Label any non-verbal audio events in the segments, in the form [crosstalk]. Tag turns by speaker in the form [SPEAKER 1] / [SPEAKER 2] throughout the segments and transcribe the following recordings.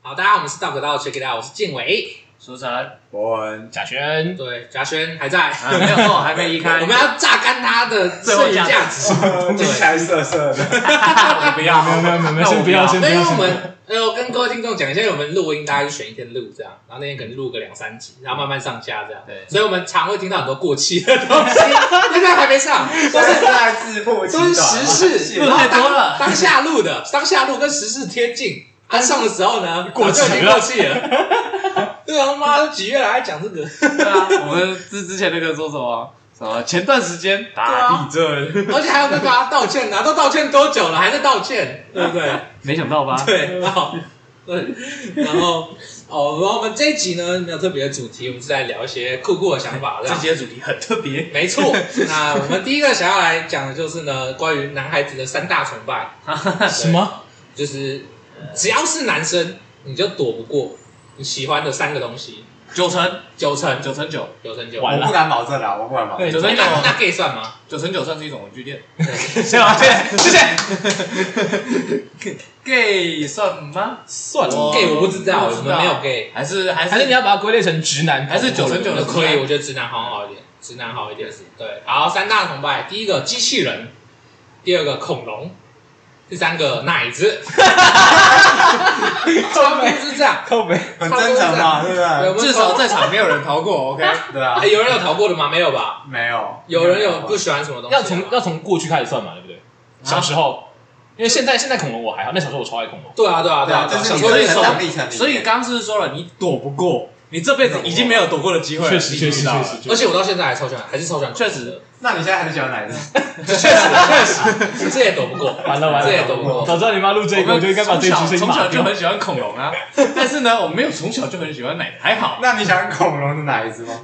[SPEAKER 1] 好，大家好，我们是道可道 Check It Out，我是建伟，
[SPEAKER 2] 苏晨、
[SPEAKER 3] 伯
[SPEAKER 2] [laughs]
[SPEAKER 3] 恩，
[SPEAKER 2] 贾轩，
[SPEAKER 1] 对，贾轩还在，
[SPEAKER 2] 啊，没有错，还没离
[SPEAKER 1] [laughs]
[SPEAKER 2] 开。
[SPEAKER 1] 我们要榨干他的
[SPEAKER 2] 最后
[SPEAKER 1] 剩余
[SPEAKER 2] 价值
[SPEAKER 1] 价值。
[SPEAKER 3] 听起来色色的，
[SPEAKER 2] [laughs] 我不要，没有没有没有
[SPEAKER 4] 没有先不要先
[SPEAKER 2] 哎
[SPEAKER 1] 那因为我们，呃，我跟各位听众讲一下，因为我们录音大家就选一天录这样，然后那天可能录个两三集，然后慢慢上架这样。
[SPEAKER 2] 对
[SPEAKER 1] 所以我们常会听到很多过期的东西，现在还没上，
[SPEAKER 2] [laughs]
[SPEAKER 1] 都是
[SPEAKER 3] 在自曝
[SPEAKER 1] 都是时事，
[SPEAKER 2] 录太多了
[SPEAKER 1] 当下录的，当下录跟时事贴近。他、上的时候呢，
[SPEAKER 4] 过期
[SPEAKER 1] 早就已经
[SPEAKER 4] 了
[SPEAKER 1] 过气了。 [laughs] 对啊，妈都几月了还讲这个？
[SPEAKER 2] 对啊，我们之之前那个说什么什么？前段时间
[SPEAKER 1] 打
[SPEAKER 2] 地震，
[SPEAKER 1] 而且还要跟大家道歉呢、都道歉多久了，还在道歉，对不对？
[SPEAKER 2] 没想 [laughs] 到吧？
[SPEAKER 1] 对，好，对，然后哦，然后我们这一集呢没有特别的主题，我们是在聊一些酷酷的想法，这
[SPEAKER 4] 这
[SPEAKER 1] 样。
[SPEAKER 4] 期的主题很特
[SPEAKER 2] [laughs]
[SPEAKER 4] 别，
[SPEAKER 1] 没错，那我们第一个想要来讲的就是呢，关于男孩子的三大崇拜，
[SPEAKER 4] 什么？
[SPEAKER 1] 就是只要是男生，你就躲不过你喜欢的三个东西，
[SPEAKER 2] 九成
[SPEAKER 1] 九成
[SPEAKER 2] 九成九，
[SPEAKER 1] 九成九，
[SPEAKER 4] 完
[SPEAKER 3] 我
[SPEAKER 4] 了
[SPEAKER 3] 不敢保证啊，我不敢保证。
[SPEAKER 2] 九成九，
[SPEAKER 1] 那那 gay 算吗？
[SPEAKER 2] 九成九算是一种文 [laughs] 具店。
[SPEAKER 4] 谢谢谢
[SPEAKER 2] [laughs]
[SPEAKER 4] 谢谢谢，
[SPEAKER 2] gay 算吗？
[SPEAKER 4] 算了，
[SPEAKER 2] 我
[SPEAKER 1] gay 我不知道，
[SPEAKER 2] 不
[SPEAKER 1] 我
[SPEAKER 2] 知
[SPEAKER 1] 们
[SPEAKER 2] 道
[SPEAKER 1] 没有 gay。
[SPEAKER 2] 还是还是
[SPEAKER 4] 还是你要把它归类成直男，
[SPEAKER 2] 还是九成九的
[SPEAKER 1] 可以，我觉得直男好像好一点，直男好一点是。对，好，三大崇拜，第一个机器人，第二个恐龙，第三个奶
[SPEAKER 4] [laughs]
[SPEAKER 1] 子，差不多是这样，
[SPEAKER 4] 靠背，
[SPEAKER 3] 很正常嘛，对不
[SPEAKER 1] 对我
[SPEAKER 3] 对？
[SPEAKER 1] 们
[SPEAKER 2] 至少在场没有人逃 [laughs] 过。OK，
[SPEAKER 3] 对啊
[SPEAKER 1] 哎，有人有逃过的吗？没有吧？
[SPEAKER 3] 没有，
[SPEAKER 1] 有人有不喜欢什么东西的
[SPEAKER 4] [laughs] 要
[SPEAKER 1] 吗？
[SPEAKER 4] 从要从过去开始算嘛，对
[SPEAKER 2] 啊
[SPEAKER 4] 不对？小时候，因为现在现在恐龙我还好，那小时候我超爱恐龙，
[SPEAKER 1] 对啊，对啊，
[SPEAKER 3] 对
[SPEAKER 1] 对啊，
[SPEAKER 3] 啊，
[SPEAKER 1] 对
[SPEAKER 3] 就
[SPEAKER 1] 啊
[SPEAKER 3] 是
[SPEAKER 1] 小
[SPEAKER 3] 你
[SPEAKER 1] 时候
[SPEAKER 3] 的
[SPEAKER 1] 就
[SPEAKER 3] 成
[SPEAKER 1] 很
[SPEAKER 3] 长
[SPEAKER 1] 懂。
[SPEAKER 3] 历程里面，
[SPEAKER 2] 所以刚刚是说了，你躲不过，你这辈子已经没有躲过的机会了。
[SPEAKER 4] 确实
[SPEAKER 2] 你知
[SPEAKER 4] 确实
[SPEAKER 2] 道
[SPEAKER 4] 确
[SPEAKER 2] 了
[SPEAKER 4] 实，
[SPEAKER 1] 而且我到现在还超喜欢，还是超喜欢，
[SPEAKER 2] 确实，
[SPEAKER 3] 那你现在还是喜欢哪一个？
[SPEAKER 1] 确实确实，这也躲不过，
[SPEAKER 4] 完了完
[SPEAKER 1] 这也躲
[SPEAKER 4] 了，
[SPEAKER 1] 不过。
[SPEAKER 4] 早知道你妈录这
[SPEAKER 2] 我
[SPEAKER 4] 个，
[SPEAKER 2] 们
[SPEAKER 4] 我就应该把这一集
[SPEAKER 2] 从小
[SPEAKER 4] 声音
[SPEAKER 2] 从
[SPEAKER 4] 码
[SPEAKER 2] 小就
[SPEAKER 4] 掉。
[SPEAKER 2] 很喜欢恐龙啊，但是呢，我没有从小就很喜欢奶，还好。
[SPEAKER 3] 那你想恐龙的哪一只吗？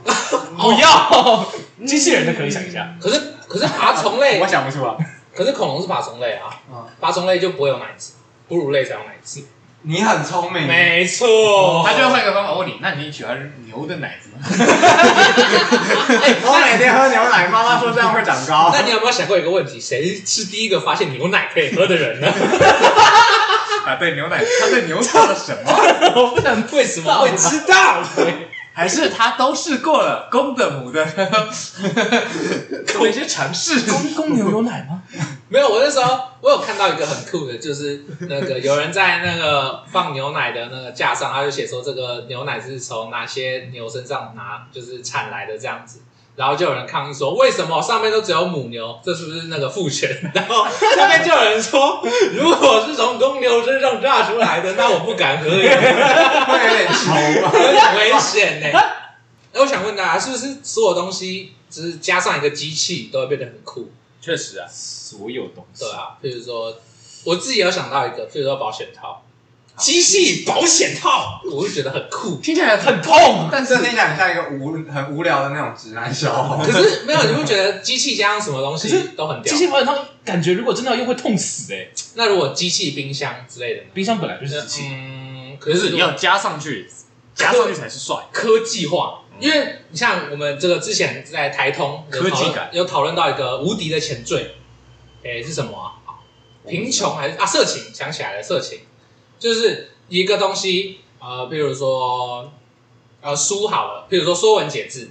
[SPEAKER 4] 不要， [laughs] 机器人的可以想一下，
[SPEAKER 1] 可是可是爬虫类
[SPEAKER 4] [laughs]
[SPEAKER 3] 我，想不出来。
[SPEAKER 1] 可是恐龙是爬虫类啊
[SPEAKER 3] 嗯，
[SPEAKER 1] 爬虫类就不会有奶子，哺乳类才有奶子。
[SPEAKER 3] 你很聪明，
[SPEAKER 1] 没错，
[SPEAKER 2] 他就会换一个方法问你，那你喜欢牛的奶子吗？
[SPEAKER 3] 我
[SPEAKER 1] 哎
[SPEAKER 3] 每天喝牛奶，妈妈说这样会长高。
[SPEAKER 1] [laughs] 那你有没有想过一个问题？谁是第一个发现牛奶可以喝的人 [laughs] 呢？
[SPEAKER 2] [laughs] 啊，对牛奶，他对牛做了什么？
[SPEAKER 4] 我不能
[SPEAKER 1] 为什么会知道？
[SPEAKER 2] [laughs] 还是他都试过了，公的 [laughs] 母的，做了一些尝试。
[SPEAKER 4] 公公牛有奶吗？
[SPEAKER 1] [laughs] 没有，我那时候我有看到一个很酷的，就是那个有人在那个放牛奶的那个架上，他就写说这个牛奶是从哪些牛身上拿，就是产来的这样子。然后就有人抗议说，为什么上面都只有母牛？这是不是那个父权？然后下面就有人说，如果是从公牛身上榨出来的，那我不敢喝呀。
[SPEAKER 3] 会有点稠吧？
[SPEAKER 1] 有点危险呢、 [laughs] 那我想问大家，是不是所有东西只是加上一个机器都会变得很酷？
[SPEAKER 4] 确实啊，所有东西
[SPEAKER 1] 对啊，譬如说，我自己有想到一个，譬如说保险套，啊机器保险套，我就觉得很 [laughs] 酷。
[SPEAKER 2] 听起来很
[SPEAKER 4] 很痛，
[SPEAKER 2] 但
[SPEAKER 3] 但
[SPEAKER 2] 是
[SPEAKER 3] 是听起来很像一个无很无聊的那种直男笑话
[SPEAKER 1] 可。是没有，你不觉得机器加上什么东
[SPEAKER 4] 可
[SPEAKER 1] 西
[SPEAKER 4] 是
[SPEAKER 1] 都很屌
[SPEAKER 4] 机？器保险套感觉如果真的要用会痛死哎，
[SPEAKER 1] 那如果机器冰箱之类的呢？
[SPEAKER 4] 冰箱本来就是机器。
[SPEAKER 1] 嗯，可
[SPEAKER 2] 就是是要加上去，加上去才是帅。
[SPEAKER 1] 科技化，因为你像我们这个之前在台通有
[SPEAKER 2] 科
[SPEAKER 1] 讨
[SPEAKER 2] 技
[SPEAKER 1] 论
[SPEAKER 2] 感
[SPEAKER 1] 有讨论到一个无敌的前缀，诶、是什么啊？贫穷还是啊色情？想起来了，色情就是一个东西，呃，比如说呃书好了，比如说《说文解字》，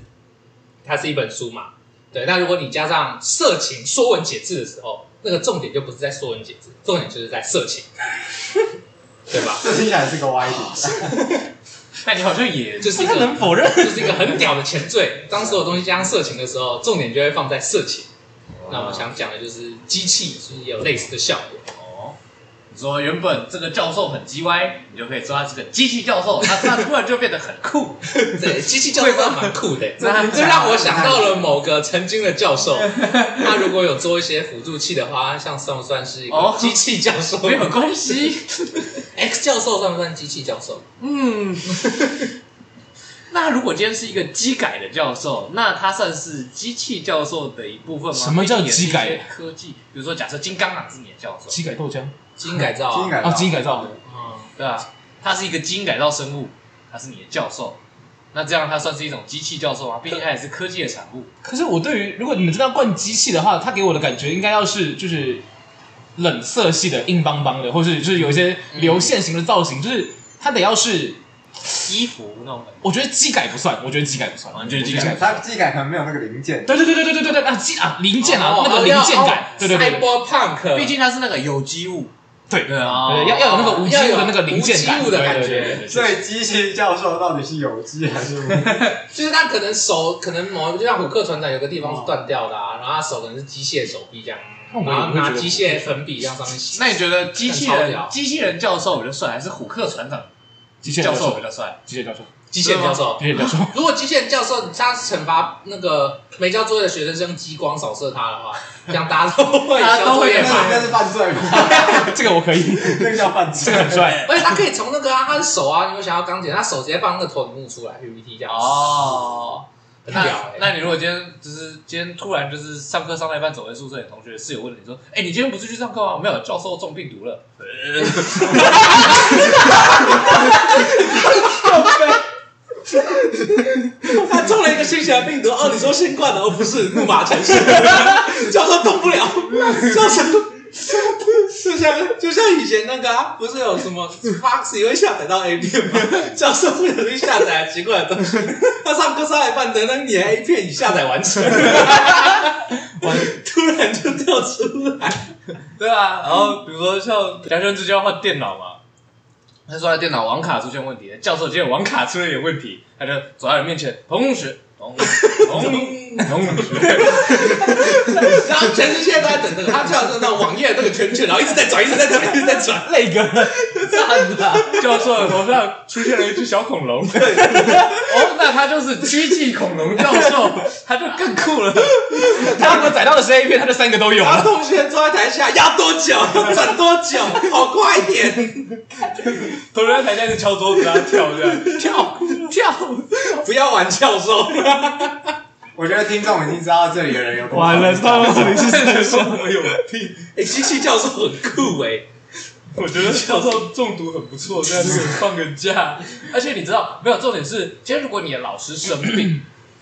[SPEAKER 1] 它是一本书嘛，对。那如果你加上色情《说文解字》的时候，那个重点就不是在《说文解字》，重点就是在色
[SPEAKER 2] [laughs]
[SPEAKER 1] 情，对吧？
[SPEAKER 3] [laughs] 这听起来是个歪理。
[SPEAKER 2] 但你好像也
[SPEAKER 1] 就是一
[SPEAKER 4] 他
[SPEAKER 1] 个
[SPEAKER 4] 能否认？
[SPEAKER 1] 就是一个很屌的前缀。当所有东西加上色情的时候，重点就会放在色情。那我想讲的就是机器是不是也有类似的效果？
[SPEAKER 2] 哦，你说原本这个教授很鸡歪，你就可以说他是个机器教授，他他突然就变得很酷。
[SPEAKER 1] 对，机器教授倒蛮酷
[SPEAKER 4] [laughs]
[SPEAKER 1] 的，
[SPEAKER 3] 这听起
[SPEAKER 1] 这
[SPEAKER 3] 来
[SPEAKER 1] 让我想到
[SPEAKER 4] 啊
[SPEAKER 1] 了某个曾经的教授，他如果有做一些辅助器的话，他像算不算是一个
[SPEAKER 2] 哦
[SPEAKER 1] 机器教授？
[SPEAKER 2] 没有关系。
[SPEAKER 1] X 教授算不算机器教授？
[SPEAKER 4] 啊
[SPEAKER 2] 嗯， [laughs] 那如果今天是一个机改的教授，那他算是机器教授的一部分吗？
[SPEAKER 4] 什么叫
[SPEAKER 2] 毕竟也是
[SPEAKER 4] 机改
[SPEAKER 2] 一些科技，比如说假设金刚啊狼是你的教授，
[SPEAKER 4] 机改豆浆
[SPEAKER 1] 基因改造
[SPEAKER 3] 基因
[SPEAKER 1] 啊，
[SPEAKER 3] 改
[SPEAKER 4] 哦，
[SPEAKER 3] 造
[SPEAKER 4] 基因改造，
[SPEAKER 1] 嗯，
[SPEAKER 2] 对啊，他是一个基因改造生物，他是你的教授。那这样他算是一种机器教授吗？毕竟他也是科技的产物。
[SPEAKER 4] 可是我对于如果你们真的要灌机器的话，它给我的感觉应该要是就是冷色系的硬邦邦的，或是就是有一些流线型的造型，就是它得要是，
[SPEAKER 2] 衣服那种感觉。
[SPEAKER 4] 我觉得机改不算，我觉得机改不算，
[SPEAKER 2] 哦你觉得机改
[SPEAKER 4] 我
[SPEAKER 3] 它机改可能没有那个零件，
[SPEAKER 4] 对对对对对对对对啊机啊零件啊那个零件感，对对对对
[SPEAKER 1] 哦 Cyberpunk，
[SPEAKER 2] 毕竟它是那个有机物，
[SPEAKER 4] 对对，
[SPEAKER 2] 啊
[SPEAKER 4] 要要有那个无机物的那个零件感，
[SPEAKER 1] 无机物的感觉
[SPEAKER 4] 对对对
[SPEAKER 3] [laughs]
[SPEAKER 4] 对对
[SPEAKER 3] 所以机器教授到底是有机还
[SPEAKER 4] [laughs]
[SPEAKER 3] 是无机？
[SPEAKER 1] 就是他可能手可能某就像虎克船长有个地方是断掉的啊，然后他手可能是机械手臂这样，
[SPEAKER 4] 那我
[SPEAKER 1] 然
[SPEAKER 4] 也
[SPEAKER 1] 后
[SPEAKER 4] 不会觉
[SPEAKER 1] 拿
[SPEAKER 4] 得
[SPEAKER 1] 机械粉笔这样上面写。
[SPEAKER 2] 那你觉得机器人
[SPEAKER 1] 很超屌
[SPEAKER 2] 机器人教授比较帅，还是虎克船长
[SPEAKER 4] 机械
[SPEAKER 2] 教
[SPEAKER 4] 授
[SPEAKER 2] 授比较帅？
[SPEAKER 4] 机械教授，
[SPEAKER 1] 机械教授，
[SPEAKER 4] 机械教授，
[SPEAKER 1] 如果机械人教授他惩罚那个没交作业的学生是用激光扫射他的话，这样大家都会
[SPEAKER 2] 大家都
[SPEAKER 1] 交作
[SPEAKER 2] 会
[SPEAKER 1] 业
[SPEAKER 2] 对
[SPEAKER 1] 嘛
[SPEAKER 3] [laughs] 那是犯罪吧？
[SPEAKER 4] [laughs] 这个我可以，
[SPEAKER 3] 那个叫犯
[SPEAKER 4] 这
[SPEAKER 3] 罪
[SPEAKER 4] 个。很帅，
[SPEAKER 1] 而且他可以从那个啊，他的手啊，你有想要钢铁，他手直接放那个投影幕出来，PPT 这样，
[SPEAKER 2] 哦，
[SPEAKER 1] 很屌
[SPEAKER 2] 那
[SPEAKER 1] 欸
[SPEAKER 2] 那你如果今天就是今天突然就是上课上到一半走回宿舍，你同学室友问你说：“哎，你今天不是去上课吗？没有，教授中病毒了。
[SPEAKER 5] 呃
[SPEAKER 2] [laughs]
[SPEAKER 5] 他中了一个新型的病毒哦，你说新冠的，而不是木马城市， [laughs] 教授动
[SPEAKER 2] [laughs]
[SPEAKER 5] 不了，教授 [laughs] 就像就像以前那个啊，不是有什么 Fox 也会下载到 A 片
[SPEAKER 2] [laughs]
[SPEAKER 5] 吗？教授不小心下载了奇怪的东西，他上课上一半，等等你的 A 片已下载完成，突然就跳出来。”
[SPEAKER 2] 对啊，然后比如说像梁轩之前要换电脑嘛，他说他电脑网卡出现问题，教授今天网卡出了一点问题，他就走到你面前，同学，同同 [laughs] 同学，
[SPEAKER 1] [laughs] 然后全世界都在等着他跳到那网页那个圈圈，然后一直在转，一直在转，一直在转。
[SPEAKER 4] 那个
[SPEAKER 2] 教授的头上出现了一只小恐龙， [laughs] 哦，那他就是狙击恐龙教授，他就更酷了。
[SPEAKER 4] 他如果载到的是 A 片，他这三个都
[SPEAKER 1] [laughs]
[SPEAKER 4] 有
[SPEAKER 5] 然后
[SPEAKER 4] 了，
[SPEAKER 5] 同学坐在台下要多久，转多久，跑快一点，
[SPEAKER 2] 同学在台下一直敲桌子，然后跳这样，
[SPEAKER 1] 跳跳，
[SPEAKER 5] 不要玩教
[SPEAKER 1] [laughs]
[SPEAKER 5] 授。
[SPEAKER 3] 我觉得听众已经知道这里的人有多少
[SPEAKER 4] 完了，他们
[SPEAKER 1] [laughs]
[SPEAKER 4] 这里是真相，
[SPEAKER 2] 我有病。
[SPEAKER 5] 哎、机器教授很酷哎、
[SPEAKER 2] 我觉得教授中毒很不错，在这个放个假。而且你知道，没有重点是，今天如果你的老师生
[SPEAKER 1] [clears throat]
[SPEAKER 2] 病，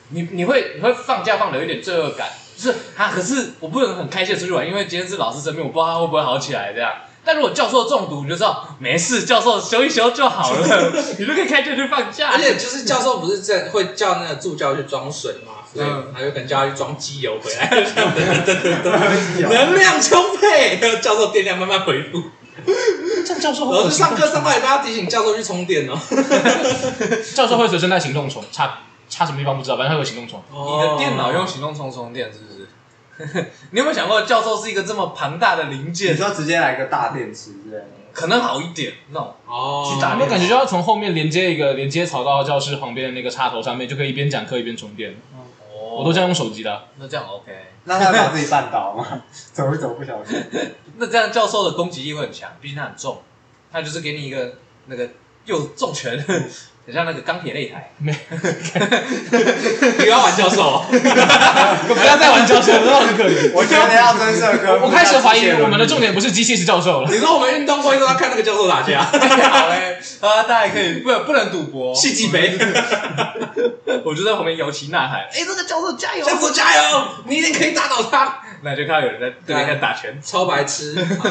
[SPEAKER 2] 你你会你会放假放的有点罪恶感，就是啊，可是我不能很开心地出去玩，因为今天是老师生病，我不知道他会不会好起来这样。但如果教授中毒，你就知道没事，教授休一休就好
[SPEAKER 1] [laughs]
[SPEAKER 2] 了，你就可以开心去放假。
[SPEAKER 1] 而且就是教授不是在会叫那个助教去装水嘛，所以他就可能叫他去装机油回来， [laughs]
[SPEAKER 5] 能量充沛，教授电量慢慢恢
[SPEAKER 1] [laughs]
[SPEAKER 5] 复。
[SPEAKER 4] 这样教授
[SPEAKER 1] 我
[SPEAKER 4] 会
[SPEAKER 1] 就上课上到一半要提醒教授去充电
[SPEAKER 5] [laughs]
[SPEAKER 1] 哦。
[SPEAKER 4] 教授会随身带行动虫，插插什么地方不知道，反正他有行动虫，
[SPEAKER 2] 你的电脑用行动充充电是不
[SPEAKER 1] [laughs]
[SPEAKER 2] 是？你有没有想过，教授是一个这么庞大的零
[SPEAKER 3] 你
[SPEAKER 2] 件，
[SPEAKER 3] 说直接来个大电池之类的，
[SPEAKER 2] 可能好一点那种。
[SPEAKER 1] 哦
[SPEAKER 2] 去打
[SPEAKER 4] 有没有感觉就要从后面连接一个连接槽到教室旁边的那个插头上面，就可以一边讲课一边充电。我都
[SPEAKER 2] 哦，
[SPEAKER 4] 这样用手机的啊，
[SPEAKER 2] 那这样 OK。
[SPEAKER 3] 那他把自己绊倒吗？走一走不小心，
[SPEAKER 2] 那这样教授的攻击力会很强，毕竟他很重，他就是给你一个那个又重拳， [laughs] 很像那个钢铁擂台。 [laughs]
[SPEAKER 1] [laughs] 不要玩教授哦，
[SPEAKER 4] 不要再玩教授，真的很可怜。
[SPEAKER 3] 我觉得要增设科目。
[SPEAKER 4] 我开始怀疑我们的重点不是机器是教授了，
[SPEAKER 1] 你说我们运动会都要看那个教授打 [laughs] 架，
[SPEAKER 2] 好嘞，啊，大家可以不不能赌博，
[SPEAKER 1] 戏剧杯，
[SPEAKER 2] 我就在旁边摇旗呐喊。哎、这个教授加油！
[SPEAKER 1] [laughs] 教授加油，你一定可以打倒他。
[SPEAKER 2] 那就看到有人在对面在打拳，
[SPEAKER 1] 超白痴，好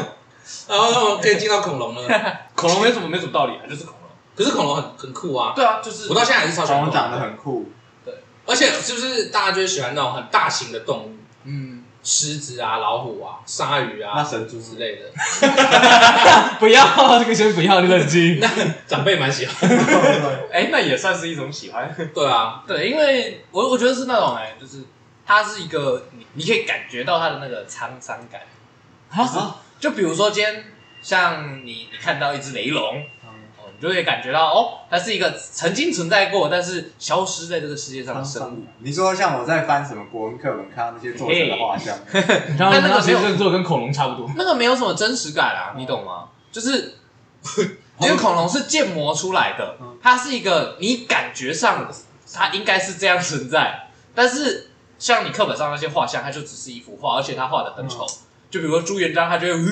[SPEAKER 1] 然后那我们可以进到恐龙了，
[SPEAKER 2] 恐龙没什么没什么道理啊，就是恐龙。
[SPEAKER 1] 可是恐龙很很酷啊，
[SPEAKER 2] 对啊，就是
[SPEAKER 1] 我到现在还是超喜
[SPEAKER 3] 恐
[SPEAKER 1] 欢
[SPEAKER 3] 龙
[SPEAKER 1] 恐龙
[SPEAKER 3] 长得很酷，
[SPEAKER 1] 而且是不是大家就会喜欢那种很大型的动物，
[SPEAKER 2] 嗯，
[SPEAKER 1] 狮子啊、老虎啊、鲨鱼
[SPEAKER 3] 那
[SPEAKER 1] 啊
[SPEAKER 3] 神猪
[SPEAKER 1] 之
[SPEAKER 3] 是
[SPEAKER 1] 类的？
[SPEAKER 4] [laughs] 不要这个先不要，你冷静。
[SPEAKER 1] 长辈蛮喜欢。
[SPEAKER 2] 哎、那也算是一种喜欢。
[SPEAKER 1] 对啊，
[SPEAKER 2] 对，因为我我觉得是那种哎、就是它是一个你你可以感觉到它的那个沧桑感。
[SPEAKER 3] [laughs] 啊，
[SPEAKER 2] 就比如说今天像你你看到一只雷龙，
[SPEAKER 3] 嗯
[SPEAKER 2] 哦，你就会感觉到哦，它是一个曾经存在过，但是消失在这个世界上的
[SPEAKER 1] 啊
[SPEAKER 2] 生物。
[SPEAKER 3] 你说像我在翻什么国文课本，看到那些作者的画像，
[SPEAKER 4] 你看
[SPEAKER 2] 但那
[SPEAKER 4] 那
[SPEAKER 2] 个
[SPEAKER 4] 个
[SPEAKER 2] 没
[SPEAKER 4] 谁
[SPEAKER 2] 有
[SPEAKER 4] 在做跟恐龙差不多，
[SPEAKER 2] 那个没有什么真实感啊，你懂吗？
[SPEAKER 1] [laughs]
[SPEAKER 2] 就是。因为恐龙是建模出来的
[SPEAKER 1] 啊
[SPEAKER 3] 嗯，
[SPEAKER 2] 它是一个你感觉上它应该是这样
[SPEAKER 1] 啊
[SPEAKER 2] 存在，但是像你课本上那些画像，它就只是一幅画，而且它画的很丑，就比如说朱元璋，他就会呜，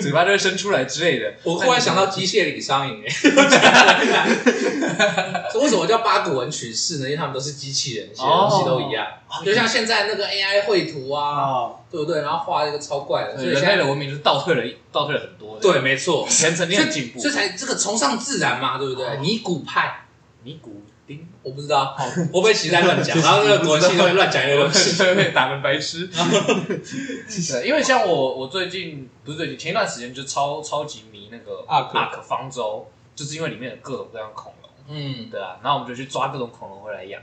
[SPEAKER 2] 嘴巴就会 [laughs] 伸出来之类的。
[SPEAKER 1] 我忽然想到机械里商营，哎， [laughs] 为什么叫八股文取士呢？因为他们都是机器人，写的东西都一样，就像现在那个 AI 绘图啊，
[SPEAKER 3] 哦，
[SPEAKER 1] 对不对？然后画一个超怪的，
[SPEAKER 2] 对
[SPEAKER 1] 所以
[SPEAKER 2] 人
[SPEAKER 1] 现
[SPEAKER 2] 类
[SPEAKER 1] 在
[SPEAKER 2] 的文明是倒退了一，倒退了很多。
[SPEAKER 1] 对，，没错
[SPEAKER 2] 以，前曾经很进步。
[SPEAKER 1] 所以才这个崇尚自然嘛，对不对？尼古派，
[SPEAKER 2] 尼古丁，
[SPEAKER 1] 我不知道，我不会其实在乱讲，然后那个国庆都会乱讲一个东
[SPEAKER 2] [laughs]
[SPEAKER 1] 西，
[SPEAKER 2] 会打成白痴。 [laughs] 对，因为像我，我最近不是最近，前一段时间就超超级迷那个
[SPEAKER 4] Ark
[SPEAKER 2] 方舟，就是因为里面有各种各样的恐龙，
[SPEAKER 1] 嗯，
[SPEAKER 2] 对啊，然后我们就去抓各种恐龙回来养，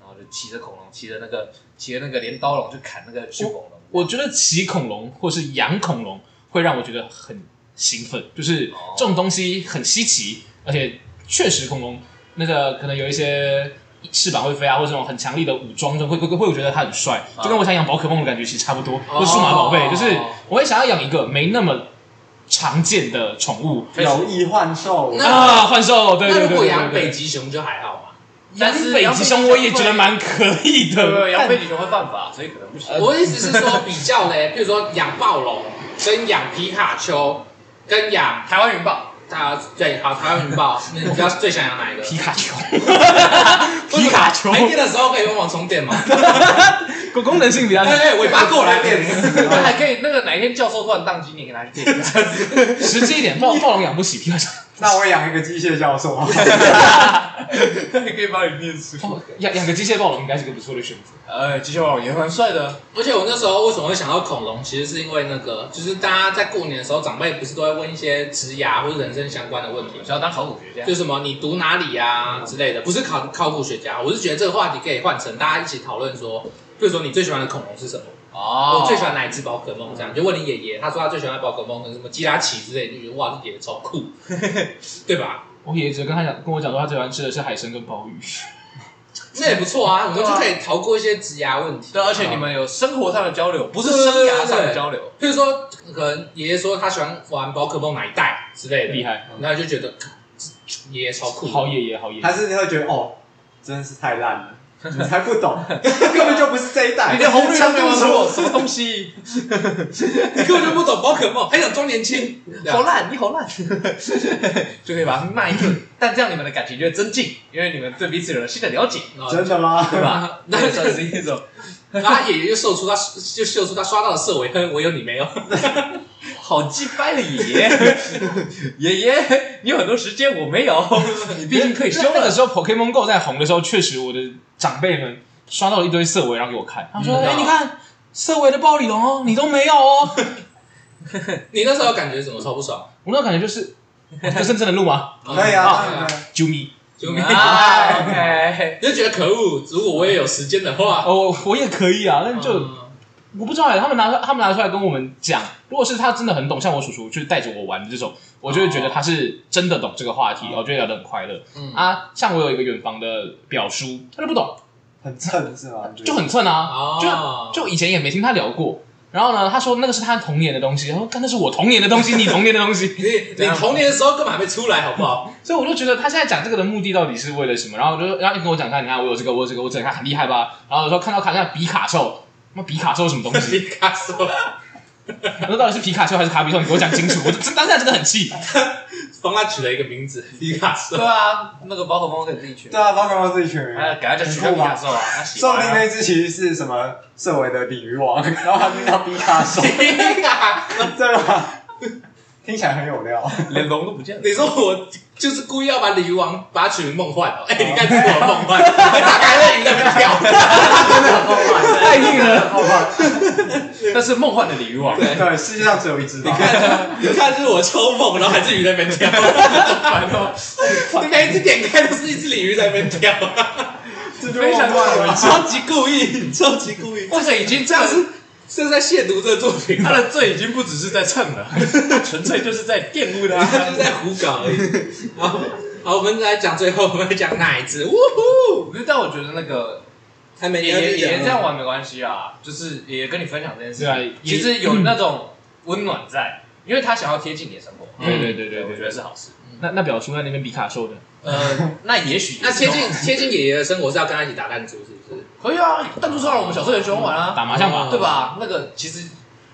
[SPEAKER 2] 然后就骑着恐龙，骑着那个骑着那个镰刀龙去砍那个巨恐龙。
[SPEAKER 4] 我觉得骑恐龙或是养恐龙会让我觉得很兴奋，就是
[SPEAKER 2] 哦
[SPEAKER 4] 这种东西很稀奇，而且确实恐龙那个可能有一些翅膀会飞啊，或者这种很强力的武装，就会会会我觉得它很帅，
[SPEAKER 2] 啊
[SPEAKER 4] 就跟我想养宝可梦的感觉其实差不多，或者数码宝贝，就是我会想要养一个没那么常见的宠物
[SPEAKER 3] 有意幻兽，
[SPEAKER 1] 那
[SPEAKER 4] 啊，幻兽，对
[SPEAKER 1] 那
[SPEAKER 4] 对
[SPEAKER 1] 如
[SPEAKER 4] 对
[SPEAKER 1] 果
[SPEAKER 4] 对
[SPEAKER 1] 养
[SPEAKER 4] 对
[SPEAKER 1] 北
[SPEAKER 4] 对。
[SPEAKER 1] 极熊就还好嘛。
[SPEAKER 2] 但是
[SPEAKER 4] 北极熊我也觉得蛮可以
[SPEAKER 2] 对对
[SPEAKER 4] 的，
[SPEAKER 2] 对，养北极熊会犯法，所以可能不行。
[SPEAKER 1] 我的意思是说，比较嘞，譬如说养暴龙，跟养皮卡丘，跟养
[SPEAKER 2] 台湾云豹，
[SPEAKER 1] 大对好台湾云豹， [laughs] 那你比较最想养哪一个？
[SPEAKER 4] 皮卡丘，皮卡丘，
[SPEAKER 1] 来电的时候可以用网充电吗？
[SPEAKER 4] 功能性比较
[SPEAKER 1] 哎哎，尾巴过来电。
[SPEAKER 2] 那还可以。那个哪一天教授突然宕机，你给他 [laughs] 去电一下。
[SPEAKER 4] 实际一点，暴暴龙养不起，皮卡丘
[SPEAKER 3] 那我养一个机械教授， [laughs]
[SPEAKER 2] 可以帮你念书
[SPEAKER 4] 哦养养个机械暴龙应该是个不错的选择。
[SPEAKER 2] 呃，机械暴龙也蛮帅的，
[SPEAKER 1] 而且我那时候为什么会想到恐龙，其实是因为那个，就是大家在过年的时候，长辈不是都会问一些职涯或者人生相关的问题吗？
[SPEAKER 2] 想要当考古学家
[SPEAKER 1] 就。什么你读哪里啊之类的，不是考考古学家，我是觉得这个话题可以换成大家一起讨论说，比如说你最喜欢的恐龙是什么？
[SPEAKER 2] 哦
[SPEAKER 1] 我最喜欢哪一只宝可梦？这样就问你爷爷，他说他最喜欢的宝可梦可能什么基拉奇之类，你就觉得哇，这爷爷超酷， [laughs] 对吧？
[SPEAKER 4] 我爷爷只跟他讲，跟我讲说他最喜欢吃的是海参跟鲍鱼。
[SPEAKER 1] 这也不错啊，我们就可以逃过一些职涯问题。啊
[SPEAKER 2] 对，啊而且你们有生活上的交流，不是生涯上的交流。
[SPEAKER 1] 譬如说，可能爷爷说他喜欢玩宝可梦哪一代之类的，
[SPEAKER 2] 嗯
[SPEAKER 4] 厉害，
[SPEAKER 1] 那就觉得看这爷爷超酷，
[SPEAKER 4] 好爷爷，好爷
[SPEAKER 3] 还
[SPEAKER 4] 爷。
[SPEAKER 3] 是你会觉得哦，真的是太烂了，你才不懂， [laughs] 根本就不是这一代，
[SPEAKER 2] 你的红绿灯没
[SPEAKER 3] 没
[SPEAKER 2] 有
[SPEAKER 3] 有
[SPEAKER 2] 错，什么东西？
[SPEAKER 1] [laughs] 你根本就不懂宝可梦，还想装年
[SPEAKER 2] [laughs]
[SPEAKER 1] 轻，这样
[SPEAKER 2] [laughs] 好烂，你好烂， [laughs] 就可以把它骂一顿。但这样你们的感情就会增进，因为你们对彼此有了新的了解，
[SPEAKER 1] 然后
[SPEAKER 3] 真的吗？
[SPEAKER 2] 对吧？ [laughs] 那也算是一种
[SPEAKER 1] 然后他爷爷就秀出他就秀出他刷到的色尾，哼，我有你没有？
[SPEAKER 2] [laughs]
[SPEAKER 1] [laughs]
[SPEAKER 2] 好鸡掰的爷 [laughs] 爷。爷爷，你有很多时间，我 [laughs] 没有，你毕竟退休
[SPEAKER 4] 那个
[SPEAKER 2] 了。
[SPEAKER 4] 时候 Pokemon Go 在红的时候，确实我的长辈们刷到了一堆色违，然后给我看，他说：“
[SPEAKER 1] 嗯
[SPEAKER 4] 哎，你看色违的暴鲤龙哦，你都没有哦。
[SPEAKER 1] 你那时候感觉怎么超不爽？”
[SPEAKER 4] [laughs] 我那感觉就是，哦这是真的录吗？
[SPEAKER 3] 可以啊，可以
[SPEAKER 4] 啾咪，
[SPEAKER 1] 救命！
[SPEAKER 2] 啊
[SPEAKER 1] [laughs]
[SPEAKER 2] ，OK，
[SPEAKER 1] 你就觉得可恶，如果我也有时间的话，
[SPEAKER 4] 哦，我我也可以啊，但就
[SPEAKER 1] 嗯
[SPEAKER 4] 我不知道哎，他们拿出他们拿出来跟我们讲，如果是他真的很懂，像我叔叔就是带着我玩的这种，我就会觉得他是真的懂这个话题，我觉得聊得很快乐。
[SPEAKER 1] 嗯
[SPEAKER 4] 啊，像我有一个远房的表叔，他就不懂，
[SPEAKER 3] 很蹭是吗？
[SPEAKER 4] 就很蹭啊，
[SPEAKER 1] 哦
[SPEAKER 4] 就就以前也没听他聊过。然后呢，他说那个是他童年的东西，他说干那是我童年的东西，你童年的东西， [laughs]
[SPEAKER 1] 你你童年的时候根本还没出来，好不好？ [laughs]
[SPEAKER 4] 所以我就觉得他现在讲这个的目的到底是为了什么？然后我就然后你跟我讲一下，你看我有这个，我有这个，我整个很厉害吧？然后我说看到卡像比卡兽，那比卡兽是什么东西？ [laughs]
[SPEAKER 1] 皮卡说
[SPEAKER 4] 那到底是皮卡丘还是卡比兽？你给我讲清楚！我真当下真的很气。
[SPEAKER 1] 帮他取了一个名字，皮卡
[SPEAKER 2] [laughs] 对
[SPEAKER 1] 说。
[SPEAKER 2] 啊，那个宝可梦可以自己取
[SPEAKER 3] 对。啊，宝可梦自己取名，
[SPEAKER 2] 哎，给他叫
[SPEAKER 3] 很
[SPEAKER 2] 取
[SPEAKER 3] 酷
[SPEAKER 2] 个
[SPEAKER 3] 吧
[SPEAKER 2] 亚兽啊，他喜
[SPEAKER 3] 说不
[SPEAKER 2] 欢
[SPEAKER 3] 定
[SPEAKER 2] 啊。
[SPEAKER 3] 那只其实是什么社委的鲤鱼王， [laughs] 然后他名叫比卡兽，
[SPEAKER 1] 皮卡，
[SPEAKER 3] 对吧？听起来很有料，
[SPEAKER 2] 连龙都不见了。
[SPEAKER 1] 你说我就是故意要把鲤鱼王把它取名梦幻哦？哎，你看这是我的梦幻，还打开那鱼在那边跳，
[SPEAKER 4] 太硬了。
[SPEAKER 2] 那是梦幻的鲤鱼王，
[SPEAKER 1] 对
[SPEAKER 3] 对，世界上只有一只吧。
[SPEAKER 1] 你看这是我抽梦，然后还是鱼在那边跳，
[SPEAKER 2] 烦哦，
[SPEAKER 1] 你 [laughs] 每一次点开都是一只鲤鱼在那边跳，
[SPEAKER 3] 这就
[SPEAKER 2] 非常
[SPEAKER 3] 忘了
[SPEAKER 1] 超级故意，超级故意，
[SPEAKER 2] 这个已经
[SPEAKER 1] 这
[SPEAKER 2] 这样
[SPEAKER 1] 样
[SPEAKER 2] 是
[SPEAKER 1] 是这是在亵渎这个作品吗
[SPEAKER 2] [laughs] 他？的罪已经不只是在蹭了， [laughs] 纯粹就是在玷污
[SPEAKER 1] 他就
[SPEAKER 2] 他
[SPEAKER 1] 是。在胡搞而已。好，好，我们来讲最后，我们来讲哪一只？呜呼！
[SPEAKER 2] 但我觉得那个
[SPEAKER 1] 还没啊
[SPEAKER 2] 爷爷爷爷这样玩没关系啊，就是爷爷跟你分享这件事
[SPEAKER 4] 对啊
[SPEAKER 2] 情
[SPEAKER 4] 爷，
[SPEAKER 2] 其实有那种温暖在，因为他想要贴近你的生活。嗯
[SPEAKER 4] 对对对对
[SPEAKER 2] 我
[SPEAKER 4] 对
[SPEAKER 2] 觉得
[SPEAKER 4] 对。
[SPEAKER 2] 是好事。
[SPEAKER 4] [laughs] 那那表叔在那边比卡兽的，
[SPEAKER 2] 呃，那也许
[SPEAKER 1] 那贴近
[SPEAKER 2] 也是
[SPEAKER 1] 贴近爷爷的生活是要跟他一起打弹珠，是不是？
[SPEAKER 2] 可以啊，弹珠超人我们小时候也喜欢玩啊，
[SPEAKER 4] 打麻将吧
[SPEAKER 1] 嗯
[SPEAKER 2] 对吧？那个其实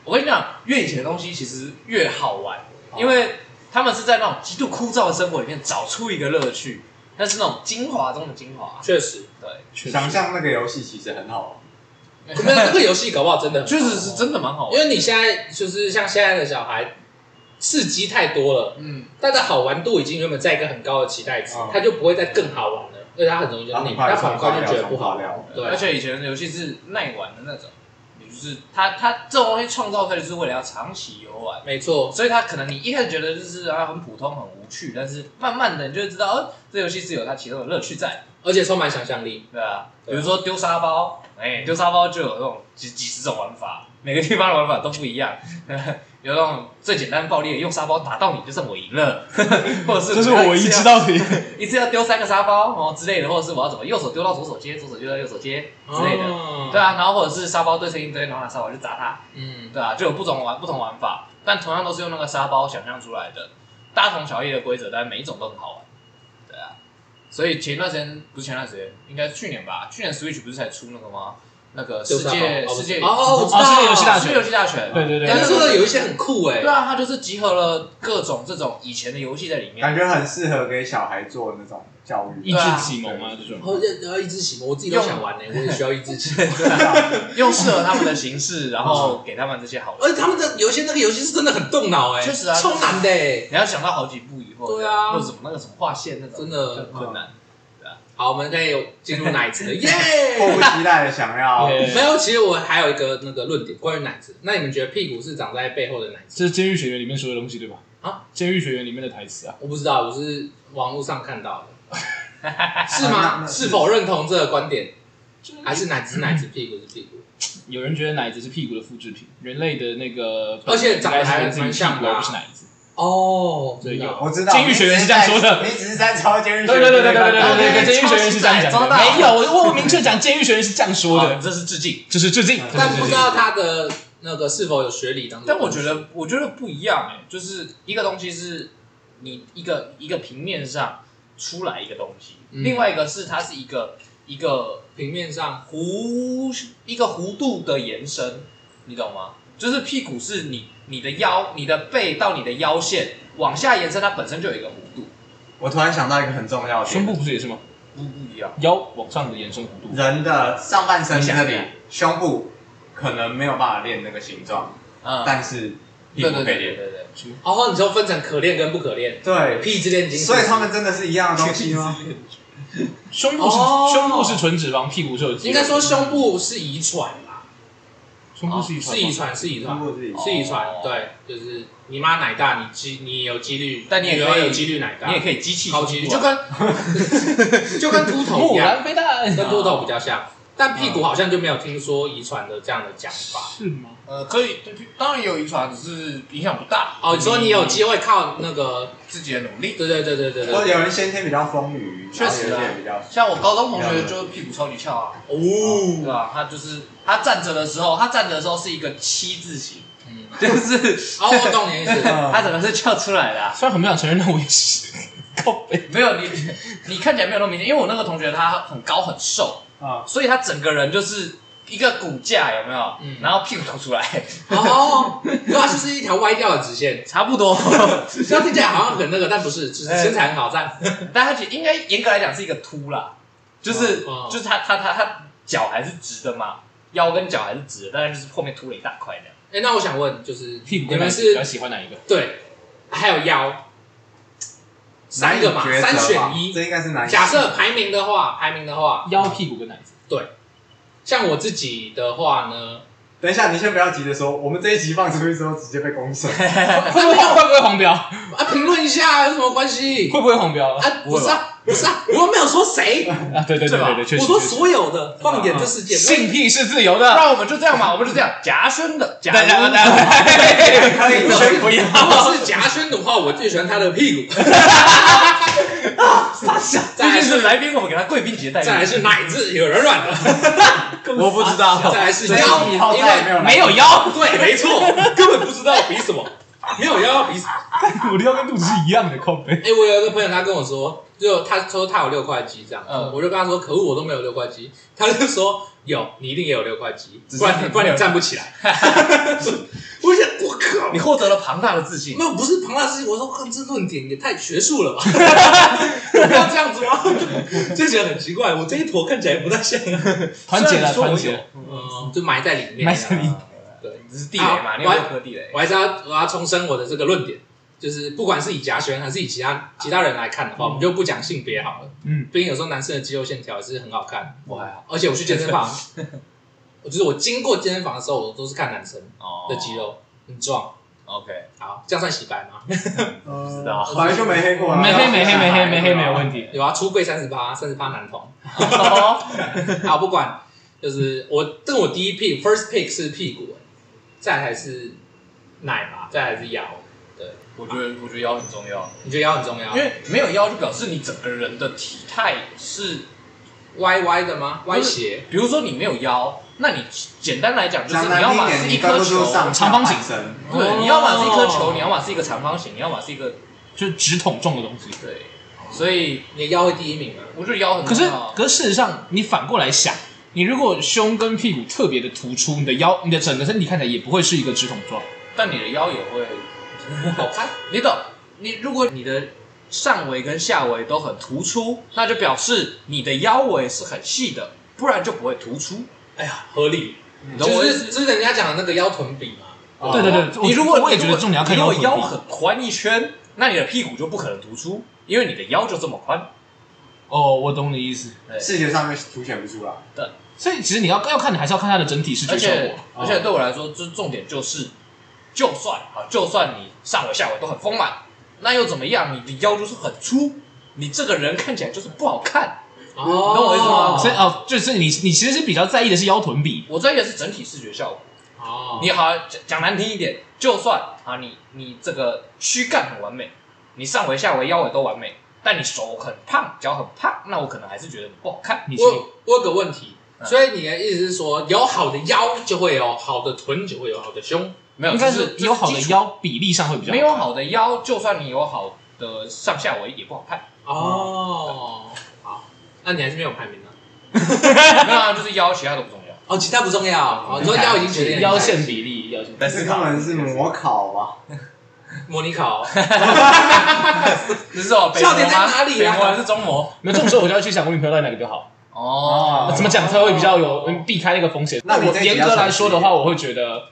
[SPEAKER 2] 我跟你讲，越以前的东西其实越好玩，
[SPEAKER 4] 哦
[SPEAKER 2] 因为他们是在那种极度枯燥的生活里面找出一个乐趣，那是那种精华中的精华。
[SPEAKER 1] 确实，
[SPEAKER 2] 对，
[SPEAKER 3] 想象那个游戏其实很好玩。
[SPEAKER 1] 没有这个游戏搞不好真的很好
[SPEAKER 2] 确实是真的蛮好
[SPEAKER 1] 因
[SPEAKER 2] 玩。
[SPEAKER 1] 为你现在就是像现在的小孩，刺激太多了，
[SPEAKER 2] 嗯，
[SPEAKER 1] 他的好玩度已经原本在一个很高的期待值
[SPEAKER 3] 嗯，
[SPEAKER 1] 他就不会再更好玩了，因为他很容易就
[SPEAKER 3] 然后
[SPEAKER 1] 腻，
[SPEAKER 3] 很快
[SPEAKER 1] 他
[SPEAKER 3] 就
[SPEAKER 1] 反
[SPEAKER 3] 上
[SPEAKER 1] 观
[SPEAKER 3] 发
[SPEAKER 1] 就
[SPEAKER 3] 表
[SPEAKER 1] 觉得
[SPEAKER 3] 上
[SPEAKER 1] 不好
[SPEAKER 3] 发
[SPEAKER 1] 聊
[SPEAKER 3] 表。
[SPEAKER 1] 对
[SPEAKER 2] 而，且以前的游戏是耐玩的那种，就是它它这种东西创造出来就是为了要长期游玩。
[SPEAKER 1] 没错，
[SPEAKER 2] 所以它可能你一开始觉得就是啊很普通很无趣，但是慢慢的你就会知道，哦，这游戏是有它其中的乐趣在，
[SPEAKER 1] 而且充满想象力。
[SPEAKER 2] 对吧、
[SPEAKER 1] 对
[SPEAKER 2] 比如说丢沙包，哎、丢沙包就有那种几几十种玩法，每个地方的玩法都不一样， [laughs] 有那种最简单暴力的用沙包打到你就算我赢了， [laughs] 或者是
[SPEAKER 4] 这是我唯一知道的一个。
[SPEAKER 2] 一次要丢三个沙包哦之类的，或者是我要怎么右手丢到左手接，左手丢到右手接之类的。
[SPEAKER 1] 哦
[SPEAKER 2] [laughs] 对，啊，然后或者是沙包堆成一堆，然后拿沙包去砸它，
[SPEAKER 1] 嗯，
[SPEAKER 2] 对啊，就有不同玩不同玩法，但同样都是用那个沙包想象出来的，大同小异的规则，但每一种都很好玩，对啊。所以前段时间不是前段时间，应该是去年吧，去年 Switch 不是才出那个吗？那个世界
[SPEAKER 1] 就
[SPEAKER 2] 世界啊
[SPEAKER 1] 是哦，哦我知道，
[SPEAKER 4] 哦世界游戏大全
[SPEAKER 2] 世界游戏大全，
[SPEAKER 4] [laughs] 对对对
[SPEAKER 1] 但
[SPEAKER 2] 但
[SPEAKER 1] 是
[SPEAKER 2] 是
[SPEAKER 1] 说的有一些很酷哎
[SPEAKER 2] 对，啊，它就是集合了各种这种以前的游戏在里面，
[SPEAKER 3] 感觉很适合给小孩做那种教
[SPEAKER 4] [laughs]
[SPEAKER 3] 育。
[SPEAKER 4] 意志启蒙啊，这种
[SPEAKER 1] 然。后要哦呃要一只启蒙，我自己都想玩呢，我也需要一只启蒙。
[SPEAKER 2] 啊用适合他们的形式，然后给他们这些好玩
[SPEAKER 1] 而且他们的有些那个游戏是真的很动脑哎，
[SPEAKER 2] 确实啊
[SPEAKER 1] 超难的哎。
[SPEAKER 2] 你要想到好几步以后，
[SPEAKER 1] 对啊
[SPEAKER 2] 或者什么那个什么划线那种，
[SPEAKER 1] 真的
[SPEAKER 2] 就很困难。
[SPEAKER 1] 好，我们可以进入奶子了，耶！
[SPEAKER 3] 迫不及待的想要
[SPEAKER 4] Yeah
[SPEAKER 1] 没有，其实我还有一个那个论点关于奶子。那你们觉得屁股是长在背后的奶子？
[SPEAKER 4] 这是《监狱学员》里面说的东西，对吧？
[SPEAKER 1] 啊，
[SPEAKER 4] 《监狱学员》里面的台词啊，
[SPEAKER 1] 我不知道，我是网络上看到的，
[SPEAKER 2] [laughs]
[SPEAKER 1] 是
[SPEAKER 3] 啊
[SPEAKER 1] 吗？
[SPEAKER 3] 那
[SPEAKER 1] 是否认同这个观点？还是奶子
[SPEAKER 2] [laughs]
[SPEAKER 1] 是奶子，屁股是屁股？
[SPEAKER 4] 有人觉得奶子是屁股的复制品，人类的那个，
[SPEAKER 1] 而且长得还
[SPEAKER 4] 应该是自己屁股
[SPEAKER 1] 蛮像的啊
[SPEAKER 4] 而不是奶子。
[SPEAKER 1] 哦，
[SPEAKER 4] 对有
[SPEAKER 3] 我知道，
[SPEAKER 4] 监狱学员是这样说的
[SPEAKER 3] 你只是在抄监狱学
[SPEAKER 4] 对
[SPEAKER 3] 员。
[SPEAKER 4] 对对对对对
[SPEAKER 3] 对
[SPEAKER 4] 对对，监狱学员是这样
[SPEAKER 2] 超
[SPEAKER 4] 讲
[SPEAKER 2] 级
[SPEAKER 4] 的。
[SPEAKER 2] 仔
[SPEAKER 4] 没有，我我明确讲，监狱学员是这样说
[SPEAKER 2] 好
[SPEAKER 4] 的，
[SPEAKER 2] 啊这是致敬。
[SPEAKER 4] 这是致敬。这
[SPEAKER 1] 但
[SPEAKER 4] 是致
[SPEAKER 1] 不
[SPEAKER 4] 敬
[SPEAKER 1] 知道他的那个是否有学理当中。
[SPEAKER 2] 但我觉得，我觉得不一样哎、就是一个东西是你一个一个平面上出来一个东西，
[SPEAKER 1] 嗯
[SPEAKER 2] 另外一个是它是一个一个
[SPEAKER 1] 平面上
[SPEAKER 2] 弧一个弧度的延伸，你懂吗？就是屁股是你你的腰、你的背到你的腰线往下延伸，它本身就有一个弧度，
[SPEAKER 3] 我突然想到一个很重要的
[SPEAKER 4] 胸
[SPEAKER 3] 点，
[SPEAKER 4] 部不是也是吗？
[SPEAKER 2] 不不一样。
[SPEAKER 4] 腰往上的延伸弧度。
[SPEAKER 3] 人的上半身这
[SPEAKER 2] 你
[SPEAKER 3] 里
[SPEAKER 2] 想想，
[SPEAKER 3] 胸部可能没有办法练那个形状，
[SPEAKER 2] 嗯，
[SPEAKER 3] 但是屁
[SPEAKER 2] 对
[SPEAKER 3] 股
[SPEAKER 2] 对
[SPEAKER 3] 可
[SPEAKER 2] 对
[SPEAKER 3] 以
[SPEAKER 2] 对
[SPEAKER 3] 练。
[SPEAKER 2] 对对。
[SPEAKER 1] 哦，你说分成可恋跟不可恋，
[SPEAKER 3] 对，
[SPEAKER 1] 屁之恋已经，
[SPEAKER 3] 所以他们真的是一样的东西吗？
[SPEAKER 4] 胸部是
[SPEAKER 1] 哦
[SPEAKER 4] 胸部是纯脂肪，屁股是有肌肉。
[SPEAKER 1] 应该说胸部是遗传啦，
[SPEAKER 4] 胸部是遗传
[SPEAKER 1] 是
[SPEAKER 4] 吗。
[SPEAKER 1] 遗传，是遗传
[SPEAKER 3] 胸。部自己
[SPEAKER 1] 是遗传
[SPEAKER 2] 哦，
[SPEAKER 1] 对，就是你妈奶大，你几你有几率，
[SPEAKER 2] 但你也
[SPEAKER 1] 女
[SPEAKER 2] 可
[SPEAKER 1] 儿
[SPEAKER 2] 以
[SPEAKER 1] 有几率奶大，
[SPEAKER 2] 你也可以机器啊
[SPEAKER 1] 超级
[SPEAKER 2] 你
[SPEAKER 1] 力
[SPEAKER 2] 就跟
[SPEAKER 1] 就跟秃头一
[SPEAKER 4] 木
[SPEAKER 1] 样，
[SPEAKER 4] 兰飞弹
[SPEAKER 1] 跟秃头比较
[SPEAKER 2] 嗯
[SPEAKER 1] 像，但屁股好像就没有听说遗传的这样的讲法。
[SPEAKER 4] 是吗？
[SPEAKER 2] 呃可以，对当然也有遗传，只是影响不大。
[SPEAKER 1] 哦，你说你有机会靠那个，
[SPEAKER 2] 自己的努力。
[SPEAKER 1] 对对对对对
[SPEAKER 3] 或者
[SPEAKER 1] 对，
[SPEAKER 3] 有人先天比较丰腴，
[SPEAKER 2] 确实啊
[SPEAKER 3] 然后有一些比较
[SPEAKER 2] 像我高中同学就是屁股超级翘啊，对啊
[SPEAKER 1] 哦，
[SPEAKER 2] 吧、他就是他站着的时候，他站着的时候是一个七字形，
[SPEAKER 1] 嗯，
[SPEAKER 2] 就是
[SPEAKER 1] 哦，我懂
[SPEAKER 2] [laughs]
[SPEAKER 1] 你的意思，
[SPEAKER 2] 他整个是翘出来的啊、
[SPEAKER 4] 虽然很不想承认，但我也是。靠背。
[SPEAKER 2] 没有你，你看起来没有那么明显，因为我那个同学他很高很瘦，
[SPEAKER 3] 啊，
[SPEAKER 2] 所以他整个人就是一个骨架，有没有？
[SPEAKER 1] 嗯
[SPEAKER 2] 然后屁股凸出来，
[SPEAKER 1] 哦，对啊，就是一条歪掉的直线，
[SPEAKER 2] 差不多。
[SPEAKER 1] 这样听起来好像很那个，但不是，就是
[SPEAKER 2] 哎
[SPEAKER 1] 身材很好，这样，
[SPEAKER 2] [laughs] 但他其实应该严格来讲是一个凸啦，就是、
[SPEAKER 1] 哦哦
[SPEAKER 2] 就是他他他他脚还是直的嘛，腰跟脚还是直的，但是就是后面凸了一大块这样。
[SPEAKER 1] 哎，那我想问，就是
[SPEAKER 4] 屁股
[SPEAKER 1] 你
[SPEAKER 4] 跟奶
[SPEAKER 1] 们
[SPEAKER 4] 子比
[SPEAKER 1] 是
[SPEAKER 4] 较喜欢哪一个？
[SPEAKER 1] 对，还有腰，三个嘛，
[SPEAKER 3] 难以抉择
[SPEAKER 1] 三
[SPEAKER 3] 吧
[SPEAKER 1] 选一，
[SPEAKER 3] 这应该是难以
[SPEAKER 1] 假设排名的话，排名的话，
[SPEAKER 4] 腰、屁股跟奶子。
[SPEAKER 1] 像我自己的话呢，
[SPEAKER 3] 等一下，你先不要急着说，我们这一集放出去之后直接被公审。
[SPEAKER 4] 会不会会不会黄标？
[SPEAKER 1] 啊，评论一下有什么关系？
[SPEAKER 4] 会不会黄标
[SPEAKER 1] 啊，
[SPEAKER 4] 啊？
[SPEAKER 1] 不是啊，不是啊，我又没有说谁，
[SPEAKER 4] 啊，对对对对对，确实。
[SPEAKER 1] 我说
[SPEAKER 4] 确实啊
[SPEAKER 1] 所有的，放眼这世界，
[SPEAKER 4] 性癖是自由
[SPEAKER 2] 不
[SPEAKER 4] 的。
[SPEAKER 2] 然我们就这样嘛，我们就这样夹生的，夹
[SPEAKER 4] 大 [laughs] 家
[SPEAKER 2] 生
[SPEAKER 4] 大家，
[SPEAKER 2] 的。
[SPEAKER 3] 可以
[SPEAKER 4] 先不要。
[SPEAKER 1] 如果是夹轩的话，我最喜欢他的屁
[SPEAKER 4] [laughs]
[SPEAKER 1] 股，
[SPEAKER 2] 毕竟是来宾，我们给他贵宾级的待遇。
[SPEAKER 1] 再来是奶子，有人软的，
[SPEAKER 4] 我不知道
[SPEAKER 1] 再来是
[SPEAKER 3] 以
[SPEAKER 1] 腰，
[SPEAKER 3] 以后
[SPEAKER 1] 因
[SPEAKER 3] 再也没
[SPEAKER 1] 为
[SPEAKER 3] 有来
[SPEAKER 4] 没有腰，
[SPEAKER 1] 对，没错，根本不知道比什么，没有腰要比什么。
[SPEAKER 4] 我的腰跟肚子是一样的，靠
[SPEAKER 1] [laughs]
[SPEAKER 4] 背。
[SPEAKER 1] 哎，我有一个朋友，他跟我说，就他说他有六块肌这样，
[SPEAKER 2] 嗯
[SPEAKER 1] 我就跟他说，可恶，我都没有六块肌。他就说有，你一定也有六块肌，
[SPEAKER 3] 只是
[SPEAKER 1] 不然你不然你站不起来。我想，我靠
[SPEAKER 2] 你，获得了庞大的自信
[SPEAKER 1] 没。有不是庞大事情，我说看这论点也太学术了吧？不要这样子吗？ [laughs]
[SPEAKER 6] 这显得很奇怪，我这一坨看起来不太像啊。
[SPEAKER 4] 团结了，
[SPEAKER 2] 虽然你
[SPEAKER 4] 团
[SPEAKER 2] 说我有
[SPEAKER 4] 结了，
[SPEAKER 1] 嗯，就埋在里面啊，
[SPEAKER 4] 埋在里面
[SPEAKER 2] 只是地雷嘛，
[SPEAKER 1] 好
[SPEAKER 2] 你有六颗地雷。
[SPEAKER 1] 我还是要我要重申我的这个论点，就是不管是以甲选还是以其他其他人来看的
[SPEAKER 2] 嗯
[SPEAKER 1] 话，我们就不讲性别好了。
[SPEAKER 4] 嗯，
[SPEAKER 1] 毕竟有时候男生的肌肉线条也是很好看，
[SPEAKER 3] 我还好，
[SPEAKER 1] 而且我去健身
[SPEAKER 2] [laughs]
[SPEAKER 1] 房，我就是我经过健身房的时候，我都是看男生
[SPEAKER 2] 哦
[SPEAKER 1] 的肌肉很壮。
[SPEAKER 2] OK，
[SPEAKER 1] 好，这样算洗白
[SPEAKER 2] [laughs]
[SPEAKER 1] 吗？
[SPEAKER 3] 不知道，反正就没黑过啊。
[SPEAKER 4] 没黑没黑没黑没黑没有问题。
[SPEAKER 1] 有啊，出柜三十八，三十八男童。
[SPEAKER 2] 哦
[SPEAKER 1] [laughs] 好，不管，就是我这个我第一 pick first pick 是屁股，再才是奶嘛，再才是腰。
[SPEAKER 2] 我觉得我觉得腰很重要，
[SPEAKER 1] 你觉得腰很重要？
[SPEAKER 2] 因为没有腰就表示你整个人的体态是，
[SPEAKER 1] 歪歪的吗？歪斜。
[SPEAKER 2] 比如说你没有腰，那你简单来讲就是
[SPEAKER 3] 讲
[SPEAKER 2] 你
[SPEAKER 3] 难
[SPEAKER 2] 要
[SPEAKER 3] 听
[SPEAKER 2] 么
[SPEAKER 3] 点，
[SPEAKER 2] 是一
[SPEAKER 3] 你该
[SPEAKER 2] 颗
[SPEAKER 3] 不
[SPEAKER 2] 球
[SPEAKER 3] 说，上
[SPEAKER 4] 长方形
[SPEAKER 3] 神，
[SPEAKER 2] 对，你要么是一颗球，
[SPEAKER 1] 哦
[SPEAKER 2] 你要么是一个长方形，你要么是一个
[SPEAKER 4] 就是直筒重的东西。
[SPEAKER 2] 对，所以
[SPEAKER 1] 你的腰会第一名吗？啊 [laughs]
[SPEAKER 2] 我觉得腰很
[SPEAKER 4] 可
[SPEAKER 2] 重
[SPEAKER 4] 是
[SPEAKER 2] 要。，
[SPEAKER 4] 可是事实上，你反过来想，你如果胸跟屁股特别的突出，你的腰、你的整个身体看起来也不会是一个直筒状。
[SPEAKER 2] 但你的腰也会，
[SPEAKER 1] 好看。
[SPEAKER 2] 你懂？你如果你的上围跟下围都很突出，那就表示你的腰围是很细的，不然就不会突出。
[SPEAKER 1] 哎呀，合理，
[SPEAKER 2] 你懂我
[SPEAKER 1] 就
[SPEAKER 2] 意
[SPEAKER 1] 是
[SPEAKER 2] 思？
[SPEAKER 1] 就是人家讲的那个腰臀比嘛，
[SPEAKER 3] 哦
[SPEAKER 4] 对对对，
[SPEAKER 2] 你
[SPEAKER 4] 我
[SPEAKER 2] 如果
[SPEAKER 4] 我也觉得重点要看
[SPEAKER 2] 你如果
[SPEAKER 4] 腰臀
[SPEAKER 2] 腰
[SPEAKER 4] 比。
[SPEAKER 2] 很宽一圈，那你的屁股就不可能突出，因为你的腰就这么宽。
[SPEAKER 4] 哦，我懂你意思。
[SPEAKER 2] 对
[SPEAKER 3] 视觉上面凸显不出来。
[SPEAKER 4] 所以其实你要要看，你还是要看它的整体视
[SPEAKER 2] 而
[SPEAKER 4] 觉效
[SPEAKER 2] 且
[SPEAKER 4] 果。
[SPEAKER 2] 而且对我来说，就是重点就是，就算啊，就算你上围下围都很丰满，那又怎么样？你的腰就是很粗，你这个人看起来就是不好看。
[SPEAKER 1] 哦，
[SPEAKER 2] 你懂我意思吗
[SPEAKER 4] 所以哦，就是你你其实是比较在意的是腰臀比，
[SPEAKER 2] 我这也是整体视觉效果。
[SPEAKER 1] 哦，
[SPEAKER 2] 你好讲讲难听一点，就算啊，你你这个躯干很完美，你上围下围腰围都完美，但你手很胖，脚很胖，那我可能还是觉得你不好看。
[SPEAKER 4] 你是
[SPEAKER 1] 我我有个问题，
[SPEAKER 2] 嗯
[SPEAKER 1] 所以你的意思是说，有好的腰就会有好的臀，就会有好的胸，
[SPEAKER 2] 没有，
[SPEAKER 4] 应该
[SPEAKER 2] 这
[SPEAKER 4] 是
[SPEAKER 2] 这
[SPEAKER 4] 有好的
[SPEAKER 2] 基础，
[SPEAKER 4] 腰比例上会比较
[SPEAKER 2] 没有好的腰，就算你有好的上下围也不好看。 [laughs]
[SPEAKER 1] 哦，好，那你还是没有排名呢。啊
[SPEAKER 2] 没有啊，就是腰，其他都不重要。
[SPEAKER 1] 哦，其他不重要，哦，所以腰已经决定了
[SPEAKER 4] 腰线比例，腰线比例
[SPEAKER 3] 但是他们是模考吧？
[SPEAKER 1] 模拟考，
[SPEAKER 2] 这是 [laughs] 哦，北
[SPEAKER 1] 笑点
[SPEAKER 2] 模吗
[SPEAKER 1] 在哪里啊
[SPEAKER 2] 北模还是中模？
[SPEAKER 4] 那这种时候我就要去想我女朋友到底哪个比较好，
[SPEAKER 2] 哦
[SPEAKER 3] 哦
[SPEAKER 4] 怎么讲才会比较有嗯避开那个风险。
[SPEAKER 3] 那你
[SPEAKER 4] 我
[SPEAKER 3] 这一集
[SPEAKER 4] 严
[SPEAKER 3] 要
[SPEAKER 4] 格来
[SPEAKER 3] 小心
[SPEAKER 4] 说的
[SPEAKER 3] 一
[SPEAKER 4] 话，
[SPEAKER 3] 点
[SPEAKER 4] 我会觉得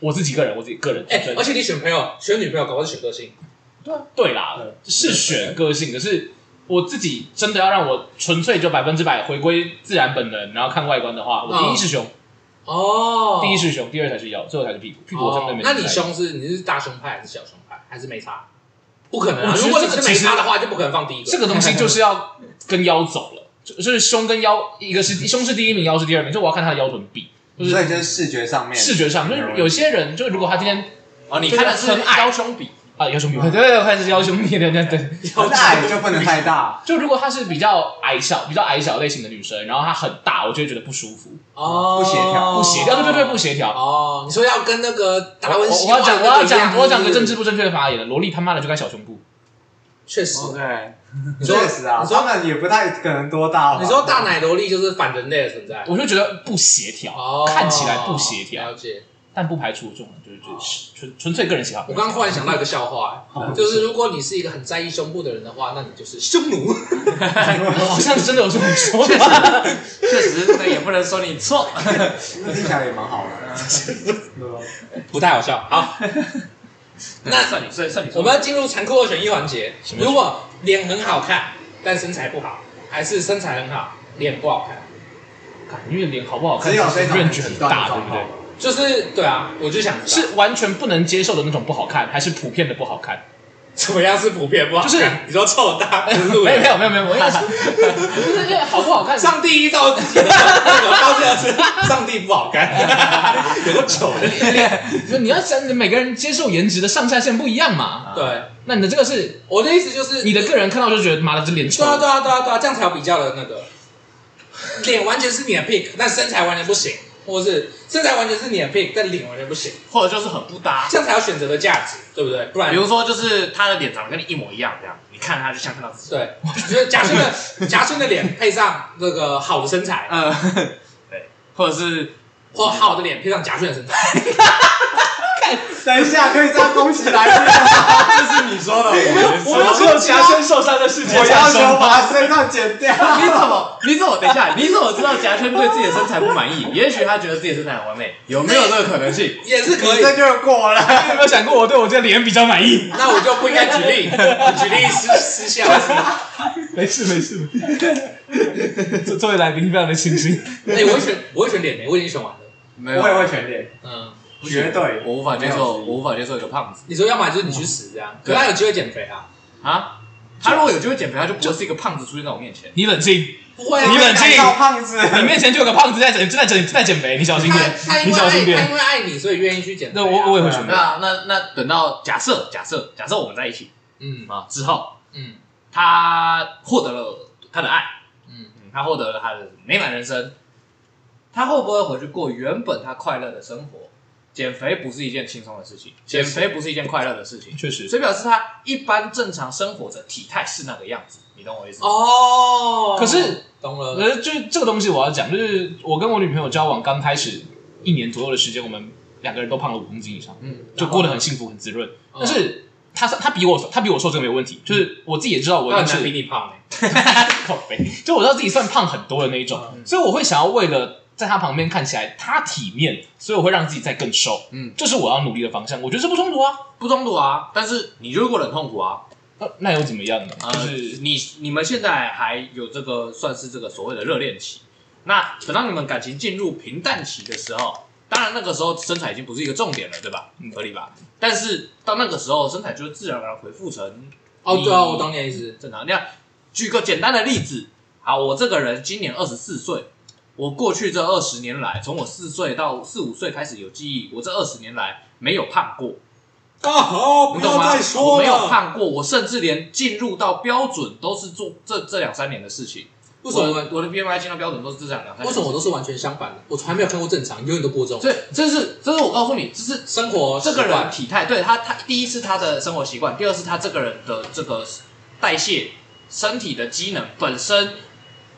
[SPEAKER 4] 我自己个人，我自己个人，
[SPEAKER 1] 哎
[SPEAKER 4] 对，
[SPEAKER 1] 而且你选朋友，选女朋友，搞不好是选个性，
[SPEAKER 4] 对啦
[SPEAKER 1] 嗯
[SPEAKER 3] 对，
[SPEAKER 4] 是选个性，可是我自己真的要让我纯粹就百分之百回归自然本能，然后看外观的话，我第一是胸，
[SPEAKER 1] 嗯哦，
[SPEAKER 4] 第一是胸，第二才是腰，最后才是屁股。屁股我相对
[SPEAKER 1] 哦
[SPEAKER 4] 没。
[SPEAKER 1] 那
[SPEAKER 4] 么在意。
[SPEAKER 1] 你胸是你是大胸派还是小胸派，还是没差？不可能啊，
[SPEAKER 4] 我觉得
[SPEAKER 1] 如果
[SPEAKER 4] 这
[SPEAKER 1] 是
[SPEAKER 4] 个
[SPEAKER 1] 没
[SPEAKER 4] 其实
[SPEAKER 1] 差的话，就不可能放第一个。
[SPEAKER 4] 这个东西就是要跟腰走了，就就是胸跟腰，一个是胸是第一名，腰是第二名，就我要看他的腰臀比，就是
[SPEAKER 3] 所以就是视觉
[SPEAKER 1] 哎
[SPEAKER 3] 上面，
[SPEAKER 4] 视觉上，就是有些人就如果他今天
[SPEAKER 2] 哦，你看的是
[SPEAKER 4] 就是很矮
[SPEAKER 2] 腰胸比，
[SPEAKER 1] [laughs]
[SPEAKER 4] 啊腰胸比，对对对，我看是腰胸比，对对对。
[SPEAKER 3] 很矮就不能太大，
[SPEAKER 4] 就如果她是比较矮小、比较矮小类型的女生，然后她很大，我就会觉得不舒服，
[SPEAKER 1] 哦，
[SPEAKER 3] 不协调
[SPEAKER 4] 不协调，对对对，不协调。
[SPEAKER 1] 哦，你说要跟那个达
[SPEAKER 4] 我
[SPEAKER 1] 文西
[SPEAKER 4] 我要讲，我要讲，我要讲个政
[SPEAKER 1] 政
[SPEAKER 4] 治
[SPEAKER 1] 治，
[SPEAKER 4] 不正确的发言了。萝莉他妈的就该小胸部，
[SPEAKER 1] 确实，
[SPEAKER 2] 哦
[SPEAKER 4] 哦
[SPEAKER 3] 对，
[SPEAKER 1] 你说
[SPEAKER 3] 确实啊，
[SPEAKER 1] 你说
[SPEAKER 3] 他们也不太可能多大吧。
[SPEAKER 1] 你说大奶萝莉就是反人类的存在，
[SPEAKER 4] 我就觉得不协调
[SPEAKER 1] 哦，，
[SPEAKER 4] 看起来不协调
[SPEAKER 1] 了，解。
[SPEAKER 4] 但不排除这种就是就是纯纯粹个人喜好
[SPEAKER 1] 我。刚刚忽然想到一个笑话，
[SPEAKER 4] 哦
[SPEAKER 3] 好
[SPEAKER 1] 就是如果你是一个很在意胸部的人的话，那你就是匈奴。
[SPEAKER 4] 好像真的有这种
[SPEAKER 1] [laughs]
[SPEAKER 4] 说 [laughs] 法，
[SPEAKER 2] 确实那也不能说你 [laughs] 错。
[SPEAKER 3] 那听起来也蛮好的，对吧？
[SPEAKER 1] 不太好笑。 [laughs] 好，
[SPEAKER 2] 那算你算算你错。
[SPEAKER 1] 我们要进入残酷二选一环节
[SPEAKER 4] 什。么
[SPEAKER 1] 如果脸很好看，但身材不好，还是身材很好，脸不好看？
[SPEAKER 4] 因为脸好不好看，
[SPEAKER 3] 只有这种
[SPEAKER 4] 认知
[SPEAKER 3] 极
[SPEAKER 4] 很
[SPEAKER 3] 端的
[SPEAKER 4] 大，对
[SPEAKER 3] 状
[SPEAKER 4] 不
[SPEAKER 3] 况
[SPEAKER 4] 对？，
[SPEAKER 1] 就是对啊，我就想知道
[SPEAKER 4] 是完全不能接受的那种不好看，还是普遍的不好
[SPEAKER 1] [laughs]
[SPEAKER 4] 看？
[SPEAKER 1] 怎么样是普遍不好看？
[SPEAKER 4] 就是
[SPEAKER 1] 你说臭大
[SPEAKER 4] 没有
[SPEAKER 1] 陆
[SPEAKER 4] 没
[SPEAKER 1] 人
[SPEAKER 4] 有没有没有，我也是，不是
[SPEAKER 1] [laughs]
[SPEAKER 4] [laughs] 因为好不好看，
[SPEAKER 1] 上帝依照自己的那个标准是上帝不好
[SPEAKER 4] [laughs]
[SPEAKER 1] 看，有个丑的脸。
[SPEAKER 4] 你要想你每个人接受颜值的上下限不一样嘛。
[SPEAKER 1] [laughs] 对，
[SPEAKER 4] 那你的这个是
[SPEAKER 1] 我的意思就是
[SPEAKER 4] 你的个人看到就觉得妈的这脸丑
[SPEAKER 1] 对，啊对啊对啊对啊，这样才有比较的那个。脸完全是你的 pick，但身材完全不行。或是身材完全是你的 pick，但脸完全不行，
[SPEAKER 2] 或者就是很不搭。
[SPEAKER 1] 这样才有选择的价值，对不对？不然
[SPEAKER 2] 比如说，就是他的脸长得跟你一模一样，这样你看他就像看到自己。
[SPEAKER 1] 对，就是夹春的夹春的脸配上那个好的身材，
[SPEAKER 2] 呃，对，或者是
[SPEAKER 1] 或好的脸配上夹春的身材，
[SPEAKER 3] 等一下可以这样攻起来
[SPEAKER 4] [laughs]
[SPEAKER 3] 吗？
[SPEAKER 2] 这是你 [laughs] 说的，
[SPEAKER 3] 我们只有夹生受伤的事情，我要求把身上剪
[SPEAKER 4] [laughs]
[SPEAKER 3] 掉。
[SPEAKER 2] 你怎么？你怎么？等一下，你怎么知道夹圈对自己的身材不满 [laughs] 意？也许他觉得自己的身材很完美，有没有这个可能性？
[SPEAKER 1] 也是可以。
[SPEAKER 3] 这就过了，
[SPEAKER 4] 你有没有想过我对我这个脸比较满意？
[SPEAKER 1] 那我就不应该举例， [laughs] 我举例失失效。哎、
[SPEAKER 4] 没事没 [laughs] 事，这这位来宾非常的清新。
[SPEAKER 1] 哎我会选，我会选脸的，我已经选完了。
[SPEAKER 2] 没
[SPEAKER 3] 我也会全脸，
[SPEAKER 1] 嗯，
[SPEAKER 3] 绝对。
[SPEAKER 2] 我无法接受，我无法接受一个胖子
[SPEAKER 1] 你说要么就是你去死这样，可
[SPEAKER 2] 对
[SPEAKER 1] 他有机会减肥啊？
[SPEAKER 2] 啊！他如果有机会减肥，他就不会是一个胖子出现在我面前。
[SPEAKER 4] 你冷静，
[SPEAKER 1] 不会啊，
[SPEAKER 4] 你冷静
[SPEAKER 3] 看到胖子，
[SPEAKER 4] 你面前就有个胖子在减，正在减，在减肥，你小心
[SPEAKER 1] 他
[SPEAKER 4] 点，
[SPEAKER 1] 他
[SPEAKER 4] 你
[SPEAKER 1] 因为
[SPEAKER 4] 小
[SPEAKER 1] 爱
[SPEAKER 4] 心
[SPEAKER 1] 他
[SPEAKER 4] 点。
[SPEAKER 1] 因为爱你，所以愿意去减肥、
[SPEAKER 4] 那
[SPEAKER 1] 啊。
[SPEAKER 4] 我我也会选的，
[SPEAKER 2] 那啊那那等到假设假设假设我们在一起
[SPEAKER 1] 嗯
[SPEAKER 2] 啊之后，
[SPEAKER 1] 嗯
[SPEAKER 2] 他获得了他的爱，
[SPEAKER 1] 嗯，
[SPEAKER 2] 嗯他获得了他的美满人生，他会不会回去过原本他快乐的生活？减肥不是一件轻松的事情，减肥不是一件快乐的事情。
[SPEAKER 4] 确实。
[SPEAKER 2] 所以表示他一般正常生活着体态是那个样子，你懂我意思吗？
[SPEAKER 1] 哦，
[SPEAKER 4] 可是
[SPEAKER 1] 懂了，
[SPEAKER 4] 呃，就是这个东西我要讲，就是我跟我女朋友交往刚开始一年左右的时间，我们两个人都胖了五公斤以上，
[SPEAKER 2] 嗯，
[SPEAKER 4] 就过得很幸福很滋润。
[SPEAKER 1] 嗯
[SPEAKER 4] 但是她她比我她比我瘦这个没有问题，就是我自己也知道我
[SPEAKER 1] 那
[SPEAKER 4] 一定
[SPEAKER 1] 男
[SPEAKER 4] 是
[SPEAKER 1] 比你胖
[SPEAKER 2] 欸
[SPEAKER 1] 哎、
[SPEAKER 4] [laughs] 靠背，就我知道自己算胖很多的那一种，
[SPEAKER 2] 嗯
[SPEAKER 4] 所以我会想要为了在他旁边看起来他体面，所以我会让自己再更瘦。
[SPEAKER 2] 嗯，
[SPEAKER 4] 这是我要努力的方向，我觉得这不冲突啊。
[SPEAKER 2] 不冲突啊，但是你就会过得很痛苦啊。
[SPEAKER 4] 呃那又怎么样呢？
[SPEAKER 2] 呃，
[SPEAKER 4] 就是
[SPEAKER 2] 你你们现在还有这个算是这个所谓的热恋期，那等到你们感情进入平淡期的时候，当然那个时候身材已经不是一个重点了，对吧？
[SPEAKER 4] 嗯
[SPEAKER 2] 合理吧？但是到那个时候，身材就会自然而然恢复成
[SPEAKER 1] 哦，对啊，
[SPEAKER 2] 你
[SPEAKER 1] 我懂你的意思。
[SPEAKER 2] 正常。你看，举个简单的例子，好，我这个人今年二十四岁，我过去这二十年来，从我四岁到四五岁开始有记忆，我这二十年来没有胖过，
[SPEAKER 7] 大好，
[SPEAKER 2] 你
[SPEAKER 7] 不
[SPEAKER 2] 懂
[SPEAKER 7] 要
[SPEAKER 2] 吗
[SPEAKER 7] 再？
[SPEAKER 2] 我
[SPEAKER 7] 说
[SPEAKER 2] 没有
[SPEAKER 7] 了。
[SPEAKER 2] 胖过，我甚至连进入到标准都是做这这两三年的事情。
[SPEAKER 1] 为什么
[SPEAKER 2] 我
[SPEAKER 1] 我
[SPEAKER 2] 的我的 BMI 进到标准都是这两两三年？
[SPEAKER 1] 为什么我都是完全相反的？我从来没有看过正常，永远都播种。
[SPEAKER 2] 所以这是这是我告诉你，这是
[SPEAKER 1] 生活
[SPEAKER 2] 这个
[SPEAKER 1] 习惯
[SPEAKER 2] 哦人体态，对他，他第一是他的生活习惯，第二是他这个人的这个代谢、身体的机能本身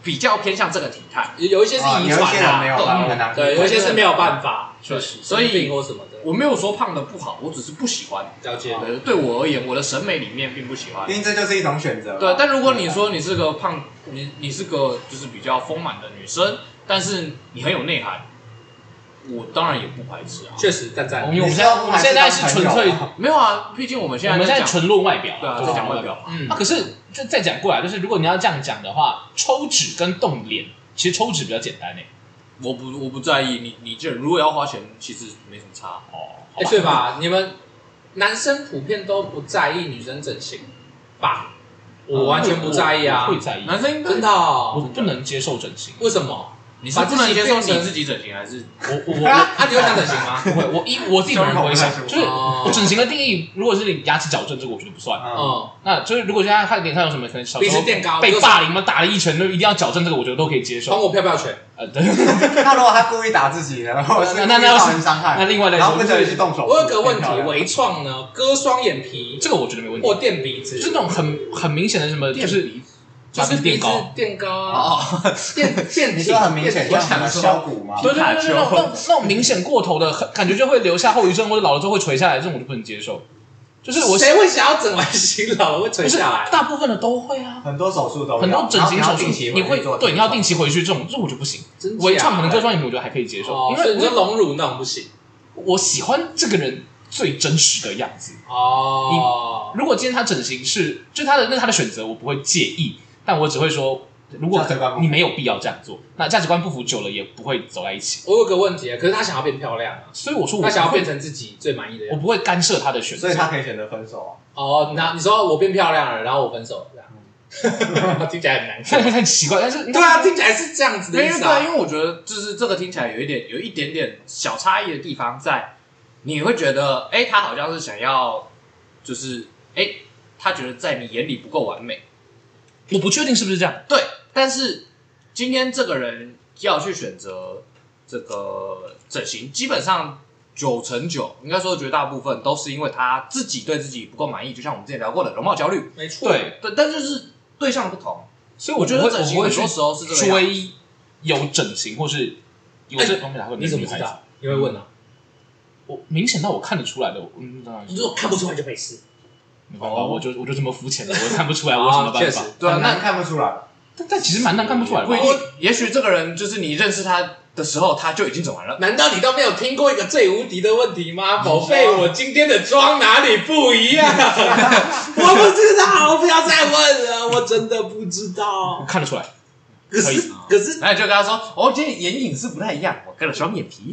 [SPEAKER 2] 比较偏向这个体态。
[SPEAKER 1] 有有一些是
[SPEAKER 3] 啊
[SPEAKER 1] 遗
[SPEAKER 3] 有一些
[SPEAKER 1] 传
[SPEAKER 3] 人
[SPEAKER 1] 啊，
[SPEAKER 3] 没有办法很难。
[SPEAKER 1] 对，有一些是没有办法，
[SPEAKER 2] 确实
[SPEAKER 1] 对
[SPEAKER 2] 所以
[SPEAKER 1] 生病或什么的，
[SPEAKER 2] 我没有说胖的不好，我只是不喜欢。
[SPEAKER 1] 了解。
[SPEAKER 2] 对，对我而言，我的审美里面并不喜欢
[SPEAKER 3] 因。为这就是一种选择。
[SPEAKER 2] 对，但如果你说你是个胖，你你是个就是比较丰满的女生，但是你很有内涵，我当然也不排斥啊。
[SPEAKER 1] 确实，赞
[SPEAKER 4] 我
[SPEAKER 1] 赞
[SPEAKER 4] 们。我们
[SPEAKER 3] 你知
[SPEAKER 4] 现在
[SPEAKER 3] 道
[SPEAKER 4] 我们现在是纯粹，
[SPEAKER 3] 我
[SPEAKER 2] 没有啊，毕竟我们现
[SPEAKER 4] 我
[SPEAKER 2] 在
[SPEAKER 4] 们现在
[SPEAKER 2] 讲
[SPEAKER 4] 纯论外表，
[SPEAKER 2] 对啊，
[SPEAKER 4] 就
[SPEAKER 2] 在
[SPEAKER 4] 是
[SPEAKER 2] 讲外
[SPEAKER 4] 表
[SPEAKER 2] 表。嘛。
[SPEAKER 1] 嗯
[SPEAKER 4] 啊，，可是这再讲过来，就是如果你要这样讲的话，抽脂跟动脸，其实抽脂比较简单欸诶。
[SPEAKER 2] 我不我不在意你你这如果要花钱，其实没什么差。
[SPEAKER 4] 哦，好
[SPEAKER 1] 哎，对？吧？你们男生普遍都不在意女生整形吧？我完全不在意啊
[SPEAKER 4] 我，会在意，
[SPEAKER 2] 男生应该
[SPEAKER 1] 真的
[SPEAKER 4] 我
[SPEAKER 1] 哦。
[SPEAKER 4] 不能接受整形。
[SPEAKER 1] 为什么？
[SPEAKER 2] 你是不能接受你自己整形还是？
[SPEAKER 4] 我我我
[SPEAKER 1] 啊，你会想整形吗？
[SPEAKER 4] 不会，我一我自己本人不会想，就是
[SPEAKER 1] 哦
[SPEAKER 4] 整形的定义，如果是你牙齿矫正，这个我觉得不算。啊
[SPEAKER 3] 嗯，
[SPEAKER 1] 嗯，
[SPEAKER 4] 那就是如果现在看脸上有什么可能小时
[SPEAKER 1] 鼻
[SPEAKER 4] 候
[SPEAKER 1] 子垫高
[SPEAKER 4] 被霸凌嘛，打了一拳就一定要矫正，这个我觉得都可以接
[SPEAKER 1] 还
[SPEAKER 4] 受。
[SPEAKER 1] 我票票权。
[SPEAKER 4] 呃，对，
[SPEAKER 3] 那如果他故意打自己呢，或者是
[SPEAKER 4] 那那那
[SPEAKER 3] 故意造成伤害，
[SPEAKER 4] 那另外再
[SPEAKER 3] 然后
[SPEAKER 4] 说，
[SPEAKER 3] 不
[SPEAKER 4] 就
[SPEAKER 3] 小心
[SPEAKER 4] 是
[SPEAKER 3] 动手术，
[SPEAKER 1] 我有个问
[SPEAKER 3] 变
[SPEAKER 1] 题
[SPEAKER 3] 漂，亮
[SPEAKER 1] 微创呢，割双眼皮
[SPEAKER 4] 这个我觉得没问题
[SPEAKER 1] 或，垫鼻子，
[SPEAKER 4] 就是那种很很明显的什么，就是
[SPEAKER 1] 就
[SPEAKER 4] 把
[SPEAKER 1] 是
[SPEAKER 4] 鼻
[SPEAKER 1] 鼻
[SPEAKER 4] 垫
[SPEAKER 1] 子
[SPEAKER 4] 高，
[SPEAKER 1] 垫高啊，
[SPEAKER 2] 哦，
[SPEAKER 1] 垫 [laughs] 垫
[SPEAKER 3] 你
[SPEAKER 1] 体
[SPEAKER 3] 说很明显
[SPEAKER 1] 垫
[SPEAKER 3] 像
[SPEAKER 1] 体
[SPEAKER 3] 什么削骨吗？
[SPEAKER 4] 对对对对，那种那种那种明显过头的，很感觉就会留下后遗症，或者老了之后会垂下来，这种我就不能接受。就是我
[SPEAKER 1] 谁会想要整完形老了会垂
[SPEAKER 4] 不是
[SPEAKER 1] 下来？
[SPEAKER 4] 大部分的都会啊，
[SPEAKER 3] 很多手术都有
[SPEAKER 4] 很多整形
[SPEAKER 3] 然后你要
[SPEAKER 4] 手
[SPEAKER 3] 定
[SPEAKER 4] 术
[SPEAKER 3] 期
[SPEAKER 4] 你
[SPEAKER 3] 回去
[SPEAKER 4] 会
[SPEAKER 3] 做
[SPEAKER 4] 对你要定期回去，这种这种我就不行。微创可能割双眼皮，我觉得还可以接受，
[SPEAKER 1] 哦
[SPEAKER 4] 因，
[SPEAKER 1] 所以
[SPEAKER 4] 为
[SPEAKER 1] 你说隆乳那种不行
[SPEAKER 4] 我喜欢这个人最真实的样子。
[SPEAKER 1] 哦。
[SPEAKER 4] 如果今天他整形是，就是他的那他的选择，我不会介意，但我只会说，如果
[SPEAKER 3] 价值观不符
[SPEAKER 4] 你没有必要这样做，那价值观不符久了也不会走在一起。
[SPEAKER 1] 我有个问题啊，可是她想要变漂亮啊，
[SPEAKER 4] 所以我说我
[SPEAKER 1] 她想要
[SPEAKER 4] 不会
[SPEAKER 1] 变，成啊自己最满意的
[SPEAKER 4] 我
[SPEAKER 1] 样子。
[SPEAKER 4] 不会干涉他的选择
[SPEAKER 3] 所以。他可以选择分手
[SPEAKER 1] 哦，那你说我变漂亮了，然后我分手了，这样 [laughs] 听起来很难看。
[SPEAKER 4] 看起来很奇怪，但是
[SPEAKER 1] 对啊，听起来是这样子
[SPEAKER 2] 因
[SPEAKER 1] 的
[SPEAKER 2] 为
[SPEAKER 1] 意
[SPEAKER 2] 对，
[SPEAKER 1] 思啊。
[SPEAKER 2] 因为我觉得就是这个听起来有一点有一点点小差异的地方在，你会觉得哎、他好像是想要，就是哎、他觉得在你眼里不够完美，
[SPEAKER 4] 我不确定是不是这样。
[SPEAKER 2] 对，但是今天这个人要去选择这个整形，基本上九成九，应该说绝大部分都是因为他自己对自己不够满意，就像我们之前聊过的容貌焦虑，
[SPEAKER 1] 没错，
[SPEAKER 4] 对，
[SPEAKER 2] 对，但就是对象不同。
[SPEAKER 4] 所以
[SPEAKER 2] 我
[SPEAKER 4] 我
[SPEAKER 2] 觉
[SPEAKER 4] 觉
[SPEAKER 2] 得
[SPEAKER 4] 得
[SPEAKER 2] 整
[SPEAKER 4] 整
[SPEAKER 2] 形
[SPEAKER 4] 形
[SPEAKER 2] 很
[SPEAKER 4] 很
[SPEAKER 2] 多
[SPEAKER 4] 多
[SPEAKER 2] 时
[SPEAKER 4] 时
[SPEAKER 2] 候
[SPEAKER 4] 候
[SPEAKER 2] 是
[SPEAKER 4] 是
[SPEAKER 2] 这个样
[SPEAKER 4] 追有整形或是有这方面来问
[SPEAKER 1] 你怎么知？
[SPEAKER 4] 女孩子
[SPEAKER 1] 道？你会问啊？
[SPEAKER 4] 我明显到我看得出来的，我嗯，当然
[SPEAKER 1] 你
[SPEAKER 4] 是
[SPEAKER 1] 就说看不出来就没事，
[SPEAKER 4] 没办法，
[SPEAKER 2] 哦
[SPEAKER 4] 我就我就这么肤浅的，我看不出来，我有 [laughs] 什么办法？
[SPEAKER 2] 对啊，
[SPEAKER 3] 很
[SPEAKER 2] 那
[SPEAKER 3] 难看不出
[SPEAKER 4] [laughs]
[SPEAKER 3] 来。
[SPEAKER 4] 但但其实蛮难看不出来的
[SPEAKER 2] 不
[SPEAKER 4] 吧
[SPEAKER 2] 一。定，也许这个人就是你认识他的时候，他就已经整完了。
[SPEAKER 1] 难道你都没有听过一个最无敌的问题
[SPEAKER 3] 啊
[SPEAKER 1] 吗？宝贝，我今天的妆哪里不一
[SPEAKER 3] [laughs]
[SPEAKER 1] 样？
[SPEAKER 7] 我不知道，不要再问了，我真的不知
[SPEAKER 4] 我
[SPEAKER 7] 道。
[SPEAKER 4] 哦看得 [laughs] 出来，
[SPEAKER 7] 可是可是
[SPEAKER 2] 然后你就跟他说：“哦，今天眼影是不太一样，我割了双眼皮。
[SPEAKER 7] 我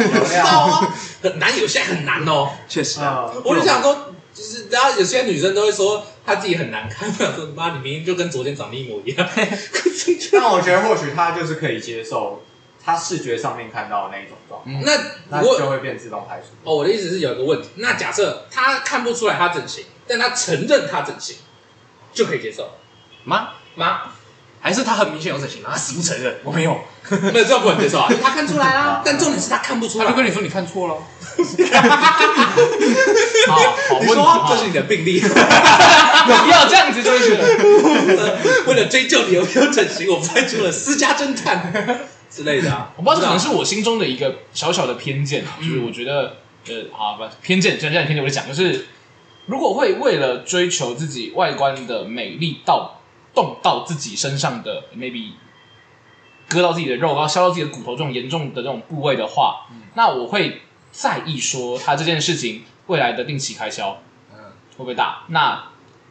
[SPEAKER 7] 不知道啊，
[SPEAKER 1] 很难，有些很难哦。”
[SPEAKER 2] [laughs] 确实啊，
[SPEAKER 3] 啊，
[SPEAKER 1] 我就想说，就是然后有些女生都会说她自己很难看， [laughs] 我想说妈，你明明就跟昨天长得一模一
[SPEAKER 3] [laughs]
[SPEAKER 1] 样。
[SPEAKER 3] 但我觉得或许他就是可以接受他视觉上面看到的那一种状态，
[SPEAKER 1] 那
[SPEAKER 3] 那
[SPEAKER 1] 我
[SPEAKER 3] 就会变自动排除。
[SPEAKER 1] 哦，我的意思是有一个问题，那假设她看不出来她整形，但她承认她整形，就可以接受
[SPEAKER 2] 妈，
[SPEAKER 1] 吗？
[SPEAKER 2] 还是他很明显有整形，然后他死不承认，我没有。
[SPEAKER 1] 没有这样不能接受 [laughs] 啊，她看出来啦，但重点是她看不出
[SPEAKER 2] 他
[SPEAKER 1] 来
[SPEAKER 2] 就。跟你说：“你看错了。
[SPEAKER 1] 你说这是
[SPEAKER 4] 好啊好问题啊 [laughs] 哈，
[SPEAKER 1] 你的病 [laughs] 例，
[SPEAKER 4] 不要这样子追求。 [laughs]
[SPEAKER 1] 为了追究你有没有整形，我派出了私家侦 [laughs] 探之类的啊。
[SPEAKER 4] 我不知道，这可能是我心中的一个小小的偏见啊，就是我觉得，呃，好吧，偏见，真正的偏见，我就讲，就是如果会为了追求自己外观的美丽到动到自己身上的 maybe 割到自己的肉，然后削到自己的骨头这种严重的这种部位的话，那我会在意说他这件事情未来的定期开销，
[SPEAKER 2] 嗯
[SPEAKER 4] 会不会大？那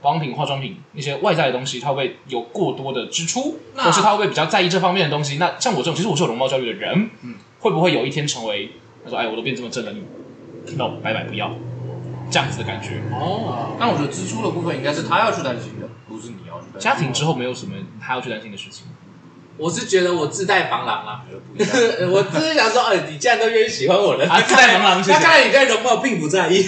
[SPEAKER 4] 保养品、化妆品那些外在的东西，它会不会有过多的支出，
[SPEAKER 1] 那
[SPEAKER 4] 或是他会不会比较在意这方面的东西？那像我这种，其实我是有容貌焦虑的人，嗯，会不会有一天成为他说，哎，我都变这么正了，你那我拜拜不要这样子的感觉？”
[SPEAKER 1] 哦，
[SPEAKER 2] 但我觉得支出的部分应该是他要去担心的，不是你要去担心。
[SPEAKER 4] 家庭之后没有什么还要去担心的事情，
[SPEAKER 1] 我是觉得我自带防狼啊啦。
[SPEAKER 2] 我觉得不一
[SPEAKER 1] [laughs]
[SPEAKER 2] 样。
[SPEAKER 1] 我只是想说，哎，你既然都愿意喜欢我了，
[SPEAKER 4] 啊
[SPEAKER 1] 那
[SPEAKER 4] 自带防狼谢谢
[SPEAKER 1] 那看来你对容貌并不在 [laughs] 意。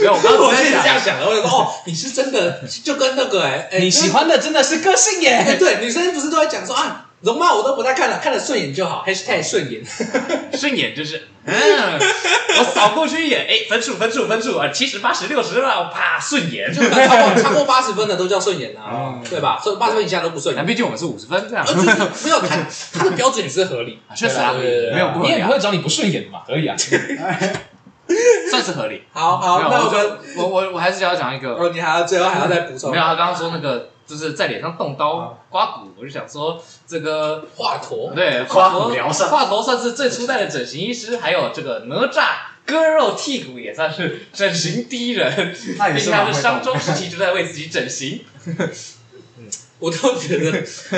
[SPEAKER 2] 没有，我刚
[SPEAKER 1] 我
[SPEAKER 2] 刚
[SPEAKER 1] 也
[SPEAKER 2] 只
[SPEAKER 1] 是
[SPEAKER 2] 是
[SPEAKER 1] 这样
[SPEAKER 2] 想，
[SPEAKER 1] 想的，我想说，哦，你是真的就跟那个哎、哎
[SPEAKER 4] 你喜欢的真的是个性
[SPEAKER 1] 哎、
[SPEAKER 4] 耶。
[SPEAKER 1] 对，女生不是都在讲说啊，容貌我都不太看了，看得顺眼就好，#hashtag 顺 [laughs] 眼。
[SPEAKER 2] 顺眼就是， [laughs] 嗯，我扫过去一眼，哎，分数分数分数啊，七十八十六十了，啪，顺眼。
[SPEAKER 1] 就超过超过八十分的都叫顺眼
[SPEAKER 3] 嗯
[SPEAKER 1] 啊，对吧？所以八十分以下都不顺
[SPEAKER 2] 但 [laughs]
[SPEAKER 1] 眼。
[SPEAKER 2] 毕竟我们是五十分这样
[SPEAKER 1] 呃，，就是没有他他的标准也是合理，
[SPEAKER 2] 确实啊，
[SPEAKER 1] 对对对对
[SPEAKER 2] 没有不合
[SPEAKER 4] [laughs] 你
[SPEAKER 2] 理
[SPEAKER 4] 也
[SPEAKER 2] 啊
[SPEAKER 4] 不，会找你不顺眼的嘛，可以啊。
[SPEAKER 2] 算是合理。
[SPEAKER 1] 好好，
[SPEAKER 2] 没有
[SPEAKER 1] 那我们
[SPEAKER 2] 我就我我我还是想要讲一个，
[SPEAKER 1] 哦，你还要最后还要再补充
[SPEAKER 2] 没有，他刚刚说那个就是在脸上动刀
[SPEAKER 3] 啊
[SPEAKER 2] 刮骨，我就想说这个
[SPEAKER 1] 华佗，
[SPEAKER 2] 对
[SPEAKER 3] 刮骨
[SPEAKER 2] 头
[SPEAKER 3] 疗伤
[SPEAKER 2] 华佗算是最初代的整形医师，还有这个哪吒。割肉剔骨也算是整形第一人，
[SPEAKER 3] 那也
[SPEAKER 2] 并
[SPEAKER 3] 是
[SPEAKER 2] 且他
[SPEAKER 3] 蛮
[SPEAKER 2] 的
[SPEAKER 3] 会
[SPEAKER 2] 商
[SPEAKER 3] 动
[SPEAKER 2] 周
[SPEAKER 3] 的。
[SPEAKER 2] 时期就在为自己整 [laughs] 形。
[SPEAKER 1] 我都觉得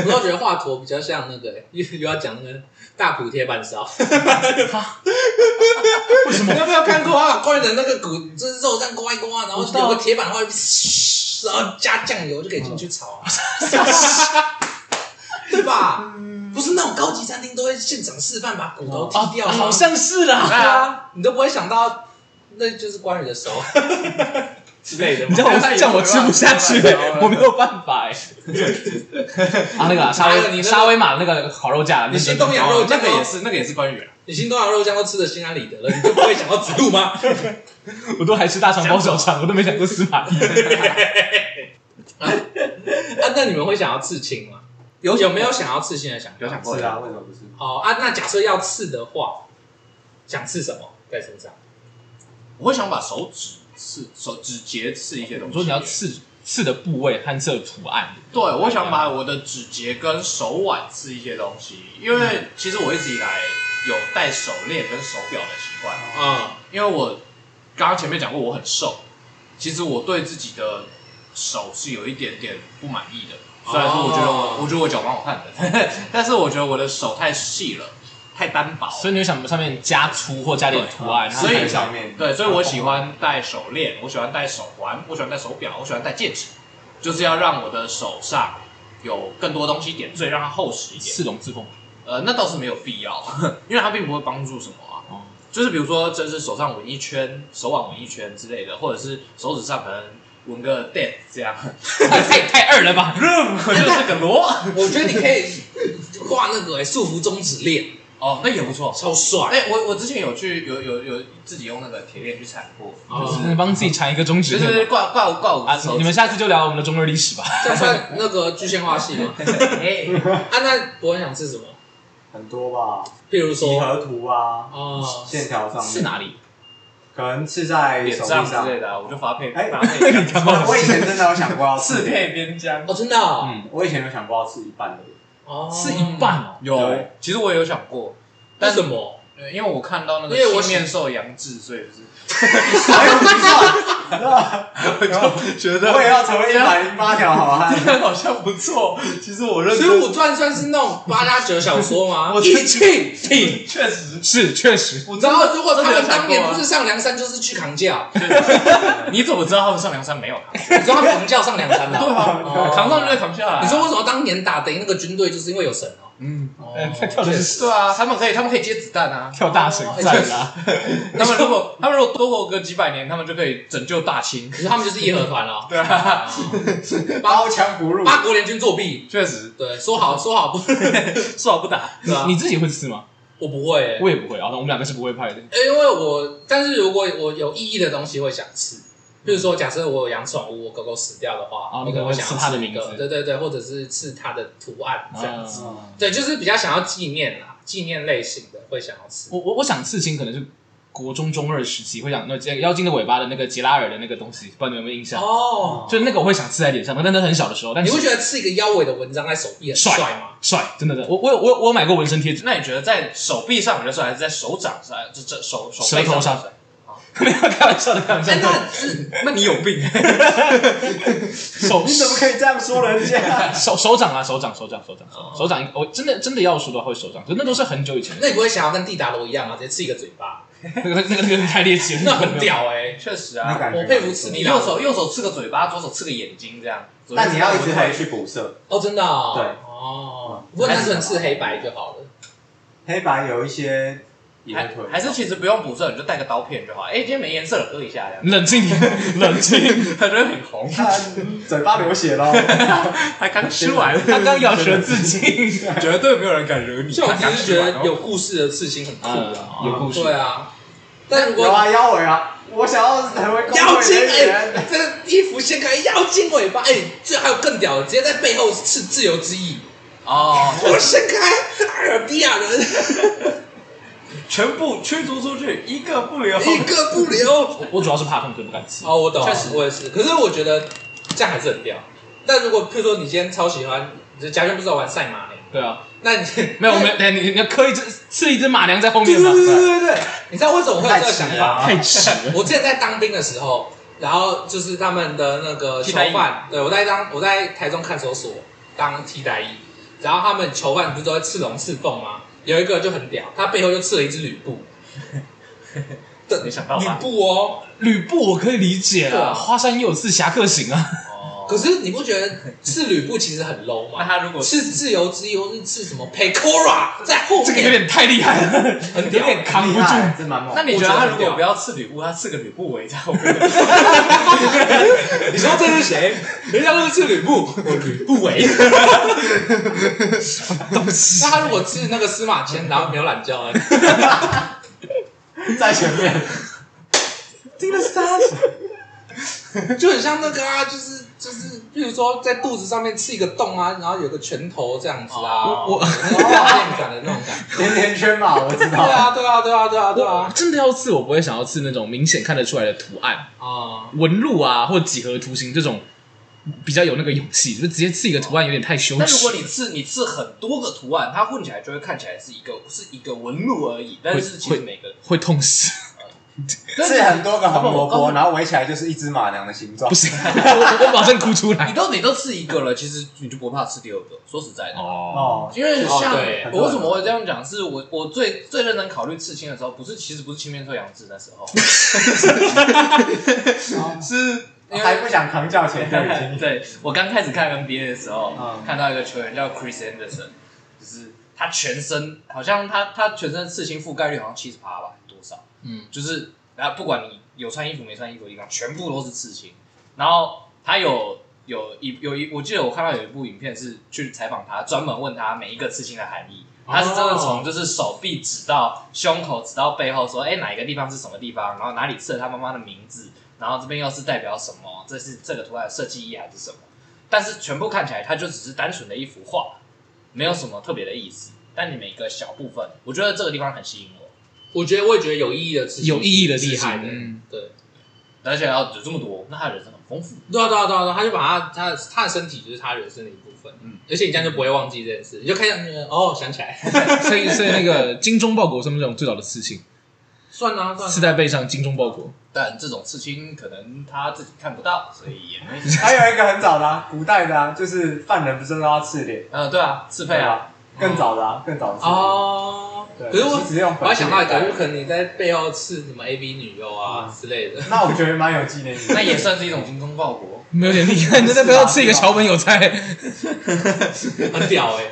[SPEAKER 1] 我都觉得华佗比较像那个又又要讲那个大补铁板烧， [laughs] 为什么？你有没有看过啊？怪人那个骨就是肉这样刮一刮，然后有个铁板后，嘘然后加酱油就可以进去炒啊，
[SPEAKER 2] 哦
[SPEAKER 1] [laughs] 对吧？
[SPEAKER 2] 嗯
[SPEAKER 1] 不是那种高级餐厅都会现场示范把骨头剔
[SPEAKER 2] 哦
[SPEAKER 1] 掉吗，
[SPEAKER 4] 啊好哎像是啦。
[SPEAKER 1] 对啊，你都不会想到那就是关羽的手之类的吗
[SPEAKER 4] 你知道我这样我吃不下去，我没有办法哎。啊，那个啊沙
[SPEAKER 1] 妈的你那
[SPEAKER 4] 威
[SPEAKER 1] 个
[SPEAKER 4] 沙威玛那个烤肉架，
[SPEAKER 1] 你
[SPEAKER 4] 是
[SPEAKER 1] 新东阳肉
[SPEAKER 2] 哦那
[SPEAKER 1] 酱
[SPEAKER 2] 个也
[SPEAKER 1] 都，
[SPEAKER 2] 是，那个也是关羽啊。
[SPEAKER 1] 你新东阳肉酱都吃的心安理得了，你就不会想到植物吗？ [laughs]
[SPEAKER 4] 我都还吃大肠包小肠，我都没想过司马懿。
[SPEAKER 1] 啊，那你们会想要刺青吗？有有没有想要刺青的想
[SPEAKER 2] 有
[SPEAKER 1] 法？
[SPEAKER 2] 想过
[SPEAKER 3] 是啊，为什么不是？
[SPEAKER 1] 哦啊，那假设要刺的话，想刺什么在身上？
[SPEAKER 2] 我会想把手指刺、手指节刺一些东
[SPEAKER 4] 我
[SPEAKER 2] 西。
[SPEAKER 4] 说你要刺刺的部位和这图案，
[SPEAKER 2] 对，我想把我的指节跟手腕刺一些东西，因为其实我一直以来有戴手链跟手表的习惯，
[SPEAKER 1] 啊、
[SPEAKER 2] 因为我刚刚前面讲过我很瘦，其实我对自己的手是有一点点不满意的。虽然说我觉得我
[SPEAKER 1] 哦
[SPEAKER 2] 我觉得我脚蛮好看的， [laughs] 但是我觉得我的手太细了，太单薄了，
[SPEAKER 4] 所以你会想上面加粗或加点图案，然后
[SPEAKER 2] 哦所以
[SPEAKER 4] 看起来
[SPEAKER 3] 上啊面
[SPEAKER 2] 对，所以我喜欢戴手链，我喜欢戴手环，我喜欢戴手表，我喜欢戴戒指，就是要让我的手上有更多东西点缀，让它厚实一点。
[SPEAKER 4] 刺龙刺凤。
[SPEAKER 2] 呃，那倒是没有必要，因为它并不会帮助什么啊。
[SPEAKER 4] 哦
[SPEAKER 2] 就是比如说，就是手上纹一圈，手腕纹一圈之类的，或者是手指上可能纹个 dead 这样， [laughs]
[SPEAKER 4] 太太太二了吧？
[SPEAKER 2] 就是个螺。
[SPEAKER 1] 我觉得你可以挂那个哎、束缚中指链，
[SPEAKER 2] 哦，那也不错。
[SPEAKER 1] 超
[SPEAKER 2] [laughs]
[SPEAKER 1] 帅。
[SPEAKER 2] 哎、我我之前有去有有有自己用那个铁链去缠过，
[SPEAKER 1] 哦
[SPEAKER 4] [laughs] 嗯帮自己缠一个中指
[SPEAKER 2] 就
[SPEAKER 4] 可以吗
[SPEAKER 2] 是挂挂挂我
[SPEAKER 4] 啊
[SPEAKER 2] 的手，
[SPEAKER 4] 你们下次就聊我们的中二历史吧。
[SPEAKER 1] 这样算那个具象化系吗？
[SPEAKER 2] 哎，
[SPEAKER 1] 啊，那我很想吃什么？
[SPEAKER 3] 很多吧，
[SPEAKER 1] 譬如
[SPEAKER 3] 几
[SPEAKER 1] 说，
[SPEAKER 3] 何图啊，
[SPEAKER 1] 哦，
[SPEAKER 3] 线条上面
[SPEAKER 4] 是？哪里？
[SPEAKER 3] 可能是在
[SPEAKER 2] 脸
[SPEAKER 3] 手
[SPEAKER 2] 上
[SPEAKER 3] 臂
[SPEAKER 2] 之类的啊，我就发配
[SPEAKER 3] 哎
[SPEAKER 2] 发
[SPEAKER 4] [laughs]
[SPEAKER 2] 配
[SPEAKER 4] 你干嘛
[SPEAKER 3] 我以前真的有想过
[SPEAKER 2] [laughs]
[SPEAKER 3] 要
[SPEAKER 2] 刺
[SPEAKER 3] 刺脸，
[SPEAKER 2] 配边疆。
[SPEAKER 1] 哦，真的哦，
[SPEAKER 4] 嗯，
[SPEAKER 3] 我以前有想过要刺一半的脸，
[SPEAKER 1] 哦
[SPEAKER 4] 是一，半哦。
[SPEAKER 2] 嗯有
[SPEAKER 3] 对，
[SPEAKER 2] 其实我也有想过，
[SPEAKER 1] 但
[SPEAKER 2] 但
[SPEAKER 1] 什么？
[SPEAKER 2] 呃因为我看到那个
[SPEAKER 1] 因为我
[SPEAKER 2] 青面兽杨志，所以就是 [laughs]
[SPEAKER 3] 哎呦，不
[SPEAKER 2] 觉哎
[SPEAKER 3] 错，我也要成为一百零八条
[SPEAKER 2] [laughs]
[SPEAKER 3] 好汉。
[SPEAKER 2] 好像不错。其实我认
[SPEAKER 1] 《水浒传》算是那种八加九小说吗？
[SPEAKER 4] [laughs] 我
[SPEAKER 1] 一气挺。
[SPEAKER 2] 确实，
[SPEAKER 4] 是，确实，
[SPEAKER 2] 我
[SPEAKER 1] 然后，如果他
[SPEAKER 2] 真的
[SPEAKER 1] 们
[SPEAKER 2] 有看
[SPEAKER 1] 当年不
[SPEAKER 2] 过
[SPEAKER 1] 是上梁山，就是去扛架。
[SPEAKER 2] 啊，你怎么知道他们上梁山没有啊？
[SPEAKER 1] 你知道他们扛架上梁山的
[SPEAKER 4] [laughs]
[SPEAKER 2] 对
[SPEAKER 1] 哦？
[SPEAKER 2] 啊，扛上就扛下来。
[SPEAKER 1] 你说为什么当年打得赢那个军队，就是因为有神哦？
[SPEAKER 4] 嗯，
[SPEAKER 1] 哦
[SPEAKER 4] 呃他跳的是
[SPEAKER 2] 对啊，他们可以，他们可以接子弹 [laughs] 啊。
[SPEAKER 4] 跳大神赞啦。
[SPEAKER 2] 他们如果他们如果多活个几百年，他们就可以拯救大清。
[SPEAKER 1] 可是他们就是义和团了。
[SPEAKER 2] 对啊，
[SPEAKER 3] 刀枪不入，
[SPEAKER 1] 八国联军作弊，
[SPEAKER 2] 确实，
[SPEAKER 1] 对，说好说好不，
[SPEAKER 2] [laughs] 说好不打。
[SPEAKER 1] 对啊
[SPEAKER 4] 你自己会吃吗？
[SPEAKER 1] 我不会欸，
[SPEAKER 4] 我也不会啊，那我们两个是不会拍的。
[SPEAKER 1] 因为我，但是如果我有意义的东西会想吃，比如说假设我有养宠物，我狗狗死掉的话，
[SPEAKER 4] 哦
[SPEAKER 1] 我可能会想要
[SPEAKER 4] 你可能会刺它的
[SPEAKER 1] 一个
[SPEAKER 4] 名字
[SPEAKER 1] 对对对，或者是刺它的图案这样子，
[SPEAKER 4] 嗯
[SPEAKER 1] 对，就是比较想要纪念啦，纪念类型的会想要吃。
[SPEAKER 4] 我我我想刺青可能是国中中二时期会想那妖精的尾巴的那个杰拉尔的那个东西，不知道你们有没有印象？
[SPEAKER 1] 哦，
[SPEAKER 4] 就那个我会想刺在脸上，但那是很小的时候，但
[SPEAKER 1] 你
[SPEAKER 4] 是
[SPEAKER 1] 会觉得刺一个腰围的文章在手臂很
[SPEAKER 4] 帅
[SPEAKER 1] 帅吗？
[SPEAKER 4] 帅，真的真的，我我有我有我有买过纹身贴纸，
[SPEAKER 2] 那你觉得在手臂上比较帅，还是在手掌上？这这手手
[SPEAKER 4] 舌
[SPEAKER 2] 背
[SPEAKER 4] 头
[SPEAKER 2] 上
[SPEAKER 4] 上
[SPEAKER 2] 比较帅？
[SPEAKER 4] [laughs] 没有开玩笑的，开
[SPEAKER 1] [laughs]
[SPEAKER 4] 玩笑
[SPEAKER 1] 哎，
[SPEAKER 4] 的，
[SPEAKER 1] 那是
[SPEAKER 2] 那你有病！ [laughs]
[SPEAKER 4] 手
[SPEAKER 3] 你怎么可以这样说
[SPEAKER 2] [laughs]
[SPEAKER 3] 人家？
[SPEAKER 4] [laughs] 手手掌啊，手掌手掌手掌
[SPEAKER 1] 哦
[SPEAKER 4] 手掌，我真的真的要说的话会手掌，可是那都是很久以前的
[SPEAKER 1] 那
[SPEAKER 4] 事，
[SPEAKER 1] 你不会想要跟蒂达罗一样啊，直接刺一个嘴巴，
[SPEAKER 4] 那个那个那个太猎奇了，
[SPEAKER 1] 那很。屌哎，
[SPEAKER 2] 确实
[SPEAKER 3] 那
[SPEAKER 2] 啊，
[SPEAKER 3] 感觉
[SPEAKER 1] 我佩服刺
[SPEAKER 2] 你
[SPEAKER 1] 蒂达
[SPEAKER 2] 右
[SPEAKER 1] 罗。
[SPEAKER 2] 手右手刺个嘴巴，左手刺个眼睛，这样。
[SPEAKER 3] 但你要一直
[SPEAKER 2] 还
[SPEAKER 3] 回去补色，
[SPEAKER 1] 哦，真的哦，
[SPEAKER 3] 对
[SPEAKER 1] 哦，不过单纯刺黑白就好了。
[SPEAKER 3] 黑白有一些也会退，
[SPEAKER 2] 还是其实不用补色，你就带个刀片就好。哎，今天没颜色了，割一下这样。
[SPEAKER 4] 冷静，冷静！
[SPEAKER 1] [laughs]
[SPEAKER 2] 他觉得很红，
[SPEAKER 3] 看嘴巴流
[SPEAKER 2] [laughs]
[SPEAKER 3] 血喽。
[SPEAKER 2] 还刚吃完，
[SPEAKER 4] 刚刚咬舌自尽。
[SPEAKER 2] 绝对没有人敢惹你。
[SPEAKER 1] 像我只
[SPEAKER 2] 刚
[SPEAKER 1] 是
[SPEAKER 2] 吃
[SPEAKER 1] 觉
[SPEAKER 2] 完
[SPEAKER 1] 得有故事的刺青很酷
[SPEAKER 4] 嗯
[SPEAKER 1] 啊，，
[SPEAKER 4] 有故事
[SPEAKER 1] 对。啊。但如果
[SPEAKER 3] 有啊，腰围啊，我想要成为公
[SPEAKER 1] 妖
[SPEAKER 3] 会
[SPEAKER 1] 精 [laughs]
[SPEAKER 3] 人
[SPEAKER 1] 哎、
[SPEAKER 3] 员。
[SPEAKER 1] 这个衣服掀开妖精尾巴哎、这还有更屌的，直接在背后是自由之哎翼，
[SPEAKER 2] 哦，
[SPEAKER 1] 我掀开阿尔比亚 [laughs] 人
[SPEAKER 2] 全部驱逐出去，一个不留。
[SPEAKER 1] 一个不留。
[SPEAKER 4] 我我主要是怕痛，所以不敢吃。
[SPEAKER 1] 哦，我懂，
[SPEAKER 2] 确实
[SPEAKER 1] 我也是。可是我觉得这样还是很屌。但如果譬如说你今天超喜欢，你家人不知道玩赛马嘞，
[SPEAKER 4] 对啊，
[SPEAKER 1] 那你
[SPEAKER 4] 没有，我们等一下你你要刻一只刺一只马娘在后
[SPEAKER 1] 对
[SPEAKER 4] 面
[SPEAKER 1] 对
[SPEAKER 4] 吗？
[SPEAKER 1] 对对对，你知道为什么我会有这个想
[SPEAKER 3] 太迟
[SPEAKER 1] 法
[SPEAKER 3] 了
[SPEAKER 1] 吗？
[SPEAKER 3] 啊
[SPEAKER 4] 太迟了。
[SPEAKER 1] 我之前在当兵的时候，然后就是他们的那个
[SPEAKER 2] 替
[SPEAKER 1] 囚
[SPEAKER 2] 代役
[SPEAKER 1] 犯，对我在当我在台中看守所当替代役，然后他们囚犯不是都会刺龙刺凤吗？有一个就很屌，他背后就刺了一只吕布，对
[SPEAKER 2] 没想到
[SPEAKER 1] 吕
[SPEAKER 2] 吧？
[SPEAKER 1] 布哦。
[SPEAKER 4] 吕布我可以理解
[SPEAKER 1] 对啊
[SPEAKER 4] 啊，花山也有刺《侠客行》啊，
[SPEAKER 2] 哦
[SPEAKER 1] 可是你不觉得刺吕布其实很 low
[SPEAKER 2] 那
[SPEAKER 1] 吗？
[SPEAKER 2] 他如果
[SPEAKER 1] 刺自由之翼或是刺什么 Pecora 在后
[SPEAKER 4] 这个有
[SPEAKER 1] 面，
[SPEAKER 4] 点太厉害了，
[SPEAKER 1] 啊很
[SPEAKER 4] 有
[SPEAKER 1] 屌
[SPEAKER 4] 点扛不
[SPEAKER 3] 厉
[SPEAKER 4] 住。
[SPEAKER 3] 害，这蛮猛
[SPEAKER 2] 那。你觉得他如果不要刺吕布，他刺个吕不韦在后面，
[SPEAKER 1] 你说这是谁？人家都是刺吕布，我吕不韦。那他如果刺那个司马迁，然后没有懒觉啊呢？
[SPEAKER 3] 在前面，
[SPEAKER 1] 这个三，就很像那个啊，就是就是，比如说在肚子上面刺一个洞啊，然后有个拳头这样子
[SPEAKER 2] 哦
[SPEAKER 1] 啊，
[SPEAKER 4] 我
[SPEAKER 1] 很有画面感的那种感觉。
[SPEAKER 3] 甜甜圈嘛，我知
[SPEAKER 1] 对
[SPEAKER 3] 道。
[SPEAKER 1] 啊，对啊，对啊，对啊，对
[SPEAKER 4] 我
[SPEAKER 1] 啊，
[SPEAKER 4] 真的要刺，我不会想要刺那种明显看得出来的图案、
[SPEAKER 1] 啊，
[SPEAKER 4] 纹路啊，或几何图形这种比较有那个勇气，就直接刺一个图案有点太羞
[SPEAKER 2] 但如果
[SPEAKER 4] 耻。
[SPEAKER 2] 你刺你刺很多个图案，它混起来就会看起来是一个是一个纹路而已，但是其
[SPEAKER 4] 会
[SPEAKER 2] 实每个
[SPEAKER 4] 会痛死，
[SPEAKER 1] 哦
[SPEAKER 3] 是很多个红萝
[SPEAKER 2] 他们
[SPEAKER 3] 卜，然后围起来就是一只马娘的形状
[SPEAKER 4] 不。行， [laughs] 我我马上哭出
[SPEAKER 2] 你
[SPEAKER 4] 来。
[SPEAKER 2] 都你都刺一个了，其实你就不怕刺第二个。说实在的，
[SPEAKER 4] 哦，
[SPEAKER 3] 哦，
[SPEAKER 2] 因为像
[SPEAKER 1] 哦对
[SPEAKER 2] 我为什么会这样讲，是我我最最认真考虑刺青的时候，不是其实不是青面兽杨志那
[SPEAKER 3] [laughs]
[SPEAKER 2] 时候，是因
[SPEAKER 3] 还
[SPEAKER 2] 为
[SPEAKER 3] 不想扛轿前就已经。
[SPEAKER 2] 对我刚开始看 NBA 的时候，
[SPEAKER 3] 嗯
[SPEAKER 2] 看到一个球员叫 Chris Anderson，就是他全身好像他他全身刺青覆盖率好像七十趴吧，多少？
[SPEAKER 4] 嗯，
[SPEAKER 2] 就是然后不管你有穿衣服没穿衣服的地方，全部都是刺青。然后他有有一有一，我记得我看到有一部影片是去采访他，专门问他每一个刺青的含义。他是真的从就是手臂指到胸口，指到背后，说，哎、哪一个地方是什么地方，然后哪里刺了他妈妈的名字，然后这边又是代表什么，这是这个图案的设计意义还是什么？但是全部看起来，它就只是单纯的一幅画，没有什么特别的意思。但你每个小部分，我觉得这个地方很吸引我，
[SPEAKER 1] 我觉得我也觉得有意义的事情，
[SPEAKER 4] 有意义的事情
[SPEAKER 1] 厉害的，
[SPEAKER 4] 嗯
[SPEAKER 1] 对。
[SPEAKER 2] 而且要有这么多，那他人生很丰富。
[SPEAKER 1] 对啊，对啊，对啊，对啊他就把他他的他的身体就是他人生的一部分，嗯，而且你这样就不会忘记这件事，你就看见呃哦，想起来，
[SPEAKER 4] 所以所以那个精忠报国是不是那种最早的事情？
[SPEAKER 1] 算啊算
[SPEAKER 4] 是
[SPEAKER 1] 啊，
[SPEAKER 4] 在背上精忠报国，
[SPEAKER 2] 但这种刺青可能他自己看不到，所以也
[SPEAKER 4] [laughs]
[SPEAKER 2] 没。
[SPEAKER 3] 还有一个很早的、啊，古代的、啊，就是犯人不是都要刺脸？
[SPEAKER 2] 呃，对啊，刺配啊，
[SPEAKER 3] 更早的、啊，更早的刺。
[SPEAKER 1] 哦，
[SPEAKER 3] 对，
[SPEAKER 1] 可是我
[SPEAKER 3] 直接用
[SPEAKER 1] 我还想到一 [laughs] 个，
[SPEAKER 3] 感
[SPEAKER 1] 就可能你在背后刺什么 A B 女优
[SPEAKER 2] 嗯
[SPEAKER 1] 啊之类的， [laughs]
[SPEAKER 3] 那我觉得蛮有纪念意义。
[SPEAKER 2] 那也算是一种精忠报国。
[SPEAKER 4] 没有点厉害。你在背后吃一个桥本有菜，
[SPEAKER 1] 很屌哎，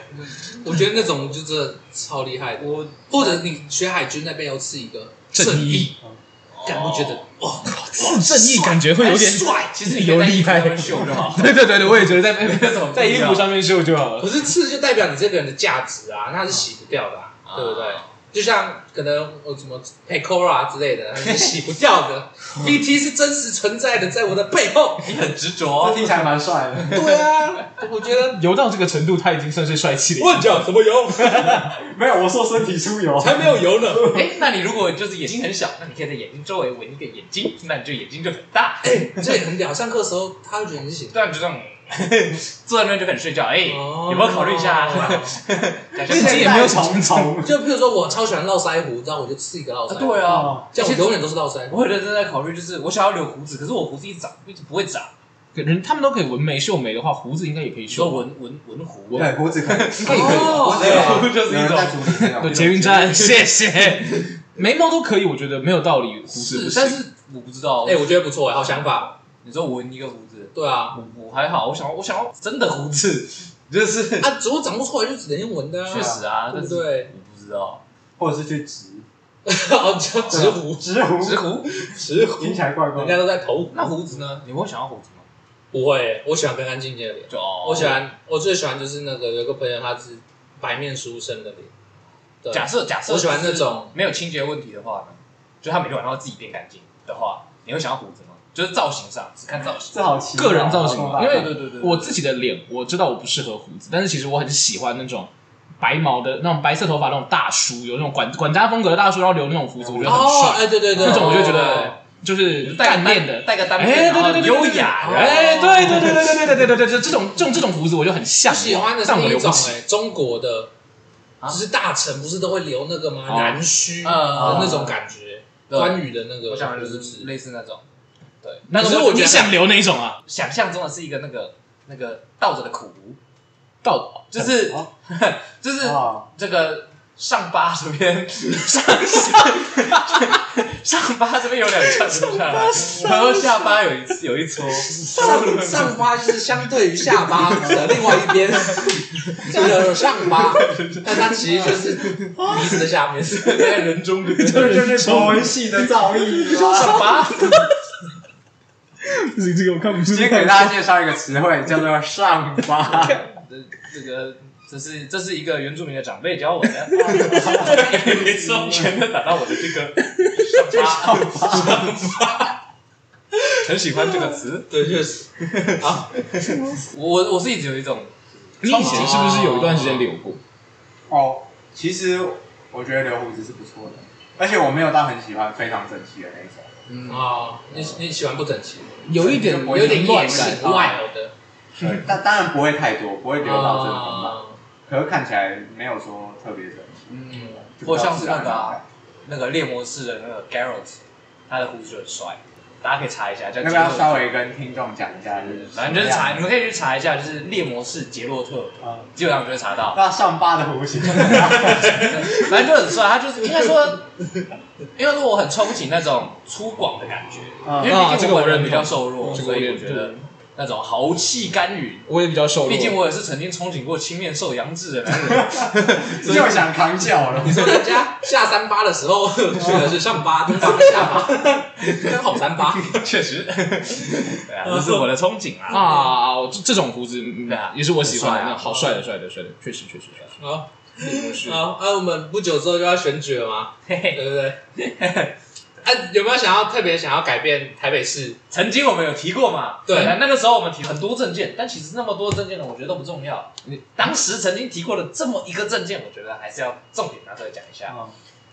[SPEAKER 1] 我觉得那种就真的超厉害的，我或者你学海军在背后刺一个
[SPEAKER 4] 正
[SPEAKER 1] 义
[SPEAKER 4] 义，
[SPEAKER 2] 哦
[SPEAKER 1] 敢不觉得哇，
[SPEAKER 4] 是正义感觉会有点
[SPEAKER 2] 帅，其实
[SPEAKER 4] 有厉害
[SPEAKER 2] 很秀就 [laughs] 好。
[SPEAKER 4] 对对对对，我也觉得在
[SPEAKER 2] 那种
[SPEAKER 4] 在衣服上面绣就好了
[SPEAKER 1] 可。是刺就代表你这个人的价值啊，那是洗不掉的、啊，
[SPEAKER 2] 啊
[SPEAKER 1] 对不对？就像可能我什么 Pecora 之类
[SPEAKER 2] [laughs]
[SPEAKER 1] 的，那是洗不掉的。BT 是真实存在的，在我的背后。
[SPEAKER 2] 你很执
[SPEAKER 3] 这
[SPEAKER 2] 着，啊
[SPEAKER 3] 听起来蛮帅的。
[SPEAKER 2] [laughs]
[SPEAKER 1] 对啊，我觉得
[SPEAKER 4] 游到这个程度，他已经算是帅气了。
[SPEAKER 1] 乱讲什么油，
[SPEAKER 3] 没有，我说身体出
[SPEAKER 1] [laughs]
[SPEAKER 2] 哦
[SPEAKER 3] 油。
[SPEAKER 1] 才没有油呢。
[SPEAKER 2] 哎，那你如果就是眼睛很小，那你可以在眼睛周围纹一个眼睛，那你就眼睛就很大。
[SPEAKER 1] 这也很屌。上课的时候，他会觉得你是洗不
[SPEAKER 2] 对啊，你就这 [laughs] 样坐在那边就很睡觉。哎，
[SPEAKER 1] 哦
[SPEAKER 2] 有没有考虑一下？ [laughs] 感觉
[SPEAKER 4] 自己也没有虫
[SPEAKER 3] 虫。
[SPEAKER 1] 掉。就譬如说，我超喜欢络腮胡，然后我就刺一个络腮胡，
[SPEAKER 2] 对啊，
[SPEAKER 1] 这样我永远都是络腮胡。
[SPEAKER 2] 我有认真在考虑，就是我想要留胡子，可是我胡子一直长一直不会长，
[SPEAKER 4] 人他们都可以纹眉绣眉的话，胡子应该也可以
[SPEAKER 2] 你说
[SPEAKER 4] 绣。
[SPEAKER 2] 纹纹纹胡，
[SPEAKER 3] 对，胡子可以，
[SPEAKER 4] 应该也可以吧。
[SPEAKER 1] 哦
[SPEAKER 3] 对啊
[SPEAKER 2] 胡就是一
[SPEAKER 3] 有人
[SPEAKER 2] 种
[SPEAKER 3] 在组织这
[SPEAKER 4] 对，
[SPEAKER 3] 种。
[SPEAKER 4] 捷运站，谢谢。眉毛都可以，我觉得没有道理，胡子不
[SPEAKER 2] 是，
[SPEAKER 4] 行
[SPEAKER 2] 但是我不知道。
[SPEAKER 1] 哎，我觉得不错哎，好想法。
[SPEAKER 2] 你说纹一个胡子，
[SPEAKER 1] 对啊，
[SPEAKER 2] 我我还好，我想要我想要真的胡子， [laughs] 就是
[SPEAKER 1] 啊，只不过长不出来就只能用纹的啊。
[SPEAKER 2] 确实啊，
[SPEAKER 1] 对不
[SPEAKER 2] 但是
[SPEAKER 1] 对？ [laughs]
[SPEAKER 2] 我不知道
[SPEAKER 3] 或者是去植
[SPEAKER 1] 哦，叫直
[SPEAKER 2] 啊
[SPEAKER 1] 胡，
[SPEAKER 3] 植胡，
[SPEAKER 2] 直胡，
[SPEAKER 1] 直胡，
[SPEAKER 3] 听起来怪怪
[SPEAKER 1] 人。家都在头胡。
[SPEAKER 2] 那胡子呢？你会想要胡子吗？
[SPEAKER 1] 不会，我喜欢干干净净的脸。
[SPEAKER 2] 就哦
[SPEAKER 1] 我喜欢，我最喜欢就是那个有一个朋友，他是白面书生的脸。对，
[SPEAKER 2] 假设假设
[SPEAKER 1] 我喜欢
[SPEAKER 2] 就是
[SPEAKER 1] 那种
[SPEAKER 2] 没有清洁问题的话呢，就他每天晚上要自己变干净的话，你会想要胡子吗？就是造型上，只看造型。
[SPEAKER 3] 这好奇妙。
[SPEAKER 4] 个人造型嘛
[SPEAKER 3] 好
[SPEAKER 4] 因
[SPEAKER 3] 大
[SPEAKER 4] 为
[SPEAKER 2] 对对对，
[SPEAKER 4] 我自己的脸，我知道我不适合胡子，但是其实我很喜欢那种白毛的、那种白色头发那种大叔，有那种管管家风格的大叔，然后留那种胡子，我觉得很
[SPEAKER 1] 哦，
[SPEAKER 4] 帅。
[SPEAKER 1] 哎，对对对，
[SPEAKER 4] 那种我就觉
[SPEAKER 1] 哦
[SPEAKER 4] 得就是干练的。
[SPEAKER 2] 戴个单
[SPEAKER 4] 哎，
[SPEAKER 2] 片，
[SPEAKER 4] 对对对，对
[SPEAKER 2] 然后优雅，然后
[SPEAKER 4] 哎，对对对对对对对对对对，这种这种这种胡子我就很向
[SPEAKER 1] 我
[SPEAKER 4] 往，
[SPEAKER 1] 喜欢的是
[SPEAKER 4] 但我
[SPEAKER 1] 那
[SPEAKER 4] 留
[SPEAKER 1] 一
[SPEAKER 4] 不
[SPEAKER 1] 种
[SPEAKER 4] 起。
[SPEAKER 1] 哎，中国的，
[SPEAKER 2] 啊
[SPEAKER 1] 就是大臣不是都会留那个吗？
[SPEAKER 4] 哦
[SPEAKER 1] 男须的
[SPEAKER 2] 嗯嗯
[SPEAKER 1] 那种感觉，
[SPEAKER 2] 对
[SPEAKER 1] 关羽的那个，
[SPEAKER 2] 我想的就
[SPEAKER 1] 胡
[SPEAKER 2] 是
[SPEAKER 4] 嗯
[SPEAKER 1] 子
[SPEAKER 2] 类似那种，对，
[SPEAKER 4] 那
[SPEAKER 1] 可是
[SPEAKER 4] 种
[SPEAKER 1] 我觉得
[SPEAKER 4] 你想留哪一种啊？
[SPEAKER 2] 想象中的是一个那个那个倒着的苦读，
[SPEAKER 4] 到
[SPEAKER 2] 就是
[SPEAKER 3] 哦
[SPEAKER 2] [laughs] 就是
[SPEAKER 4] 哦
[SPEAKER 3] 啊，
[SPEAKER 2] 这个上巴这
[SPEAKER 4] [laughs]
[SPEAKER 2] 边上上上巴这边有两串留下来，然后下巴有一次有一撮，
[SPEAKER 1] 上上巴就是相对于下巴的另外一边，有上巴，但它其实就是鼻子的下面。
[SPEAKER 2] 在人中这边
[SPEAKER 3] 这就是博文系的造诣啊。
[SPEAKER 2] 上巴，
[SPEAKER 4] 你这个我看不出
[SPEAKER 3] 今天给大家介绍一个词汇，叫做上巴。
[SPEAKER 2] 这 [laughs] 这个这是这是一个原住民的长辈教我的，没错，全都打到我的这个上巴，很喜欢这个词，
[SPEAKER 1] 对，确实。
[SPEAKER 2] [laughs] 我我我是一直有一种
[SPEAKER 4] [laughs] 你以前是不是有一段时间留过？
[SPEAKER 3] 哦，其实我觉得留胡子是不错的，而且我没有到很喜欢非常整齐的那一种。
[SPEAKER 1] 啊，你你喜欢不整齐，
[SPEAKER 4] 有一点
[SPEAKER 1] 有点
[SPEAKER 4] 乱
[SPEAKER 1] 夜市
[SPEAKER 4] 感。
[SPEAKER 1] 外的。
[SPEAKER 3] 对，但当然不会太多，不会留到真的很满，
[SPEAKER 1] 啊
[SPEAKER 3] 可是看起来没有说特别整齐。
[SPEAKER 1] 嗯，
[SPEAKER 3] 就比
[SPEAKER 2] 或
[SPEAKER 3] 较
[SPEAKER 2] 像是那
[SPEAKER 3] 自然
[SPEAKER 2] 个啊、
[SPEAKER 3] 的
[SPEAKER 2] 那个猎魔士的那个 Garrett，他的胡子就很帅，大家可以查一下，叫
[SPEAKER 3] 要不要
[SPEAKER 2] 杰洛特
[SPEAKER 3] 稍微跟听众讲一下？就是
[SPEAKER 1] 嗯
[SPEAKER 2] 反正就是查，你们可以去查一下，就是猎魔士杰洛特，
[SPEAKER 3] 啊，
[SPEAKER 2] 基本上就会查到。
[SPEAKER 3] 那上巴的
[SPEAKER 1] [laughs]
[SPEAKER 3] 弧形，
[SPEAKER 2] 反正就很帅，他就是应该说，因为说我很憧憬那种粗犷的感觉，
[SPEAKER 3] 嗯
[SPEAKER 2] 因为毕
[SPEAKER 4] 啊这
[SPEAKER 2] 竟
[SPEAKER 4] 个
[SPEAKER 2] 我
[SPEAKER 4] 我
[SPEAKER 2] 本人
[SPEAKER 4] 认
[SPEAKER 2] 比较
[SPEAKER 4] 同
[SPEAKER 2] 瘦弱，
[SPEAKER 4] 这个
[SPEAKER 2] 所
[SPEAKER 4] 我
[SPEAKER 2] 以
[SPEAKER 4] 也
[SPEAKER 2] 我觉得那种豪气干云。
[SPEAKER 4] 我也比较瘦弱。
[SPEAKER 2] 毕竟我也是曾经憧憬过青面兽杨志的男人，
[SPEAKER 3] 又想扛脚了
[SPEAKER 1] 你。说人家下三八的时候 [laughs] 去的是上八，登上下八，跟好三八。
[SPEAKER 4] [laughs]
[SPEAKER 2] 确实，对啊，这是我的憧憬啊。
[SPEAKER 4] 啊，我这这种胡子，嗯
[SPEAKER 2] 对啊
[SPEAKER 4] 也是我喜欢的，
[SPEAKER 2] 很帅啊
[SPEAKER 4] 那种好帅的，帅的，帅的，确实，确实，确实。嗯
[SPEAKER 1] 好，
[SPEAKER 4] 是
[SPEAKER 1] 好，啊，我们不久之后就要选举了嘛，
[SPEAKER 2] 嘿嘿
[SPEAKER 1] 对不对？啊，有没有想要特别想要改变台北市？
[SPEAKER 2] 曾经我们有提过嘛，
[SPEAKER 1] 对
[SPEAKER 2] 那个时候我们提很多证件，但其实那么多证件呢，我觉得都不重要。
[SPEAKER 4] 你
[SPEAKER 2] 当时曾经提过的这么一个证件，我觉得还是要重点拿出来讲一下。
[SPEAKER 3] 嗯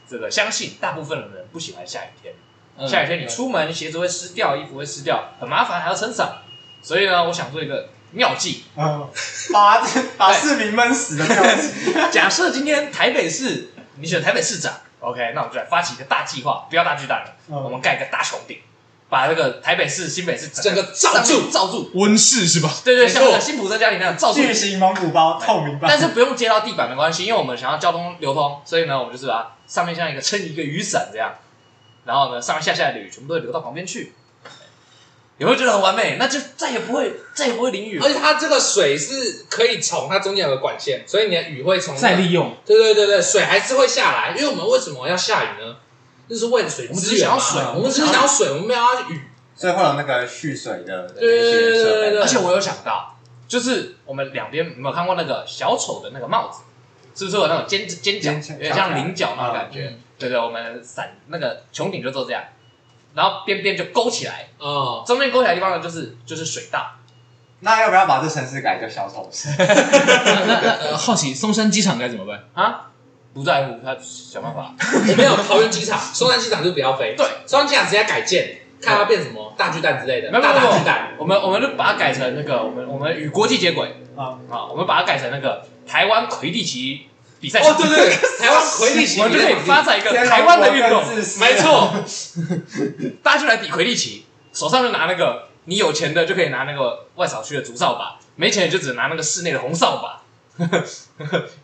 [SPEAKER 2] 这个相信大部分的人不喜欢下雨天，
[SPEAKER 4] 嗯
[SPEAKER 2] 下雨天你出门鞋子会湿掉，衣服会湿掉，很麻烦，还要撑伞。所以呢，我想做一个妙计，
[SPEAKER 3] 嗯，把把市民闷死的样子。
[SPEAKER 2] [laughs] 假设今天台北市你选台北市长，OK，那我们就来发起一个大计划，不要大巨蛋了，
[SPEAKER 3] 嗯
[SPEAKER 2] 我们盖一个大穹顶，把这个台北市、新北市整
[SPEAKER 1] 整个罩住
[SPEAKER 2] 上面罩住。
[SPEAKER 4] 温室是吧？
[SPEAKER 2] 对对，
[SPEAKER 1] 没错
[SPEAKER 2] 像那个辛普森家庭那样罩住，
[SPEAKER 3] 巨型蒙古包，透明包。
[SPEAKER 2] 但是不用接到地板没关系，因为我们想要交通流通，所以呢，我们就是把它上面像一个撑一个雨伞这样，然后呢，上面下下来的雨全部都流到旁边去，有没有觉得很完美？那就再也不会再也不会淋雨了
[SPEAKER 1] 而。且它这个水是可以从它中间有个管线，所以你的雨会从那
[SPEAKER 4] 再利用，
[SPEAKER 1] 对对对对，水还是会下来，因为我们为什么要下雨呢？就是为了水
[SPEAKER 2] 我们
[SPEAKER 1] 资
[SPEAKER 2] 只
[SPEAKER 1] 源
[SPEAKER 2] 是想
[SPEAKER 1] 嘛
[SPEAKER 2] 要水
[SPEAKER 1] 我们只是想要水，我们没有要雨。
[SPEAKER 3] 所以会有那个蓄水的那
[SPEAKER 1] 对对
[SPEAKER 3] 些
[SPEAKER 1] 对对对
[SPEAKER 3] 设
[SPEAKER 1] 对
[SPEAKER 3] 备。
[SPEAKER 2] 而且我有想到，就是我们两边有没有看过那个小丑的那个帽子？是不是有那种尖尖角，
[SPEAKER 3] 尖角
[SPEAKER 2] 有点像菱角那种感觉？
[SPEAKER 1] 嗯
[SPEAKER 2] 对对，我们伞那个穹顶就做这样，然后边边就勾起来，
[SPEAKER 1] 哦，
[SPEAKER 2] 中间勾起来的地方呢就是就是水道。
[SPEAKER 3] 那要不要把这城市改叫小丑市？
[SPEAKER 1] 嗯
[SPEAKER 4] 那那那呃好奇松山机场该怎么办？
[SPEAKER 2] 啊，不在乎他想办法。
[SPEAKER 1] 我没有桃园机场，松山机场就不要飞。
[SPEAKER 2] 对，
[SPEAKER 1] 松山机场直接改建，看它变什么大巨蛋之类的，
[SPEAKER 2] 没有没
[SPEAKER 1] 大
[SPEAKER 2] 有
[SPEAKER 1] 大巨蛋。
[SPEAKER 2] 我们我们就把它改成那个我们我们与国际接轨
[SPEAKER 3] 啊
[SPEAKER 2] 啊，我们把它改成那个台湾魁地奇比赛。
[SPEAKER 1] 哦，对对对， [laughs] 台湾魁地奇，
[SPEAKER 2] 我们就可以发展一个
[SPEAKER 3] 天龙
[SPEAKER 2] 台湾的运动
[SPEAKER 3] 国更自，私
[SPEAKER 2] 没错，
[SPEAKER 3] [laughs]
[SPEAKER 2] 大家就来比魁地奇，手上就拿那个，你有钱的就可以拿那个外扫区的竹扫把，没钱的就只能拿那个室内的红扫把。 [laughs]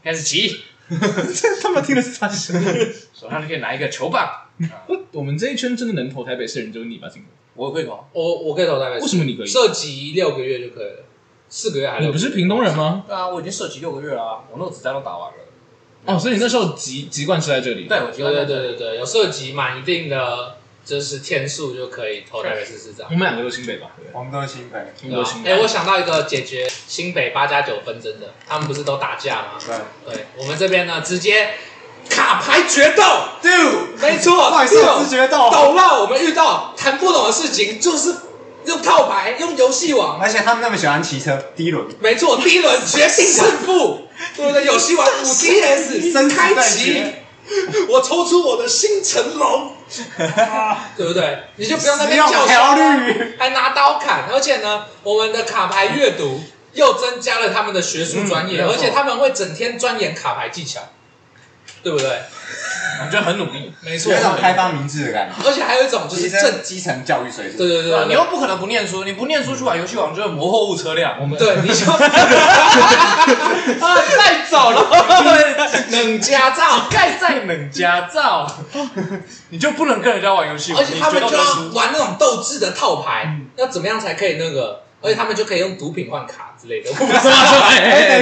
[SPEAKER 2] 开始骑，
[SPEAKER 4] [laughs] 这他妈听的是啥
[SPEAKER 2] 手上就可以拿一个球棒，
[SPEAKER 4] [laughs] 我们这一圈真的能投台北市的人就是你吧，金哥？
[SPEAKER 2] 我会投，
[SPEAKER 1] 我我可以投台北市，
[SPEAKER 4] 为什么你可以？
[SPEAKER 1] 涉及六个月就可以了？四个月还
[SPEAKER 4] 你
[SPEAKER 1] 六
[SPEAKER 4] 不
[SPEAKER 1] 个月？
[SPEAKER 4] 是屏东人吗？
[SPEAKER 2] 对啊，我已经射击六个月了啊，我那个子弹都打完了。
[SPEAKER 4] 哦，所以你那时候籍籍贯是在这里。
[SPEAKER 2] 对，我觉
[SPEAKER 1] 对
[SPEAKER 2] 得
[SPEAKER 1] 对对对对，有涉及满一定的就是天数就可以投台北市市长
[SPEAKER 4] 我。们两个都新北吧？ [laughs] 对不对啊
[SPEAKER 3] 我们都是新北。
[SPEAKER 4] 我们都新
[SPEAKER 1] 哎、
[SPEAKER 4] 北。
[SPEAKER 1] 我想到一个解决新北八加九纷争的，
[SPEAKER 2] 啊
[SPEAKER 1] 他们不是都打架吗？
[SPEAKER 3] 对
[SPEAKER 1] 对，我们这边呢直接卡牌决斗，
[SPEAKER 3] ，Do
[SPEAKER 1] 没错，
[SPEAKER 3] 快速直觉到。
[SPEAKER 1] 懂了。我们遇到谈不懂的事情，就是用套牌，用游戏网，
[SPEAKER 3] 而且他们那么喜欢骑车，第一轮
[SPEAKER 1] 没错，第一轮决定胜负，对不对？游戏网五 DS
[SPEAKER 3] 生死
[SPEAKER 1] 开
[SPEAKER 3] 战
[SPEAKER 1] 启
[SPEAKER 3] 决，
[SPEAKER 1] 我抽出我的新成龙，对不对？你就不用那边
[SPEAKER 3] 使用
[SPEAKER 1] 叫
[SPEAKER 3] 条
[SPEAKER 1] 嚣了。
[SPEAKER 3] 律，
[SPEAKER 1] 还拿刀砍，而且呢，我们的卡牌阅读又增加了他们的学术专业，
[SPEAKER 2] 嗯没
[SPEAKER 1] 而
[SPEAKER 2] 错
[SPEAKER 1] 且他们会整天钻研卡牌技巧，对不对？
[SPEAKER 2] 我觉得很努力。
[SPEAKER 1] 没错
[SPEAKER 3] 有一，种开发明智的感觉，
[SPEAKER 1] 而且还有一种就
[SPEAKER 3] 提
[SPEAKER 1] 是正
[SPEAKER 3] 升，基层教育水
[SPEAKER 1] 对
[SPEAKER 3] 准。
[SPEAKER 1] 对对
[SPEAKER 2] 对啊，
[SPEAKER 1] 对
[SPEAKER 2] 你
[SPEAKER 1] 对
[SPEAKER 2] 又不可能不念书，你不念书去玩游戏王就是魔后误车辆。我 [laughs] 哎们
[SPEAKER 1] 对，你就啊，太
[SPEAKER 2] [laughs]
[SPEAKER 1] 早了，冷家照。
[SPEAKER 2] 盖在冷家照， [laughs] 你就不能跟人家玩游戏王，
[SPEAKER 1] 而且他们
[SPEAKER 2] 你
[SPEAKER 1] 就
[SPEAKER 2] 绝对输
[SPEAKER 1] 要玩那种斗智的套牌，要怎么样才可以那个？而且他们就可以用毒品换卡之 [laughs] 类的。我不知道
[SPEAKER 4] 哎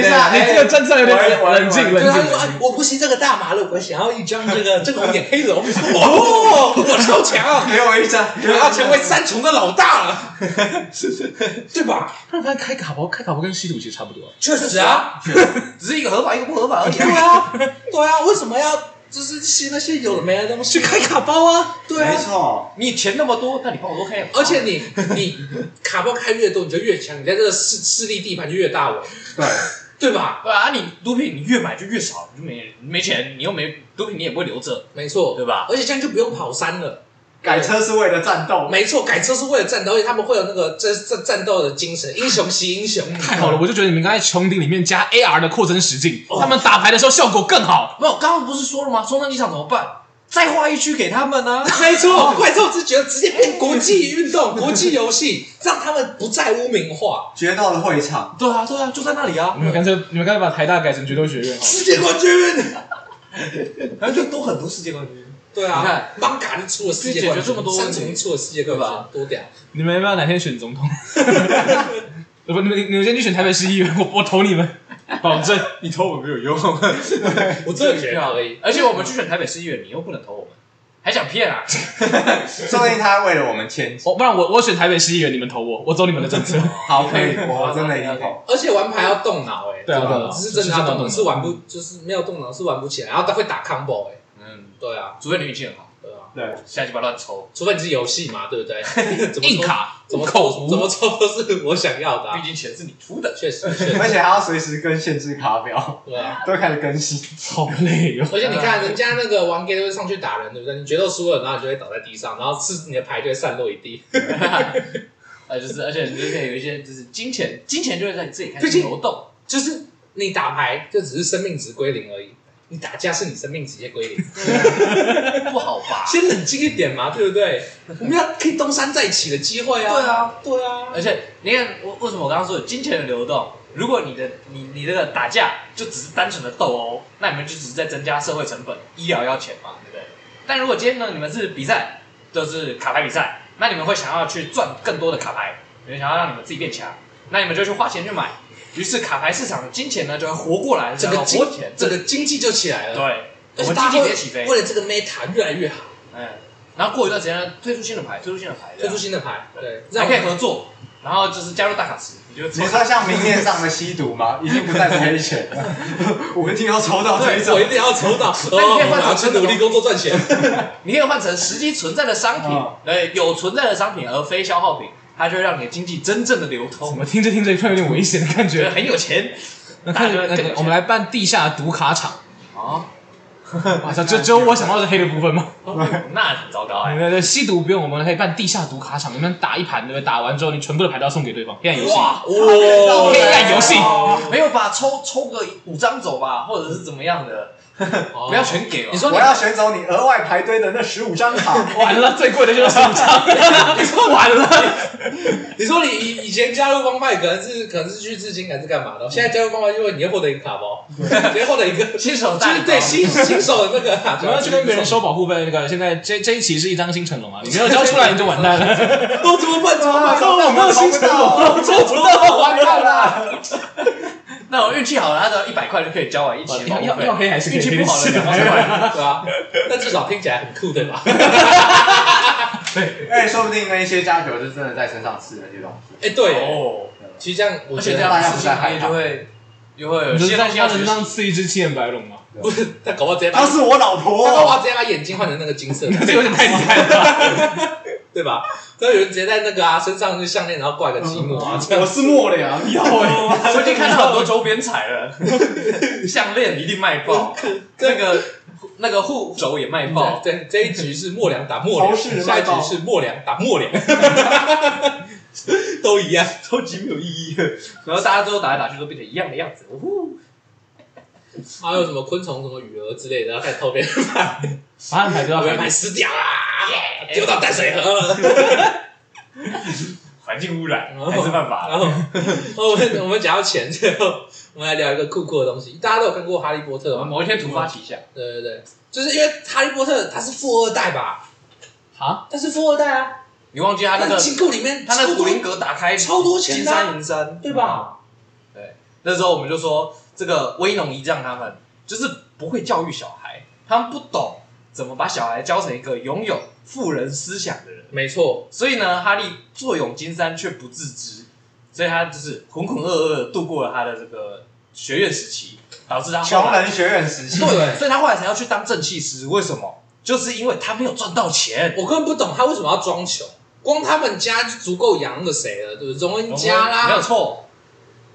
[SPEAKER 3] 等一下
[SPEAKER 4] 你这个站出来有点
[SPEAKER 3] 哎我
[SPEAKER 4] 冷冷静，
[SPEAKER 1] 对，
[SPEAKER 4] 冷
[SPEAKER 1] 他
[SPEAKER 4] 静，
[SPEAKER 1] 说
[SPEAKER 4] 冷
[SPEAKER 1] 哎
[SPEAKER 4] 静。
[SPEAKER 1] 我不吸这个大麻了，我想要一张这个这个红眼黑龙。 [laughs] 哦，我超强，
[SPEAKER 3] 给我一张，
[SPEAKER 1] 我要成为三重的老大 [laughs] 了，对吧？
[SPEAKER 4] 他发现开卡包，开卡包跟吸毒其实差不多。
[SPEAKER 1] 确实啊，
[SPEAKER 2] 只是一个合法一个不
[SPEAKER 1] [laughs]
[SPEAKER 2] 合法而已啊。
[SPEAKER 1] 对啊，对啊，为什么要就是吸那些有的没的东西？去开卡包啊，对
[SPEAKER 3] 没
[SPEAKER 1] 啊。
[SPEAKER 3] 错，
[SPEAKER 2] 你钱那么多，那你帮我多开点。
[SPEAKER 1] 而且你你卡包开越多，你就越强，你在这个势势力地盘就越大了，
[SPEAKER 3] 对，
[SPEAKER 1] 对吧？
[SPEAKER 2] 对啊，你毒品你越买就越少，你就没没钱，你又没毒品，你也不会留着，
[SPEAKER 1] 没错，
[SPEAKER 2] 对吧
[SPEAKER 1] 而且这样就不用跑山了。
[SPEAKER 3] 改车是为了战斗，
[SPEAKER 1] 没错，改车是为了战斗，而且他们会有那个这这战斗的精神，英雄惜英雄。
[SPEAKER 4] [laughs] 太好了，我就觉得你们刚才穹顶里面加 AR 的扩增实境，他们打牌的时候效果更好。
[SPEAKER 2] 没有，刚刚不是说了吗？中山机场怎么办？再划一区给他们 [laughs] 呢、啊？
[SPEAKER 1] 没错，哦怪兽之决直接变国际运动、 [laughs] 国际游戏，让他们不再污名化。
[SPEAKER 3] 决斗的会场。
[SPEAKER 2] 对啊，对啊，就在那里啊
[SPEAKER 4] 你，们干脆，你们干脆把台大改成决斗学院好了。
[SPEAKER 1] 世界冠军，
[SPEAKER 2] 然后就都很多世界冠军。
[SPEAKER 1] 对
[SPEAKER 2] 你
[SPEAKER 1] 啊
[SPEAKER 2] 看，
[SPEAKER 1] 邦卡就出了世界冠
[SPEAKER 2] 就解决这么
[SPEAKER 1] 军，
[SPEAKER 2] 多问
[SPEAKER 1] 三
[SPEAKER 2] 题
[SPEAKER 1] 重出了世界冠
[SPEAKER 2] 对吧
[SPEAKER 1] 军，多屌！
[SPEAKER 4] 你们要不要哪天选总统？呃 [laughs] 不，你们你们先去选台北市议员，我我投你们，哦保证。
[SPEAKER 3] 你投我没有
[SPEAKER 4] [laughs]
[SPEAKER 3] 用，
[SPEAKER 1] 我真的觉得可以。
[SPEAKER 2] 而且我们去选台北市议员，你又不能投我们，还想骗啊？
[SPEAKER 3] 说不定他为了我们迁就。
[SPEAKER 4] 哦，不然我我选台北市议员，你们投我，我走你们的政策。
[SPEAKER 3] 好，可以，我真的一定 [laughs] 投。
[SPEAKER 1] 而且玩牌要动脑哎，
[SPEAKER 4] 对啊
[SPEAKER 1] 真的
[SPEAKER 4] 对啊
[SPEAKER 1] 只是真的要动
[SPEAKER 4] 是真的要动
[SPEAKER 1] 脑，
[SPEAKER 4] 脑
[SPEAKER 1] 是玩不就是没有动脑是玩不起来，然后他会打 combo 哎，
[SPEAKER 2] 嗯，
[SPEAKER 1] 对啊，
[SPEAKER 2] 除非你运气很好，
[SPEAKER 1] 对啊，
[SPEAKER 3] 对，
[SPEAKER 2] 瞎鸡巴乱抽，
[SPEAKER 1] 除非你是游戏嘛，对不对？怎么
[SPEAKER 4] 硬
[SPEAKER 1] 抽
[SPEAKER 4] 卡，
[SPEAKER 1] 怎么
[SPEAKER 4] 口
[SPEAKER 1] 抽怎
[SPEAKER 4] 无
[SPEAKER 1] 么抽都是我想要的啊
[SPEAKER 2] [laughs] 毕，竟钱是你出的。
[SPEAKER 1] 确实确
[SPEAKER 3] 而
[SPEAKER 1] 实，
[SPEAKER 3] 且还要随时更限制卡表，
[SPEAKER 1] 对啊。
[SPEAKER 3] 都开始更新。
[SPEAKER 4] [laughs] 好累哦哟、
[SPEAKER 1] 而且你
[SPEAKER 2] [laughs]
[SPEAKER 1] 看，人家那个玩 game 都会上去打人，对不对？你决斗输了，然后你就会倒在地上，然后是你的牌就会散落一地。
[SPEAKER 2] 呃，就是而且你就可以有一些就是金钱，金钱就会在你自己开
[SPEAKER 1] 毕
[SPEAKER 2] 始
[SPEAKER 1] 竟
[SPEAKER 2] 流动。
[SPEAKER 1] 就是你打牌就只是生命值归零而已，你打架是你生命直接归零。
[SPEAKER 2] 不好吧？
[SPEAKER 1] 先冷静一点嘛，对不对？我们要可以东山再起的机会啊！
[SPEAKER 2] 对啊，
[SPEAKER 1] 对啊。
[SPEAKER 2] 而且你看，我为什么我刚刚说有金钱的流动？如果你的你你这个打架就只是单纯的斗殴，那你们就只是在增加社会成本，医疗要钱嘛，对不对？但如果今天呢，你们是比赛，就是卡牌比赛，那你们会想要去赚更多的卡牌，你们想要让你们自己变强，那你们就去花钱去买，于是卡牌市场的金钱呢就会活过来，
[SPEAKER 1] 这
[SPEAKER 2] 叫
[SPEAKER 1] 个
[SPEAKER 2] 做
[SPEAKER 1] 经
[SPEAKER 2] 活钱，
[SPEAKER 1] 这个经济就起来了，
[SPEAKER 2] 对，啊
[SPEAKER 1] 而
[SPEAKER 2] 我
[SPEAKER 1] 且
[SPEAKER 2] 们
[SPEAKER 1] 大
[SPEAKER 2] 经
[SPEAKER 1] 家会
[SPEAKER 2] 济直接起飞，
[SPEAKER 1] 为了这个 meta 越来越好，
[SPEAKER 2] 嗯，然后过一段时间呢推出新的牌，推出新的牌，这
[SPEAKER 1] 推
[SPEAKER 2] 样
[SPEAKER 1] 出新的牌，对，让
[SPEAKER 2] 还可以
[SPEAKER 1] 我
[SPEAKER 2] 合
[SPEAKER 1] 们
[SPEAKER 2] 作，然后就是加入大卡池，你就
[SPEAKER 3] 你说像明面上的吸毒吗？已经不再是黑钱了， [laughs] 我一定要抽到这一种
[SPEAKER 1] 我一。定要抽
[SPEAKER 2] [laughs]
[SPEAKER 1] 到，哦，
[SPEAKER 2] 但你可以
[SPEAKER 1] 我
[SPEAKER 2] 换
[SPEAKER 1] 要去
[SPEAKER 2] 成
[SPEAKER 1] 努力工作赚钱。
[SPEAKER 2] 你可以换成实际存在的商品
[SPEAKER 3] 嗯，
[SPEAKER 2] 对，有存在的商品而非消耗品，它就会让你的经济真正的流
[SPEAKER 4] 我
[SPEAKER 2] 通，
[SPEAKER 4] 们听着听着突然有点危险的感
[SPEAKER 2] 觉得
[SPEAKER 4] [laughs] 觉。
[SPEAKER 2] 很有钱
[SPEAKER 4] 那看
[SPEAKER 2] 大
[SPEAKER 4] 着
[SPEAKER 2] 家更
[SPEAKER 4] 那
[SPEAKER 2] 有
[SPEAKER 4] 个
[SPEAKER 2] 钱，
[SPEAKER 4] 我们来办地下赌卡 [laughs] 场。啊
[SPEAKER 2] 哦，
[SPEAKER 4] 哇操，只只有我想到的是黑的部分 [laughs] 吗？啊
[SPEAKER 2] 那很糟糕
[SPEAKER 4] 那
[SPEAKER 2] 哎，
[SPEAKER 4] 个吸毒不用，我们可以办地下赌卡场，你们打一盘，对不对？打完之后，你全部的牌都要送给对方，黑暗游戏。 [laughs]
[SPEAKER 2] 哇，哦
[SPEAKER 1] 哇哦
[SPEAKER 4] 黑暗游戏，
[SPEAKER 2] 没
[SPEAKER 1] 哎
[SPEAKER 2] 有吧？抽抽个五张走吧，或者是怎么样的， [laughs] 不要全给哦。
[SPEAKER 1] 你说
[SPEAKER 3] 我要选走你额外排队的那十五张
[SPEAKER 1] [laughs]
[SPEAKER 3] 卡，
[SPEAKER 4] 完了，最贵的就是五 [laughs] 张，完了。
[SPEAKER 1] 你说你以以前加入帮派可能是可能是去致敬还是干嘛的，现在加入帮派就会你会获得一个卡 [laughs] 包，直接获得一个，
[SPEAKER 2] 新手
[SPEAKER 1] 就
[SPEAKER 2] 大
[SPEAKER 1] 是
[SPEAKER 2] 礼包
[SPEAKER 1] 对新新手的那个卡
[SPEAKER 4] 我们
[SPEAKER 1] 包
[SPEAKER 4] 要去跟别人收保护费，那个现在这这一期是一张新成龙啊，你没有交出来你就完蛋 [laughs] 了。
[SPEAKER 1] 哦，怎么办？怎 [laughs] 么办？
[SPEAKER 3] 我们抽不
[SPEAKER 1] 哦
[SPEAKER 3] 到，
[SPEAKER 1] 做不到，完蛋了！
[SPEAKER 2] [laughs] 那我运气好了，他只要一百块就可以交完一期的保护
[SPEAKER 4] 要
[SPEAKER 1] [laughs]
[SPEAKER 2] 费
[SPEAKER 4] 要黑还是可以
[SPEAKER 2] 运气不
[SPEAKER 4] [laughs]
[SPEAKER 2] 好的两万块，
[SPEAKER 1] 对啊，但至少听起来很酷，对吧？
[SPEAKER 3] 哎，说不定那一些家酒就真的在身上吃了这些东西。
[SPEAKER 1] 哎，对耶，
[SPEAKER 2] 哦，
[SPEAKER 1] 其实这样我
[SPEAKER 2] 而
[SPEAKER 1] 觉
[SPEAKER 2] 且这
[SPEAKER 1] 得
[SPEAKER 2] 样事情行业就会就会有
[SPEAKER 4] 你
[SPEAKER 2] 些
[SPEAKER 4] 知道
[SPEAKER 2] 东西要
[SPEAKER 4] 他能
[SPEAKER 2] 学
[SPEAKER 4] 让
[SPEAKER 2] 习，
[SPEAKER 4] 刺一只青眼白龙吗？
[SPEAKER 1] 不是，他搞不好直接把
[SPEAKER 3] 她，是我老婆
[SPEAKER 1] 他搞不好
[SPEAKER 3] 哦，
[SPEAKER 1] 直接把眼睛换成那个金色的，
[SPEAKER 4] [laughs] 这有点太厉害了。
[SPEAKER 1] 对吧？那有人直接在那个啊身上就项链，然后挂个积木啊，这
[SPEAKER 3] 我
[SPEAKER 1] 样
[SPEAKER 3] 是末了，你要
[SPEAKER 1] 啊
[SPEAKER 3] 哎，
[SPEAKER 2] 我已经看到很多周边彩了，项链一定卖爆，那个那个护手也卖爆，
[SPEAKER 1] [laughs] 对，这一局是莫良打莫良，
[SPEAKER 3] 超市
[SPEAKER 1] 下一
[SPEAKER 3] 卖
[SPEAKER 1] 局
[SPEAKER 3] 爆
[SPEAKER 1] 是莫良打莫
[SPEAKER 3] [laughs]
[SPEAKER 1] 良，都一样。
[SPEAKER 2] 超级没有意义。然后大家最后打来打去都变成一样的样子，呜
[SPEAKER 1] 还有什么昆虫、什么鱼儿之类的，然后开始偷别人 [laughs] 牌，
[SPEAKER 4] [laughs] 把安排都要
[SPEAKER 1] 把别人
[SPEAKER 4] 排
[SPEAKER 1] 牌
[SPEAKER 4] [laughs]
[SPEAKER 1] 撕掉啊，丢到淡水河。
[SPEAKER 2] 环境污染
[SPEAKER 1] 哦
[SPEAKER 2] 还是犯法
[SPEAKER 1] [laughs] 然后我们我们讲到钱，最后我们来聊一个酷酷的东西。大家都有看过《哈利波特》
[SPEAKER 2] 我们
[SPEAKER 3] 嗯
[SPEAKER 1] 吗？
[SPEAKER 2] 某一天突发奇想，
[SPEAKER 1] 对对对，就是因为《哈利波特》他是富二代吧？
[SPEAKER 4] 啊，
[SPEAKER 1] 他是富二代啊！
[SPEAKER 2] 你忘记他那
[SPEAKER 1] 那
[SPEAKER 2] 个
[SPEAKER 1] 金库里面
[SPEAKER 2] 他那
[SPEAKER 1] 超
[SPEAKER 2] 个古
[SPEAKER 1] 多
[SPEAKER 2] 灵阁打开
[SPEAKER 1] 超多钱
[SPEAKER 2] 金
[SPEAKER 1] 的啊
[SPEAKER 2] 山银山，
[SPEAKER 1] 对吧？
[SPEAKER 2] 那时候我们就说，这个威农一丈他们就是不会教育小孩，他们不懂怎么把小孩教成一个拥有富人思想的人。
[SPEAKER 1] 没错，
[SPEAKER 2] 所以呢，哈利坐拥金山却不自知，所以他就是浑浑噩噩地度过了他的这个学院时期，导致他后
[SPEAKER 3] 穷
[SPEAKER 2] 来，
[SPEAKER 3] 人学院时期，
[SPEAKER 1] 对，
[SPEAKER 2] 所以他后来才要去当正气师。为什么？就是因为他没有赚到钱。
[SPEAKER 1] 我根本不懂他为什么要装穷。光他们家就足够养那个谁了，对不对？荣恩家
[SPEAKER 2] 哦没有哎
[SPEAKER 1] 啦，
[SPEAKER 2] 错，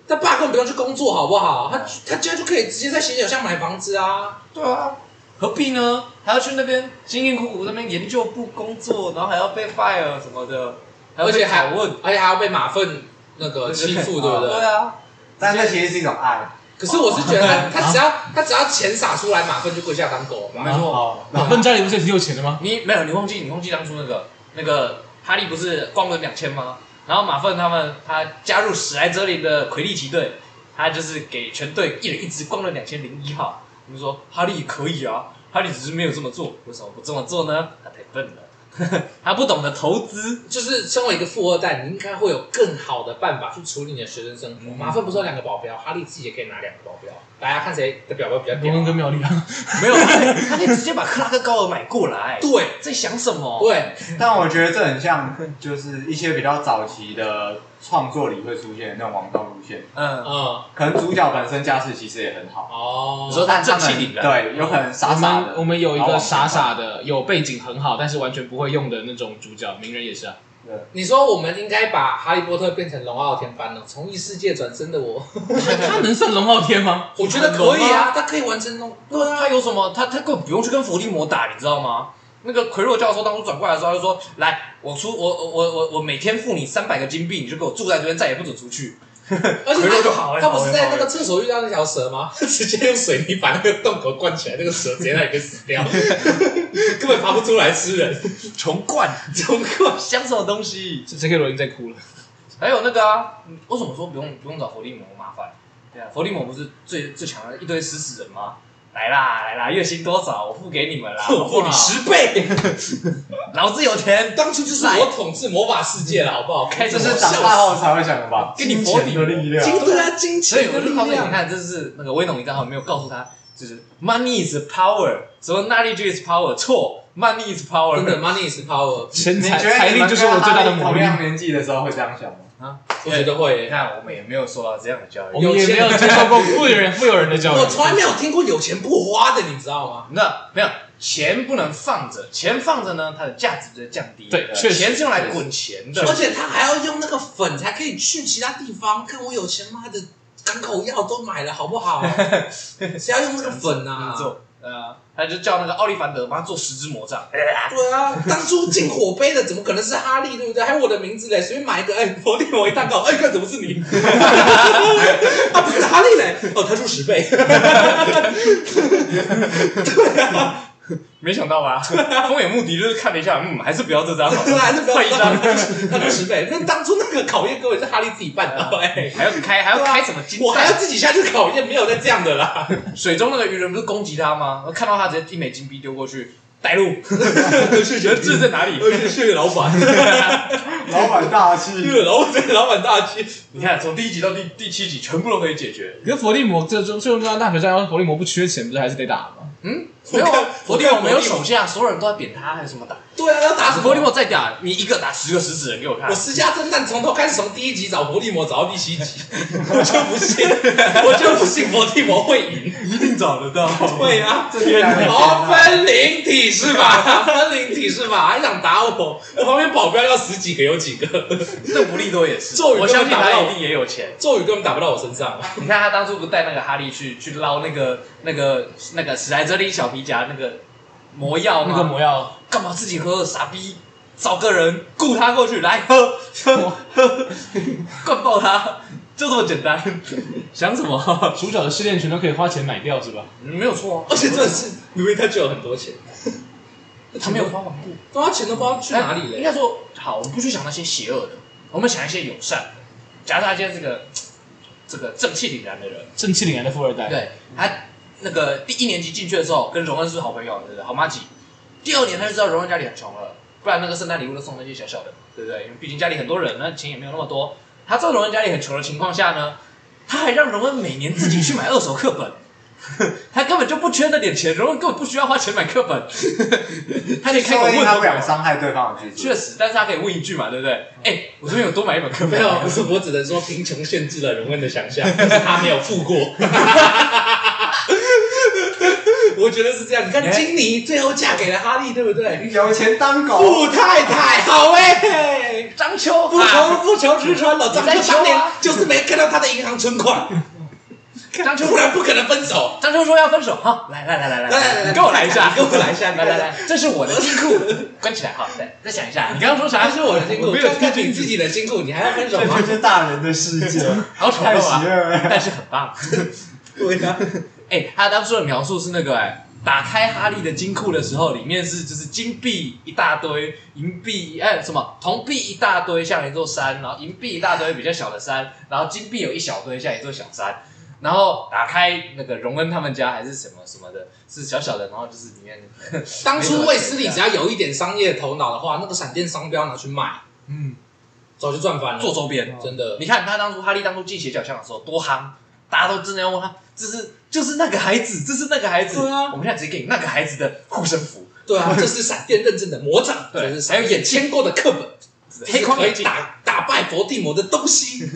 [SPEAKER 1] 他爸根本不用去工作，好不好？他他家就可以直接在斜角巷买房子啊。
[SPEAKER 2] 对啊，何必呢？还要去那边辛辛苦苦那边研究部工作，然后还要被 fire 什么的，还要
[SPEAKER 1] 而且
[SPEAKER 2] 被
[SPEAKER 1] 还
[SPEAKER 2] 拷问，
[SPEAKER 1] 而且还要被马粪那个欺
[SPEAKER 2] [laughs]
[SPEAKER 1] 负，对不对？
[SPEAKER 2] 对啊，
[SPEAKER 3] 但那其实是一种爱。
[SPEAKER 1] 可是我是觉得
[SPEAKER 2] [laughs]
[SPEAKER 1] 他，他只要他只要钱撒出来，马粪就跪下当狗了吧。
[SPEAKER 2] 没错。
[SPEAKER 3] 哦，
[SPEAKER 4] 马粪家里不是也挺有钱的吗？
[SPEAKER 2] 你没有，你忘记你忘记当初那个那个哈利不是光轮两千吗？然后马粪他们他加入史莱哲林的魁地奇队，他就是给全队一人一支光轮两千零一号。我们说哈利可以啊，哈利只是没有这么做，为什么不这么做呢？他太笨了。 [laughs] 他不懂得投资，
[SPEAKER 1] 就是身为一个富二代，你应该会有更好的办法去处理你的学生生活。
[SPEAKER 2] 嗯
[SPEAKER 1] 马粪不是有两个保镖，哈利自己也可以拿两个保镖，大家看谁的表表比较
[SPEAKER 4] 罗
[SPEAKER 1] 屌
[SPEAKER 2] 嗯
[SPEAKER 4] 恩。跟妙丽啊，
[SPEAKER 2] 没有，他可以他可以直接把克拉克高尔买过来。
[SPEAKER 1] 对
[SPEAKER 2] 在想什么？
[SPEAKER 1] 对，
[SPEAKER 3] 但我觉得这很像，就是一些比较早期的创作里会出现的那种王道路线，
[SPEAKER 2] 嗯，
[SPEAKER 1] 嗯，
[SPEAKER 3] 可能主角本身家世其实也很好，
[SPEAKER 1] 哦，
[SPEAKER 2] 你说他
[SPEAKER 3] 但他
[SPEAKER 2] 正气
[SPEAKER 3] 们
[SPEAKER 2] 凛然，
[SPEAKER 3] 对，有可能傻
[SPEAKER 4] 我
[SPEAKER 3] 傻
[SPEAKER 4] 们
[SPEAKER 3] 的。
[SPEAKER 4] 我们有一
[SPEAKER 3] 然后
[SPEAKER 4] 个
[SPEAKER 3] 往
[SPEAKER 4] 傻
[SPEAKER 3] 前
[SPEAKER 4] 傻的，有背景很好，但是完全不会用的那种主角，名人也 [laughs] 是啊。
[SPEAKER 1] 你说我们应该把哈利波特变成龙傲天般了，从异世界转身的 [laughs] 我，
[SPEAKER 4] 他能算龙傲天吗？
[SPEAKER 1] 我觉得可以啊，他可以完成龙。
[SPEAKER 2] 对啊，他有什么？他他根本不用去跟伏地魔打，你知道吗？那个奎若教授当初转过来的时候，他就说：“来，我出我我我我我每天付你三百个金币，你就给我住在这边，再也不准出去。
[SPEAKER 1] 而且
[SPEAKER 2] 回头就好
[SPEAKER 1] 他
[SPEAKER 2] 哎
[SPEAKER 1] 他不是在那
[SPEAKER 2] 好哎
[SPEAKER 1] 个厕所遇到那条蛇吗？ [laughs] 直接用水泥把那个洞口灌起来，那个蛇直接在里面死 [laughs] 掉，根本爬不出来吃人。
[SPEAKER 2] 重灌，
[SPEAKER 1] 中国
[SPEAKER 2] 想什么东西？
[SPEAKER 4] 这这个罗琳在哭 [laughs] 了。
[SPEAKER 2] 还有那个啊，嗯为什么说不用不用找伏地魔麻烦？对啊，伏地魔不是最最强的一堆食死人吗？来啦来啦，月薪多少我付给你们啦，
[SPEAKER 1] [laughs] 我付你
[SPEAKER 2] 好
[SPEAKER 1] 十倍，
[SPEAKER 2] 不好老子有钱，
[SPEAKER 1] 当初就是我统治魔法世界了，好不好？
[SPEAKER 2] 开
[SPEAKER 3] 这
[SPEAKER 2] 始
[SPEAKER 3] 是长大后才会想的吧？
[SPEAKER 2] 跟你
[SPEAKER 3] 金钱
[SPEAKER 2] 搏
[SPEAKER 3] 的力量，
[SPEAKER 1] 金对啊，金
[SPEAKER 2] 所以
[SPEAKER 1] 钱
[SPEAKER 2] 我
[SPEAKER 1] 的
[SPEAKER 2] 就
[SPEAKER 1] 力
[SPEAKER 2] 告诉你，你
[SPEAKER 1] 量。
[SPEAKER 2] 看，这是那个威农一账号没有告诉他，就是 money is power，什么 knowledge is power，错，money is power，
[SPEAKER 1] 真的，money is power，
[SPEAKER 4] 钱
[SPEAKER 3] 你
[SPEAKER 4] 财
[SPEAKER 3] 觉得
[SPEAKER 4] 财
[SPEAKER 3] 你
[SPEAKER 4] 力
[SPEAKER 3] 们
[SPEAKER 4] 就是
[SPEAKER 3] 跟
[SPEAKER 4] 我最大的
[SPEAKER 3] 哈利
[SPEAKER 4] 魔
[SPEAKER 3] 同
[SPEAKER 4] 力。
[SPEAKER 3] 样年纪的时候会这样想吗？
[SPEAKER 2] 啊！
[SPEAKER 1] 我觉得会
[SPEAKER 2] 你
[SPEAKER 1] 耶。
[SPEAKER 2] 看，我们也没有受到这样的教
[SPEAKER 4] 我
[SPEAKER 2] 育。
[SPEAKER 4] 们也没有接受过富人富有人的教育。
[SPEAKER 1] 我从来没有听过有钱不花的，你知道吗？
[SPEAKER 2] 那没有钱不能放着，钱放着呢，它的价值就会降低。
[SPEAKER 4] 对，
[SPEAKER 2] 呃
[SPEAKER 4] 确
[SPEAKER 2] 钱
[SPEAKER 4] 实
[SPEAKER 2] 是用来滚钱的
[SPEAKER 1] 而。且他还要用那个粉才可以去其他地方。看我有钱，妈的，港口药都买了，好不好？ [laughs] 谁要用那个粉啊？
[SPEAKER 2] 做，呃，他就叫那个奥利凡德帮他做十只魔杖。
[SPEAKER 1] 对啊，当初进火杯的怎么可能是哈利，对不对？还有我的名字嘞，随便买一个，哎，佛地魔一蛋糕，哎，看怎么是 [laughs] 你？啊，不是哈利嘞，哦，他出十倍，
[SPEAKER 2] 没想到 [laughs] 吧？风眼穆迪就是看了一下，嗯，还是不要这张好
[SPEAKER 1] 可
[SPEAKER 2] 了，
[SPEAKER 1] [laughs] 还是啊不要
[SPEAKER 2] 换一张。
[SPEAKER 1] 他出十倍。那当初那个考验根本是哈利自己办到， [laughs] 哎，
[SPEAKER 2] [laughs] 还要开，还要开什么金
[SPEAKER 1] 我还
[SPEAKER 2] 蛋
[SPEAKER 1] 要？自己下去考验，没有再这样的啦。
[SPEAKER 2] 水中那个渔人不是攻击他吗？我看到他直接一枚金币丢过去，带路，
[SPEAKER 1] 谢
[SPEAKER 2] 觉得字在哪里？
[SPEAKER 1] 谢谢老板， [laughs]
[SPEAKER 3] 老板大
[SPEAKER 1] 因
[SPEAKER 3] 气，
[SPEAKER 1] 为老板老板大气，
[SPEAKER 2] 你看，从第一集到第第七集，全部都可以解决。
[SPEAKER 4] 可是伏地魔这最最终大决战，要是伏地魔不缺钱，不是还是得打吗？
[SPEAKER 2] 没有
[SPEAKER 1] 我看
[SPEAKER 2] 啊，伏地
[SPEAKER 1] 我
[SPEAKER 2] 魔
[SPEAKER 1] 看
[SPEAKER 2] 没有
[SPEAKER 1] 伏地魔
[SPEAKER 2] 手下，所有人都在扁他，还有什么打？
[SPEAKER 1] 对啊，要打死
[SPEAKER 2] 伏
[SPEAKER 1] 佛
[SPEAKER 2] 地
[SPEAKER 1] 地
[SPEAKER 2] 魔
[SPEAKER 1] 魔。
[SPEAKER 2] 再打，你一个打十个食死人给我看
[SPEAKER 1] 我。私家侦探从头开始，从第一集找佛地魔找到第
[SPEAKER 2] [laughs]
[SPEAKER 1] 七集，我就不信，我就不信佛地魔会赢。
[SPEAKER 2] 一定找得到。
[SPEAKER 1] 对啊，
[SPEAKER 3] 这是
[SPEAKER 2] 哎
[SPEAKER 3] 两个
[SPEAKER 1] 哦，分灵体是吧？分灵体是吧？还想打我？我旁边保镖要十几个，有几个？
[SPEAKER 2] 邓布利多也是，
[SPEAKER 1] 咒语
[SPEAKER 2] 我相信
[SPEAKER 1] 都打
[SPEAKER 2] 他
[SPEAKER 1] 到
[SPEAKER 2] 一定也有钱。
[SPEAKER 1] 咒语根本打不到我身上啊！
[SPEAKER 2] 你看他当初不带那个哈利去去捞那个那个那个史莱哲林小皮夹那个魔药吗？
[SPEAKER 4] 那个魔药，
[SPEAKER 2] 干嘛自己喝？傻逼！找个人雇他过去来喝喝喝，灌爆他，就这么简单。想什么？
[SPEAKER 4] 主角的试炼权都可以花钱买掉，是吧？
[SPEAKER 2] 没有错、啊，
[SPEAKER 1] 而且真的是，明明他就有很多钱，
[SPEAKER 2] 他没有花哎完过。
[SPEAKER 1] 对啊，钱都不知道去哪里了。
[SPEAKER 2] 应该说，好，我们不去想那些邪恶的，我们想一些友善的。假设他今天是个这个正气凛然的人，
[SPEAKER 4] [laughs] 正气凛然的富二代，
[SPEAKER 2] 对他那个第一年级进去的时候，跟荣恩是好朋友，对不对？好妈几。第二年他就知道荣恩家里很穷了，不然那个圣诞礼物都送那些小小的，对不对？因为毕竟家里很多人，那钱也没有那么多。他知道荣恩家里很穷的情况下呢，他还让荣恩每年自己去买二手课本。 [laughs] 他根本就不缺那点钱，荣恩根本不需要花钱买课本， [laughs] 他连开
[SPEAKER 3] 说
[SPEAKER 2] 口
[SPEAKER 3] 不
[SPEAKER 2] 问
[SPEAKER 3] 定他
[SPEAKER 2] 都
[SPEAKER 3] 不
[SPEAKER 2] 没有
[SPEAKER 3] 想。伤害对方的自己
[SPEAKER 2] 确。实，但是他可以问一句嘛，对不对？哎、我这边有多买一本课
[SPEAKER 1] 没
[SPEAKER 2] [laughs] 本，
[SPEAKER 1] 有，不是，我只能说贫穷限制了荣恩的想象， [laughs] 但是他没有富过。 [laughs] 我觉得是这样。你哎看，金妮最后嫁给了哈利，对不对？
[SPEAKER 3] 有钱当狗，
[SPEAKER 1] 富太太，好哎、
[SPEAKER 2] 张秋
[SPEAKER 1] [laughs] 不
[SPEAKER 2] 啊，
[SPEAKER 1] 愁不愁吃穿了，张
[SPEAKER 2] 在
[SPEAKER 1] 秋
[SPEAKER 2] 求
[SPEAKER 1] 当年
[SPEAKER 2] 啊
[SPEAKER 1] 就是没看到他的银行存款， [laughs]
[SPEAKER 2] 张秋
[SPEAKER 1] 不然不可能分手。
[SPEAKER 2] 张秋说要分手哈，来来来来
[SPEAKER 1] 来
[SPEAKER 2] 来
[SPEAKER 1] 来来
[SPEAKER 2] 你跟我来一下，
[SPEAKER 1] 你跟我来一下
[SPEAKER 2] 来来来，这是我的金库，关起来哈，再再想一下，你刚刚说啥？
[SPEAKER 1] 还是我的辛苦，
[SPEAKER 2] 没有
[SPEAKER 1] 看看
[SPEAKER 2] 听
[SPEAKER 1] 你自己的辛苦，你还要分手
[SPEAKER 3] 这
[SPEAKER 1] [laughs] 吗
[SPEAKER 3] 就？是大人的世界，
[SPEAKER 2] 好丑
[SPEAKER 3] 太邪
[SPEAKER 2] 陋啊，
[SPEAKER 3] 恶了。
[SPEAKER 2] 但是很棒。 [laughs]
[SPEAKER 3] [laughs]
[SPEAKER 1] 对啊，
[SPEAKER 2] 哎、他当初的描述是那个哎、打开哈利的金库的时候，里面是就是金币一大堆，银币哎、什么铜币一大堆，像一座山，然后银币一大堆比较小的山，然后金币有一小堆，像一座小山。然后打开那个荣恩他们家还是什么什么的，是小小的，然后就是里面
[SPEAKER 1] 当初卫斯理只要有一点商业头脑的话，那个闪电商标拿去卖，
[SPEAKER 4] 嗯，
[SPEAKER 1] 早就赚翻了。
[SPEAKER 2] 做周边。
[SPEAKER 1] 真的，
[SPEAKER 2] 你看他当初哈利当初进斜角巷的时候多夯，大家都真的要问他，这是就是那个孩子，这是那个孩子。
[SPEAKER 1] 对啊
[SPEAKER 2] 我们现在直接给你那个孩子的护身符，
[SPEAKER 1] 对啊，这是闪电认证的魔杖，
[SPEAKER 2] 对
[SPEAKER 1] 就是还有眼签过的课本，
[SPEAKER 2] 黑框
[SPEAKER 1] 可
[SPEAKER 2] 眼
[SPEAKER 1] 以
[SPEAKER 2] 镜，
[SPEAKER 1] 打打败伏地魔的东西，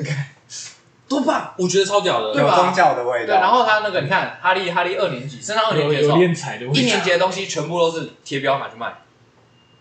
[SPEAKER 2] 多棒！
[SPEAKER 1] 我觉得超屌的。
[SPEAKER 2] 对吧
[SPEAKER 3] 有宗教的味
[SPEAKER 2] 对，
[SPEAKER 3] 道。
[SPEAKER 2] 然后他那个你看哈利哈利二年级升上二年级的时候，
[SPEAKER 4] 彩的
[SPEAKER 2] 一年级的东西全部都是贴标拿去卖，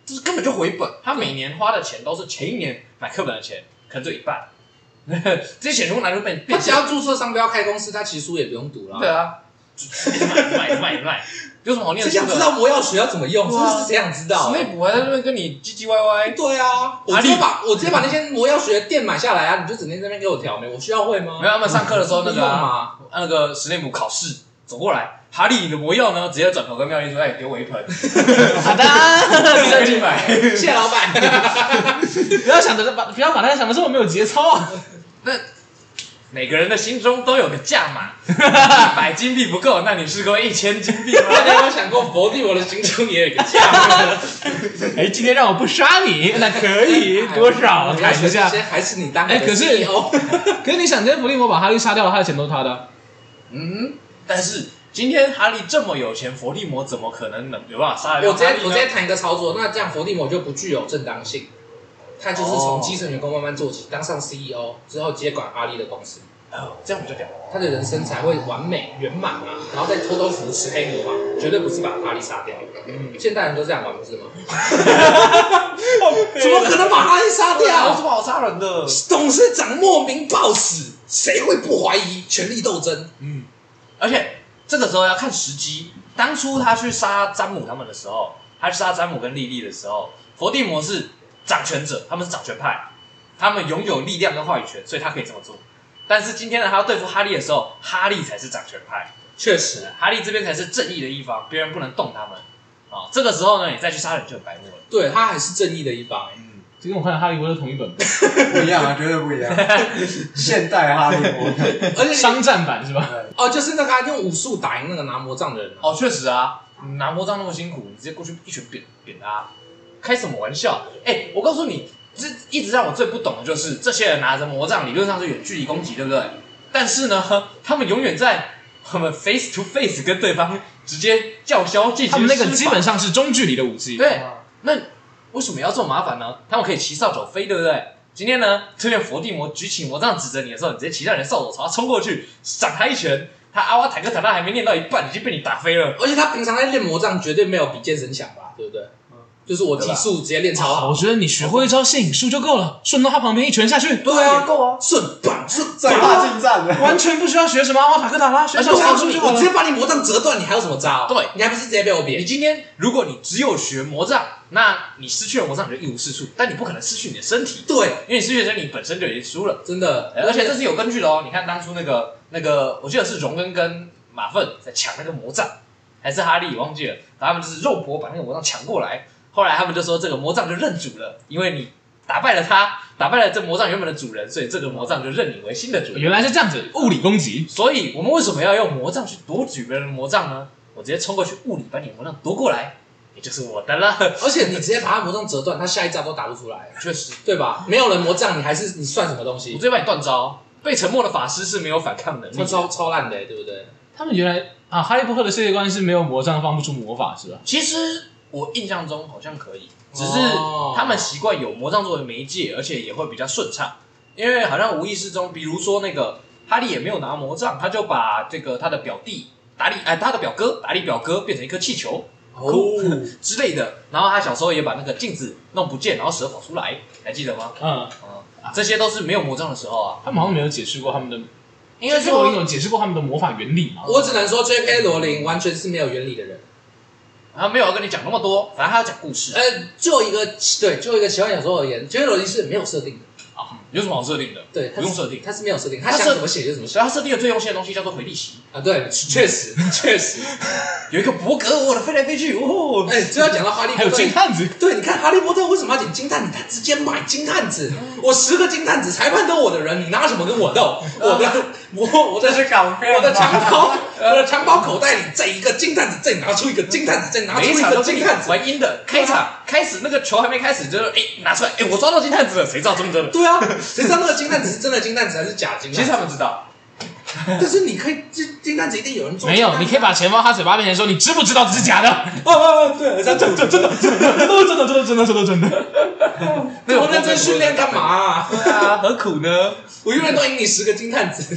[SPEAKER 2] 就是根本就回本。他每年花的钱都是前一年买课本的钱，可能就一半。 [laughs] 这些钱全部拿去变
[SPEAKER 1] 他
[SPEAKER 2] 变
[SPEAKER 1] 只要注册商标开公司，他其实书也不用读
[SPEAKER 2] 对
[SPEAKER 1] 了。
[SPEAKER 2] 啊， [laughs] 卖卖卖卖，有什么好念
[SPEAKER 1] 这
[SPEAKER 2] 的书
[SPEAKER 1] 想
[SPEAKER 2] 的？
[SPEAKER 1] 知道魔药学要怎么用，
[SPEAKER 2] 对啊
[SPEAKER 1] 这是谁想知道
[SPEAKER 2] 史？内普还在那边跟你唧唧歪歪，
[SPEAKER 1] 对啊，我
[SPEAKER 2] 哪
[SPEAKER 1] 直
[SPEAKER 2] 里
[SPEAKER 1] 接把我直接把那些魔药学的店买下来啊！你就整天在那边给我挑眉，我需要会吗
[SPEAKER 2] 没？有他们上课的时候那
[SPEAKER 1] 不
[SPEAKER 2] 个
[SPEAKER 1] 用
[SPEAKER 2] 啊、
[SPEAKER 1] 吗？
[SPEAKER 2] 那个史内普考试走过来，哈利你的魔药呢？直接转头跟妙丽说：“哎，给我一盆，
[SPEAKER 4] 好的，
[SPEAKER 2] 你再去买。” [laughs]
[SPEAKER 1] 谢谢老板。
[SPEAKER 4] 不要想着把不要把它想的这么没有节操啊！
[SPEAKER 2] 每个人的心中都有个价码，一百金币不够，那你试过一千金币吗？ [laughs]
[SPEAKER 1] 大家有没有想过伏地魔的心中也有一个价吗？
[SPEAKER 4] [laughs] 哎，今天让我不杀你，那可 [laughs] 以多少
[SPEAKER 1] 哎你要
[SPEAKER 4] 砍
[SPEAKER 1] 学
[SPEAKER 4] 一
[SPEAKER 1] 这
[SPEAKER 4] 下？
[SPEAKER 1] 些还是你 E 当
[SPEAKER 4] 哎可是
[SPEAKER 1] CEO
[SPEAKER 4] [laughs] 可是你想，今天伏地魔把哈利杀掉了，他的钱都是他的啊。
[SPEAKER 2] 嗯，但是今天哈利这么有钱，伏地魔怎么可能能有办法杀得
[SPEAKER 1] 我
[SPEAKER 2] 了
[SPEAKER 1] 直接
[SPEAKER 2] 哈利
[SPEAKER 1] 我
[SPEAKER 2] 呢
[SPEAKER 1] 直接谈一个操作，那这样伏地魔就不具有正当性，他就是从基层员工慢慢做起，当上 CEO 之后接管哈利的公司，
[SPEAKER 2] 哦这样比较屌。
[SPEAKER 1] 他的人生才会完美圆满啊，然后再偷偷扶持黑魔嘛，绝对不是把哈利杀掉。现代人都这样玩不是吗？
[SPEAKER 2] 啊
[SPEAKER 1] 怎么可能把哈利杀
[SPEAKER 2] 对啊，有什
[SPEAKER 1] 掉？
[SPEAKER 2] 么好杀人的？
[SPEAKER 1] 董事长莫名暴死，谁会不怀疑权力斗争？
[SPEAKER 2] 而且这个时候要看时机。当初他去杀詹姆他们的时候，他去杀詹姆跟莉莉的时候，伏地魔是掌权者，他们是掌权派，他们拥有力量跟话语权，所以他可以这么做。但是今天呢，他要对付哈利的时候，哈利才是掌权派，
[SPEAKER 1] 确实，
[SPEAKER 2] 哈利这边才是正义的一方，别人不能动他们。啊、这个时候呢，你再去杀人就很白目了。
[SPEAKER 1] 对他还是正义的一方、欸。
[SPEAKER 4] 这跟我看《哈利波特》同一本，
[SPEAKER 3] 嗯不一样啊，绝对不一 [laughs] 样。现代哈利波 [laughs] 特，
[SPEAKER 1] 而且
[SPEAKER 4] 商战版是吧？
[SPEAKER 1] 哦，就是那个啊、用武术打赢那个拿魔杖的人、啊。
[SPEAKER 2] 哦，确实啊，你拿魔杖那么辛苦，你直接过去一拳扁扁他，开什么玩笑？哎、我告诉你，这一直让我最不懂的就是这些人拿着魔杖，理论上是远距离攻击，对不对？但是呢，他们永远在我们 face to face 跟对方直接叫嚣进行
[SPEAKER 4] 他们那个
[SPEAKER 2] 施法
[SPEAKER 4] 基本上是中距离的武器，
[SPEAKER 2] 对，那为什么要这么麻烦呢？他们可以骑扫帚飞，对不对？今天呢，这边伏地魔举起魔杖指着你的时候，你直接骑上你的扫帚朝他冲过去，赏他一拳，他阿瓦坦克坦克还没练到一半，已经被你打飞了。
[SPEAKER 1] 而且他平常在练魔杖，绝对没有比健身强吧？对不对？
[SPEAKER 2] 嗯
[SPEAKER 1] 就是我技术直接练超
[SPEAKER 4] 好，
[SPEAKER 1] 好
[SPEAKER 4] 我。觉得你学会一招吸引术就够了，顺到他旁边一拳下去，哎
[SPEAKER 1] 对啊，够啊，顺棒顺
[SPEAKER 3] 最怕近战了。
[SPEAKER 4] 完全不需要学什么阿瓦塔克塔拉，学
[SPEAKER 1] 而且
[SPEAKER 4] 小
[SPEAKER 1] 我
[SPEAKER 4] 法
[SPEAKER 1] 告诉
[SPEAKER 4] 术
[SPEAKER 1] 你，
[SPEAKER 4] 就好
[SPEAKER 1] 我
[SPEAKER 4] 了
[SPEAKER 1] 直。接把你魔杖折断，你还有什么招？
[SPEAKER 2] 对
[SPEAKER 1] 你还不是直接被我
[SPEAKER 2] 你
[SPEAKER 1] 扁？
[SPEAKER 2] 今天如果你只有学魔杖，那你失去了魔杖你就一无是处，但你不可能失去你的身体，
[SPEAKER 1] 对，
[SPEAKER 2] 因为你失去了身体你本身就已经输了，
[SPEAKER 1] 真的，
[SPEAKER 2] 而且这是有根据的哦。你看当初那个那个，我记得是荣恩跟马粪在抢那个魔杖，还是哈利忘记了，然后他们就是肉搏把那个魔杖抢过来，后来他们就说这个魔杖就认主了，因为你打败了他，打败了这魔杖原本的主人，所以这个魔杖就认你为新的主人。
[SPEAKER 4] 原来是这样子，物理攻击。
[SPEAKER 2] 所以我们为什么要用魔杖去夺取别人的魔杖呢？我直接冲过去物理把你的魔杖夺过来，你就是我的了。
[SPEAKER 1] 而且你直接把他魔杖折断，他下一招都打不出来，
[SPEAKER 2] [laughs] 确实，
[SPEAKER 1] 对吧？没有人魔杖，你还是你算什么东
[SPEAKER 2] 我
[SPEAKER 1] 西
[SPEAKER 2] 直？接把你断招。被沉默的法师是没有反抗能力
[SPEAKER 1] 他
[SPEAKER 2] 的。
[SPEAKER 1] 超超烂的、欸对不对？
[SPEAKER 4] 他们原来啊，哈利波特的世界观是没有魔杖放不出魔法是吧？
[SPEAKER 2] 其实我印象中好像可以，只是
[SPEAKER 1] 哦
[SPEAKER 2] 他们习惯有魔杖作为媒介，而且也会比较顺畅。因为好像无意识中，比如说那个哈利也没有拿魔杖，他就把这个他的表弟达利，哎，他的表哥达利表哥变成一颗气球，
[SPEAKER 1] 哦，
[SPEAKER 2] [laughs] 之类的。然后他小时候也把那个镜子弄不见，然后蛇跑出来，还记得吗？
[SPEAKER 4] 嗯，
[SPEAKER 2] 嗯，
[SPEAKER 1] 啊
[SPEAKER 2] 这些都是没有魔杖的时候啊。
[SPEAKER 4] 他们好像没有解释过他们的，
[SPEAKER 2] 应该
[SPEAKER 4] 就是我
[SPEAKER 2] 说
[SPEAKER 4] 有解释过他们的魔法原理嘛？
[SPEAKER 1] 我只能说 J.K. 罗琳完全是没有原理的人。
[SPEAKER 2] 他没有要跟你讲那么多，反正他要讲故事啊。
[SPEAKER 1] 呃，就一个对，就一个奇幻小说而言，J.K. 罗琳是没有设定的，
[SPEAKER 2] 有什么好设定的？
[SPEAKER 1] 对，
[SPEAKER 2] 不用设定。
[SPEAKER 1] 他是没有设定，他
[SPEAKER 2] 他设
[SPEAKER 1] 想怎么写就怎么写。
[SPEAKER 2] 所以他设定的最用心的东西叫做回力席，
[SPEAKER 1] 啊，对，确实确实，
[SPEAKER 2] [laughs] 有一个伯格我的飞来飞去哦。
[SPEAKER 1] 哎，这要讲到哈利波
[SPEAKER 4] 还有
[SPEAKER 1] 特，
[SPEAKER 4] 金探子，
[SPEAKER 1] 对，你看哈利波特为什么要剪金探子？他
[SPEAKER 4] 嗯
[SPEAKER 1] 直接买金探子，我十个金探子裁判都我的人，你拿什么跟我斗？我的我我
[SPEAKER 3] 这
[SPEAKER 1] 的
[SPEAKER 3] 是港片
[SPEAKER 1] 我的
[SPEAKER 3] 吗？
[SPEAKER 1] 长袍，
[SPEAKER 4] 嗯
[SPEAKER 1] 我的长袍口袋里这一个金探子，再拿出一个金探子，再拿出
[SPEAKER 2] 每一
[SPEAKER 1] 一
[SPEAKER 2] 场
[SPEAKER 1] 个
[SPEAKER 2] 都是
[SPEAKER 1] 金
[SPEAKER 2] 你
[SPEAKER 1] 探子。啊
[SPEAKER 2] 玩阴的，开场开始那个球还没开始，就是哎、拿出来，哎、我抓到金探子了，谁知道真的？
[SPEAKER 1] 对啊，谁知道那个金探子是真的金探子还是假金
[SPEAKER 2] 其
[SPEAKER 1] 蛋
[SPEAKER 2] 实
[SPEAKER 4] 啊
[SPEAKER 1] 子？
[SPEAKER 2] 他们知道，
[SPEAKER 1] 但是你可以，这金蛋子一定啊有人做。
[SPEAKER 4] 没有，你可以把钱放他嘴巴面前说，你知不知道这是 [laughs] 假的？
[SPEAKER 7] 哦哦哦，对，这样讲真的，
[SPEAKER 4] 真的，真的，真的，真的，真的。
[SPEAKER 1] 那我认真训练干嘛啊？
[SPEAKER 2] 对啊，何苦呢？
[SPEAKER 1] 我永远都赢你十个金探
[SPEAKER 4] [laughs]
[SPEAKER 1] 子，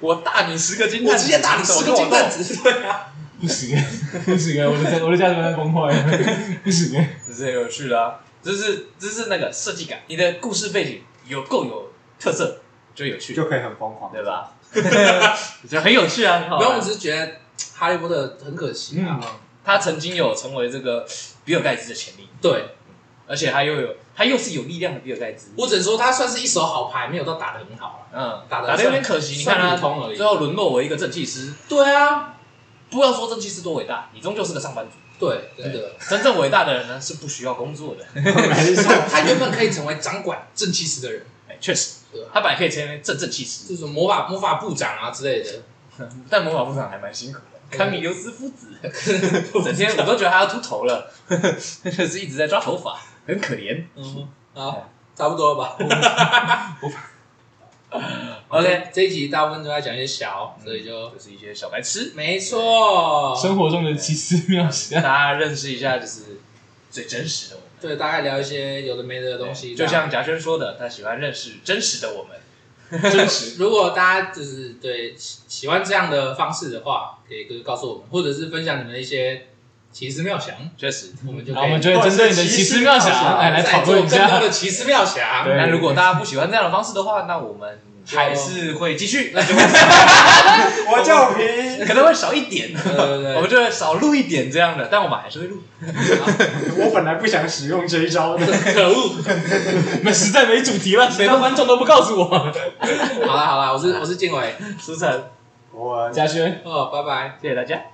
[SPEAKER 2] 我大你十个金
[SPEAKER 1] 我
[SPEAKER 2] 蛋，
[SPEAKER 1] 直接打你十个金蛋，子。对 [laughs] 啊，
[SPEAKER 4] 不行，不行，啊我的价我的价值观崩坏了， [laughs] 不行。啊
[SPEAKER 2] 这是很有趣的啊！这是这是那个设计感，你的故事背景有够有特色，就有趣，
[SPEAKER 3] 就可以很疯狂。
[SPEAKER 2] 对吧？就很有趣 [laughs] 啊！很好
[SPEAKER 1] 然后我
[SPEAKER 2] 玩
[SPEAKER 1] 只是觉得哈利波特很可惜
[SPEAKER 4] 嗯
[SPEAKER 3] 嗯 [laughs]
[SPEAKER 1] 啊。
[SPEAKER 2] 他曾经有成为这个比尔盖茨的潜力，
[SPEAKER 1] 对
[SPEAKER 2] 而且他又有他又是有力量的比尔盖茨，
[SPEAKER 1] 我只能说他算是一手好牌，没有到打得很好啊。
[SPEAKER 2] 嗯，
[SPEAKER 1] 打
[SPEAKER 2] 打
[SPEAKER 1] 得
[SPEAKER 2] 的有点可惜。你看
[SPEAKER 1] 算
[SPEAKER 2] 他
[SPEAKER 1] 普通而已
[SPEAKER 2] 最后沦落为一个正气师，
[SPEAKER 1] 对啊，
[SPEAKER 2] 不要说正气师多伟大，你终究是个上班族。
[SPEAKER 1] 对，真的。
[SPEAKER 2] 真正伟大的人呢，是不需要工作的。
[SPEAKER 1] 他他原本可以成为掌管正气师的人，
[SPEAKER 2] 哎，确实
[SPEAKER 1] 对啊，
[SPEAKER 2] 他本来可以成为正正气
[SPEAKER 1] 就
[SPEAKER 2] 师，
[SPEAKER 1] 是魔法魔法部长啊之类的。
[SPEAKER 2] 但魔法部长还蛮辛苦的。康米留斯夫子，嗯 [laughs] 整天我都觉得他要秃头了， [laughs] 就是一直在抓头发，很可怜。
[SPEAKER 1] 嗯，好，差不多了吧。
[SPEAKER 2] OK，
[SPEAKER 1] 这一集大部分都在讲一些小，所以就
[SPEAKER 2] 就是一些小白 [laughs] 痴，
[SPEAKER 1] 没错。
[SPEAKER 4] 嗯生活中的奇思妙
[SPEAKER 2] 大
[SPEAKER 4] 想，
[SPEAKER 2] 家认识一下，就是最真实的我们。
[SPEAKER 1] 对，大概聊一些有的没的东西。
[SPEAKER 2] 就
[SPEAKER 1] 这样
[SPEAKER 2] 像贾轩说的，他喜欢认识真实的我们。
[SPEAKER 4] 真实。
[SPEAKER 1] 如果大家就是对喜喜欢这样的方式的话，可以就是告诉我们，或者是分享你们的一些奇思妙想，
[SPEAKER 2] [laughs] 确实，
[SPEAKER 1] 我们就
[SPEAKER 4] 然
[SPEAKER 1] 可
[SPEAKER 4] 后我
[SPEAKER 1] 以
[SPEAKER 4] 们就会针对你的奇思妙想，哎，来讨论一
[SPEAKER 1] 再做更
[SPEAKER 4] 下
[SPEAKER 1] 多。的奇思妙想。
[SPEAKER 4] 对
[SPEAKER 2] 那如果大家不喜欢这样的方式的话，那我们还是会继续，那就会
[SPEAKER 3] [laughs] 我叫皮，
[SPEAKER 2] 可能会少一点，
[SPEAKER 1] 对对
[SPEAKER 4] [laughs]
[SPEAKER 1] 对，
[SPEAKER 2] 我们就会少录一点这样的，但我们还是会录。
[SPEAKER 3] [laughs] 我本来不想使用这一招的。
[SPEAKER 1] 可恶。
[SPEAKER 4] [laughs] 那实在没主题了，谁当观众都不告诉
[SPEAKER 2] [laughs]
[SPEAKER 4] 我。
[SPEAKER 1] 好啦好啦，我是我是静伟，
[SPEAKER 2] 苏晨，
[SPEAKER 3] [laughs] 我
[SPEAKER 4] 嘉轩，
[SPEAKER 1] 哦，拜拜。
[SPEAKER 2] 谢谢大家。